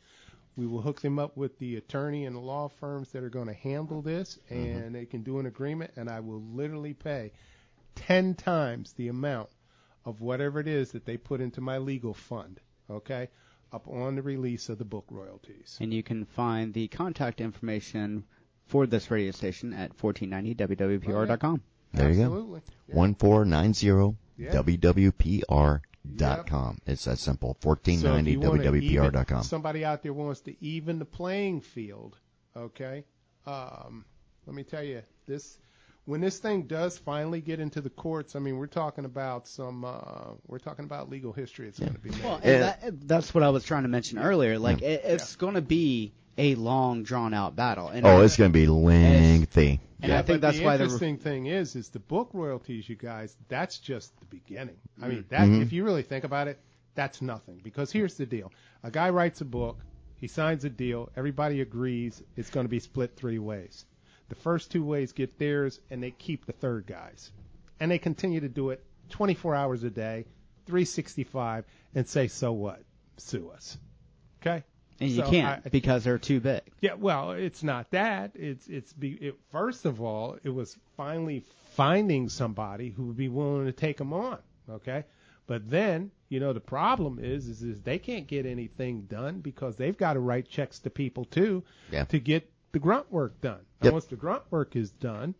we will hook them up with the attorney and the law firms that are going to handle this, and they can do an agreement, and I will literally pay 10 times the amount of whatever it is that they put into my legal fund, okay, upon the release of the book royalties. and you can find the contact information for this radio station at 1490wwpr.com. There you go. Absolutely. Yeah. 1490wwpr.com. It's that simple. So if you wanna even- 1490wwpr.com. Somebody out there wants to even the playing field. Okay, um, let me tell you this: when this thing does finally get into the courts, I mean, we're talking about some, uh, we're talking about legal history. It's going to be made. Well, and that, that's what I was trying to mention earlier. Like, it, it's going to be a long, drawn out battle. And Oh, I- it's going to be lengthy. and I but think that's the why they're. interesting thing is, is the book royalties, you guys. That's just the beginning. I Mm-hmm. mean, that if you really think about it, that's nothing. Because here's the deal: a guy writes a book, he signs a deal, everybody agrees it's going to be split three ways. The first two ways get theirs, and they keep the third guys, and they continue to do it 24 hours a day, 365, and say, so what? Sue us, okay? And you So can't I- because they're too big. yeah, well, it's not that. It's it's be it, first of all, it was finally finding somebody who would be willing to take them on. Okay, but then you know the problem is is, is they can't get anything done because they've got to write checks to people too Yeah. to get the grunt work done. Yep. And once the grunt work is done,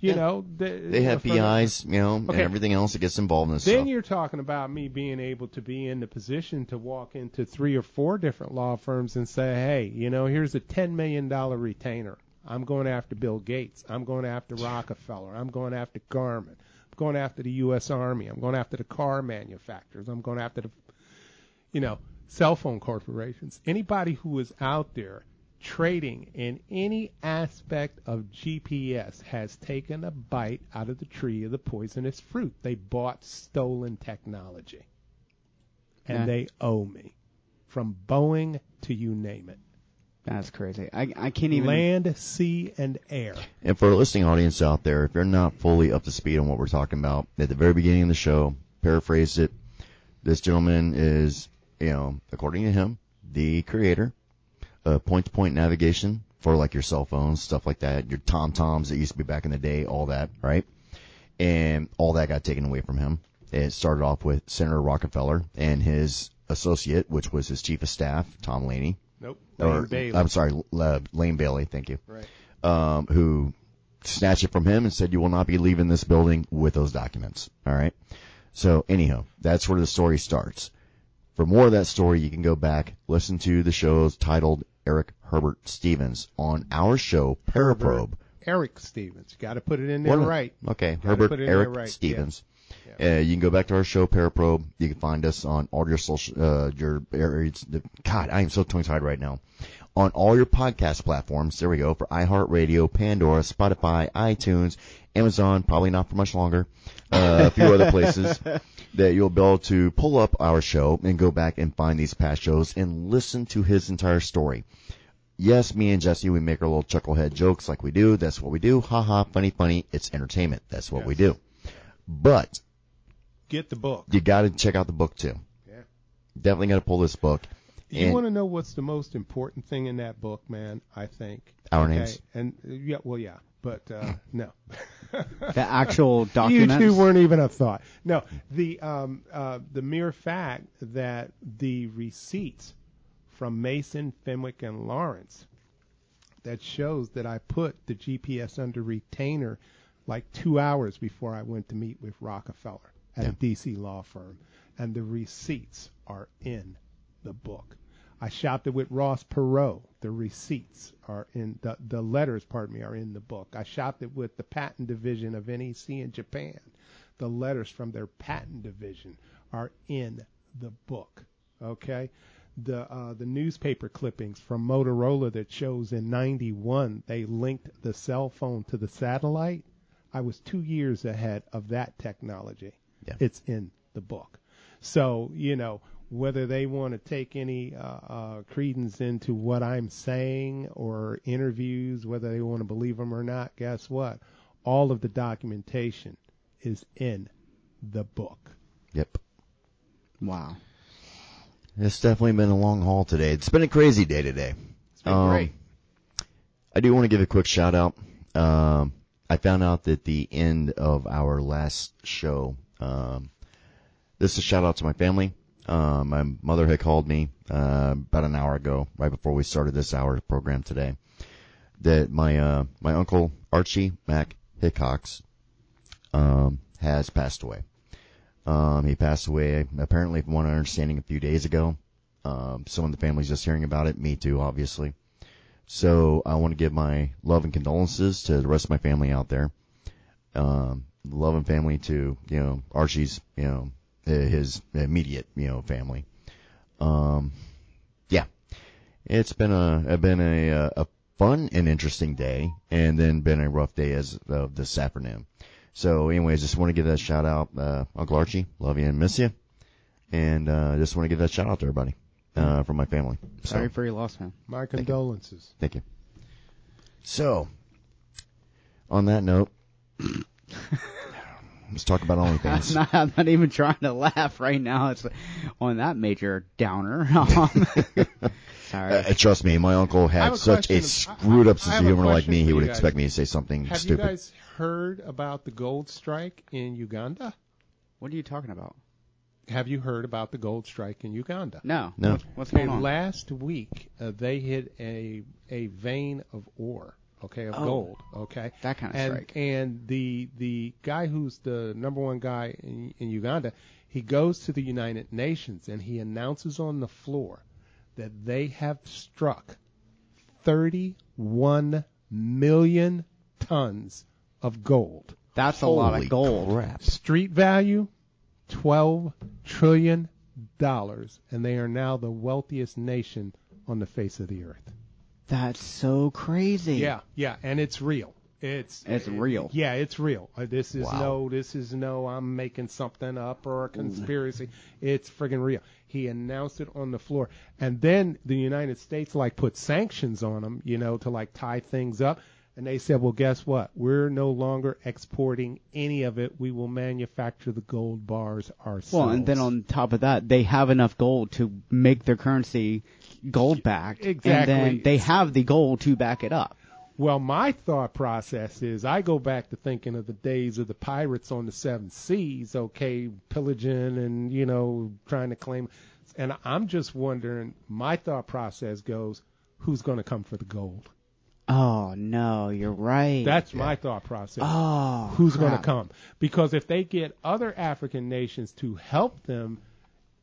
you know the, They have PIs, you know, and Okay. everything else that gets involved in this Then stuff. you're talking about me being able to be in the position to walk into three or four different law firms and say, hey, you know, here's a $10 million retainer. I'm going after Bill Gates. I'm going after Rockefeller. I'm going after Garmin. I'm going after the U.S. Army. I'm going after the car manufacturers. I'm going after the, you know, cell phone corporations. Anybody who is out there trading in any aspect of GPS has taken a bite out of the tree of the poisonous fruit. They bought stolen technology. And Yeah. they owe me. From Boeing to you name it. That's crazy. I, I can't even. Land, sea, and air. And for a listening audience out there, if you're not fully up to speed on what we're talking about, at the very beginning of the show, paraphrase it. This gentleman is, you know, according to him, the creator of point-to-point navigation for like your cell phones, stuff like that, your TomToms that used to be back in the day, all that, right? And all that got taken away from him. It started off with Senator Rockefeller and his associate, which was his chief of staff, Tom Laney. Nope. Or, Lane Bailey. I'm sorry, L- Lane Bailey. Thank you Right. um, who snatched it from him and said, "You will not be leaving this building with those documents." All right. So anyhow, that's where the story starts. For more of that story, you can go back listen to the shows titled Eric Herbert Stevens on our show Paraprobe. Eric Stevens. Got to put it in there What a- right. Okay, Gotta Herbert put it in Eric there right, Stevens. Uh, you can go back to our show Paraprobe. You can find us on all your social, uh, your areas. the- God, I am so tongue tied right now. On all your podcast platforms. There we go for iHeartRadio, Pandora, Spotify, iTunes, Amazon. Probably not for much longer. Uh, a few other places that you'll be able to pull up our show and go back and find these past shows and listen to his entire story yes, me and Jesse, we make our little chucklehead jokes like we do. That's what we do. Ha ha, funny, funny. It's entertainment. That's what we do. But Get the book. you got to check out the book too. Yeah. Definitely got to pull this book. You And- want to know what's the most important thing in that book, man? I think Our names. And uh, yeah, well, yeah, but uh, no, The actual you documents. two weren't even a thought. No, the um, uh, the mere fact that the receipts from Mason, Fenwick, and Lawrence that shows that I put the GPS under retainer like two hours before I went to meet with Rockefeller at a DC law firm, and the receipts are in the book. I shopped it with Ross Perot. The receipts are in the the letters, pardon me, are in the book. I shopped it with the patent division of NEC in Japan. The letters from their patent division are in the book. Okay, the uh, the newspaper clippings from Motorola that shows in '91 they linked the cell phone to the satellite. I was two years ahead of that technology. Yeah. It's in the book. So, you know, whether they want to take any uh, uh, credence into what I'm saying or interviews, whether they want to believe them or not, guess what? All of the documentation is in the book. Yep. Wow. It's definitely been a long haul today. It's been a crazy day today. It's been Um, great. I do want to give a quick shout out. Um, I found out that the end of our last show, um, this is a shout out to my family. Uh, my mother had called me uh, about an hour ago, right before we started this hour program today, that my uh, my uncle Archie Mac Hickox um, has passed away. Um, he passed away apparently, from what I'm understanding, a few days ago. Um, some of the family's just hearing about it. Me too, obviously. So I want to give my love and condolences to the rest of my family out there. Um, love and family to you know Archie's you know uh, his immediate you know family. Um, yeah, it's been a it's been a, uh, a fun and interesting day, and then been a rough day as of this afternoon. So, anyways, just want to give that shout out, uh, Uncle Archie. Love you and miss you, and uh, just want to give that shout out to everybody uh, from my family. So, Sorry for your loss, man. My condolences. Thank you. So, on that note, let's talk about I'm OnlyFans. not, I'm not even trying to laugh right now. It's on that major downer. Um, Sorry. Uh, trust me, my uncle I have had a such a question. I- screwed up I sense have of a humor like question me, he for would you guys. expect me to say something Have stupid. you guys heard about the gold strike in Uganda? what are you talking about? Have you heard about the gold strike in Uganda? No. No. What- What's going Okay, on? Last week, uh, they hit a a vein of ore, okay, of Oh. gold, okay. That kind of and, strike. And the the guy who's the number one guy in, in Uganda, he goes to the United Nations and he announces on the floor that they have struck 31 million tons of gold. That's a lot Holy of gold. crap. Street value, 12 trillion dollars, and they are now the wealthiest nation on the face of the earth. That's so crazy. Yeah, yeah, and it's real. It's It's real. Yeah, it's real. Uh, This is Wow. no, this is no. I'm making something up or Mm. a conspiracy. It's friggin' real. He announced it on the floor, and then the United States like put sanctions on them, you know, to like tie things up. And they said, well, guess what? We're no longer exporting any of it. We will manufacture the gold bars ourselves. Well, and then on top of that, they have enough gold to make their currency gold backed. Exactly. And then they have the gold to back it up. Well, my thought process is I go back to thinking of the days of the pirates on the seven seas, okay, pillaging and, you know, trying to claim. And I'm just wondering, my thought process goes, who's going to come for the gold? Oh no, you're right. That's my thought process. oh, who's going to crap. come? Because if they get other African nations to help them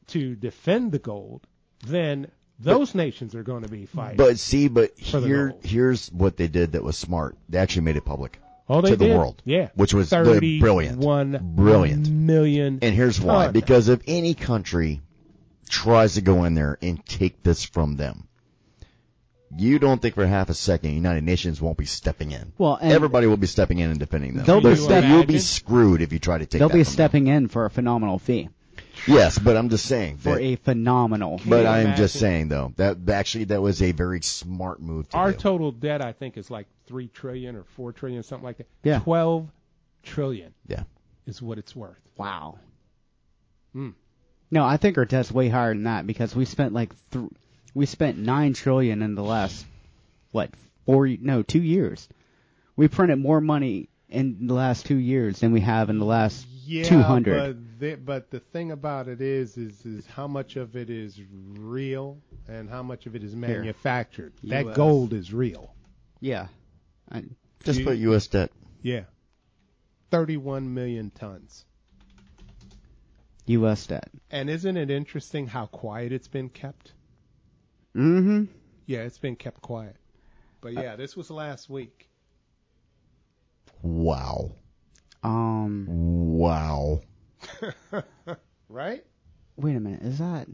to defend the gold, then those nations are going to be fighting. But see, but the here, gold. here's what they did that was smart. They actually made it public Oh, they to the did. world. Yeah. Which was the 31 brilliant. Brilliant. million And here's why. ton. Because if any country tries to go in there and take this from them, you don't think for half a second the United Nations won't be stepping in. Well, and Everybody will be stepping in and defending them. They'll be But step- you'll be imagine? screwed if you try to take they'll that be from stepping in for a phenomenal fee. them. Yes, but I'm just saying. For that- a phenomenal. fee. but you I'm just imagine? saying though that actually that was a very smart move to Our do. total debt, I think, is like three trillion or four trillion, something like that. Yeah. Twelve trillion yeah. is what it's worth. Wow. Hmm. No, I think our debt's way higher than that because we spent like th- we spent nine trillion in the last what four no two years. We printed more money in the last two years than we have in the last two hundred. But the, but the thing about it is, is, is how much of it is real and how much of it is manufactured. That US. gold is real. Yeah, I, Just You- put U.S. debt. Yeah. Thirty-one million tons. U.S. debt. And isn't it interesting how quiet it's been kept? Mm-hmm. Yeah, it's been kept quiet. But yeah, this was last week. Wow. Um, Wow. Right? wait a minute. Is that?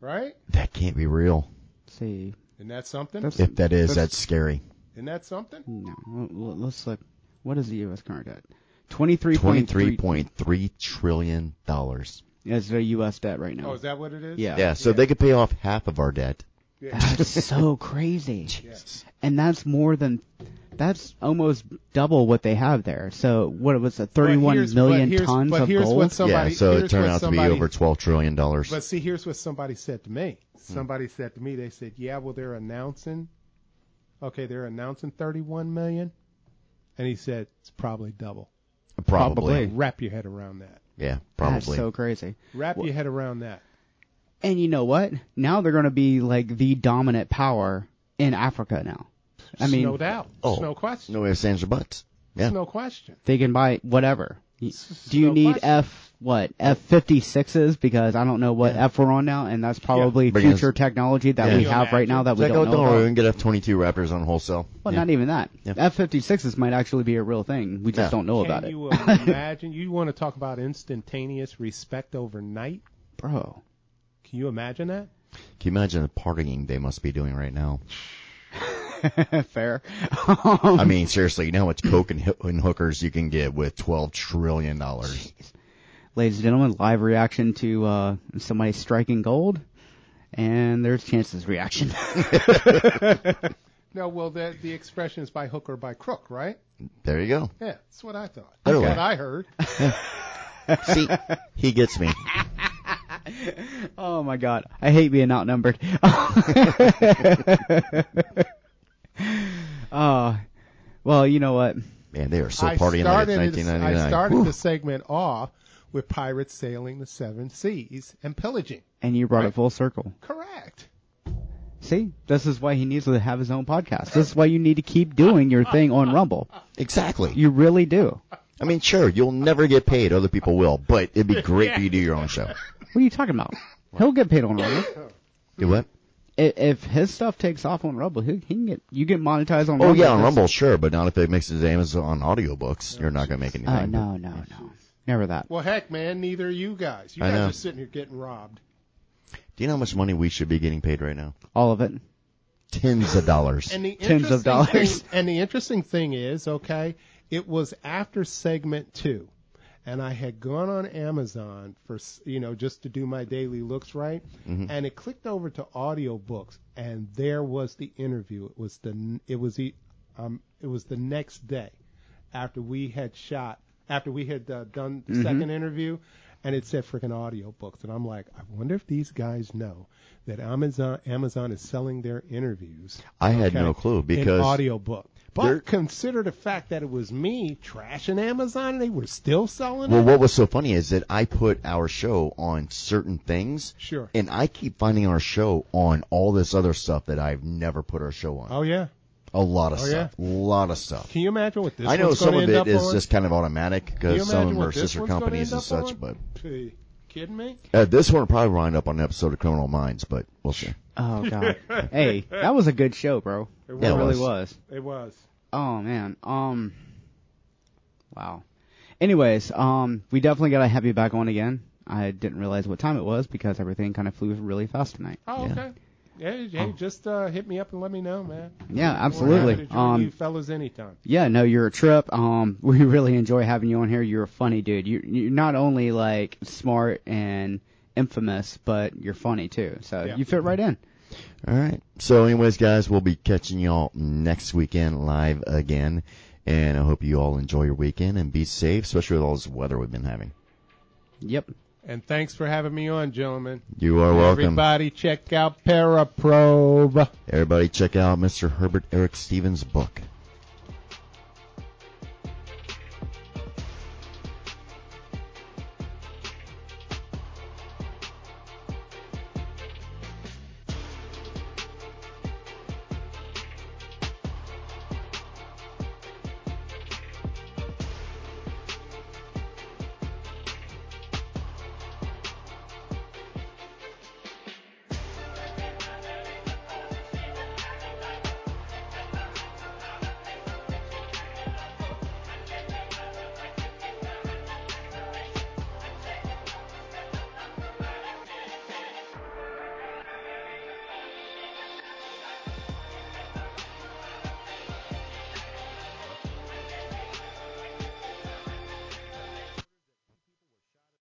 Right? That can't be real. Let's see, Isn't that something? That's- If that is, that's scary. Isn't that something? no. l- l- Let's look. What is the U.S. current debt? Twenty-three point Twenty-three three point three trillion dollars. is the U.S. debt right now. Oh, is that what it is? Yeah. Yeah, so they could pay off half of our debt. That's so crazy. Yes. and that's more than that's almost double what they have there. So what was it, But thirty-one here's- million but here's- tons but of here's gold? What somebody, yeah, so here's it turned what out somebody, to be over twelve trillion dollars. But see, here's what somebody said to me. Hmm. Somebody said to me, they said, "Yeah, well, they're announcing, okay, they're announcing 31 million, and he said it's probably double. Probably. Probably. Wrap your head around that. Yeah, that's probably. so crazy. Wrap your head around that. And you know what? Now they're going to be like the dominant power in Africa now. I mean, no doubt. Oh, It's no question. No way of saying your butts. Yeah. It's no question. they can buy whatever. Y- Do you no need question. F what F fifty sixes because I don't know what F we're on now, and that's probably Because- future technology that Yeah. Can we you have right now that It's we like, oh, don't know don't about. worry, we can get F-22 Raptors on wholesale. Well, Yeah. not even that. Yeah. F fifty sixes might actually be a real thing. We just Yeah. don't know Can about it, you imagine? You want to talk about instantaneous respect overnight? bro. Can you imagine that? Can you imagine the partying they must be doing right now? Fair. I mean, seriously, you know how much coke and, hoo- and hookers you can get with $12 trillion. dollars? Ladies and gentlemen, live reaction to uh, somebody striking gold, and there's chances reaction. No, well, the, the expression is by hook or by crook, right? There you go. Yeah, that's what I thought. By That's the way. what I heard. See, he gets me. oh my god, I hate being outnumbered. oh, well, you know what? Man, they are so I partying like it's started, this- 1999. I started Whew. the segment off with pirates sailing the seven seas and pillaging. And you brought it full circle. Correct. See, this is why he needs to have his own podcast. This is why you need to keep doing your thing on Rumble. Exactly. You really do. I mean, sure, you'll never get paid. Other people will, but it'd be great if you do your own show. What are you talking about? He'll get paid on Rumble. Do what? I- If his stuff takes off on Rumble, he, he can get you get monetized on Oh Rumble. yeah, on That's- Rumble, sure, but not if it makes it to Amazon audiobooks. You're not gonna Uh, make anything. Oh no, no, no, never that. Well, heck, man, neither are you guys. You I guys know. are sitting here getting robbed. Do you know how much money we should be getting paid right now? All of it. Tens of dollars. And the Tens of interesting dollars. thing- and the interesting thing is, okay, it was after segment two, and I had gone on Amazon for s- you know just to do my daily looks right, Mm-hmm. and it clicked over to audiobooks, and there was the interview. It was the n- it was the um it was the next day after we had shot after we had uh, done Mm-hmm. the second interview. And it said freaking audiobooks, and I'm like, I wonder if these guys know that Amazon Amazon is selling their interviews I had Okay. no clue an because audiobook. But There- consider the fact that it was me trashing Amazon and they were still selling well, it. what was so funny is that I put our show on certain things, Sure. and I keep finding our show on all this other stuff that I've never put our show on. Oh yeah. A lot of Oh, stuff, a lot of stuff. Can you imagine what this I know one's some gonna of end it up is on? just kind of automatic Can you because imagine some of them what are this sister one's gonna companies end and up such, on? but Pee. kidding me? uh, this one will probably wind up on an episode of Criminal Minds, but we'll see. Oh god. hey, that was a good show, bro. It, Yeah, it really was. was. It was. Oh man. Um. Wow. Anyways, um, we definitely gotta have you back on again. I didn't realize what time it was because everything kind of flew really fast tonight. Oh, Yeah. Oh. okay. Yeah, yeah, just uh, hit me up and let me know, man. Yeah, We're absolutely. happy to join you Um, fellas anytime. yeah, no, you're a trip. Um, we really enjoy having you on here. You're a funny dude. You, you're not only like smart and infamous, but you're funny too. So Yeah. you fit right in. All right. So, anyways, guys, we'll be catching y'all next weekend live again, and I hope you all enjoy your weekend and be safe, especially with all this weather we've been having. Yep. And thanks for having me on, gentlemen. You are welcome. Everybody check out Paraprobe. Everybody check out Mr. Herbert Eric Stevens' book.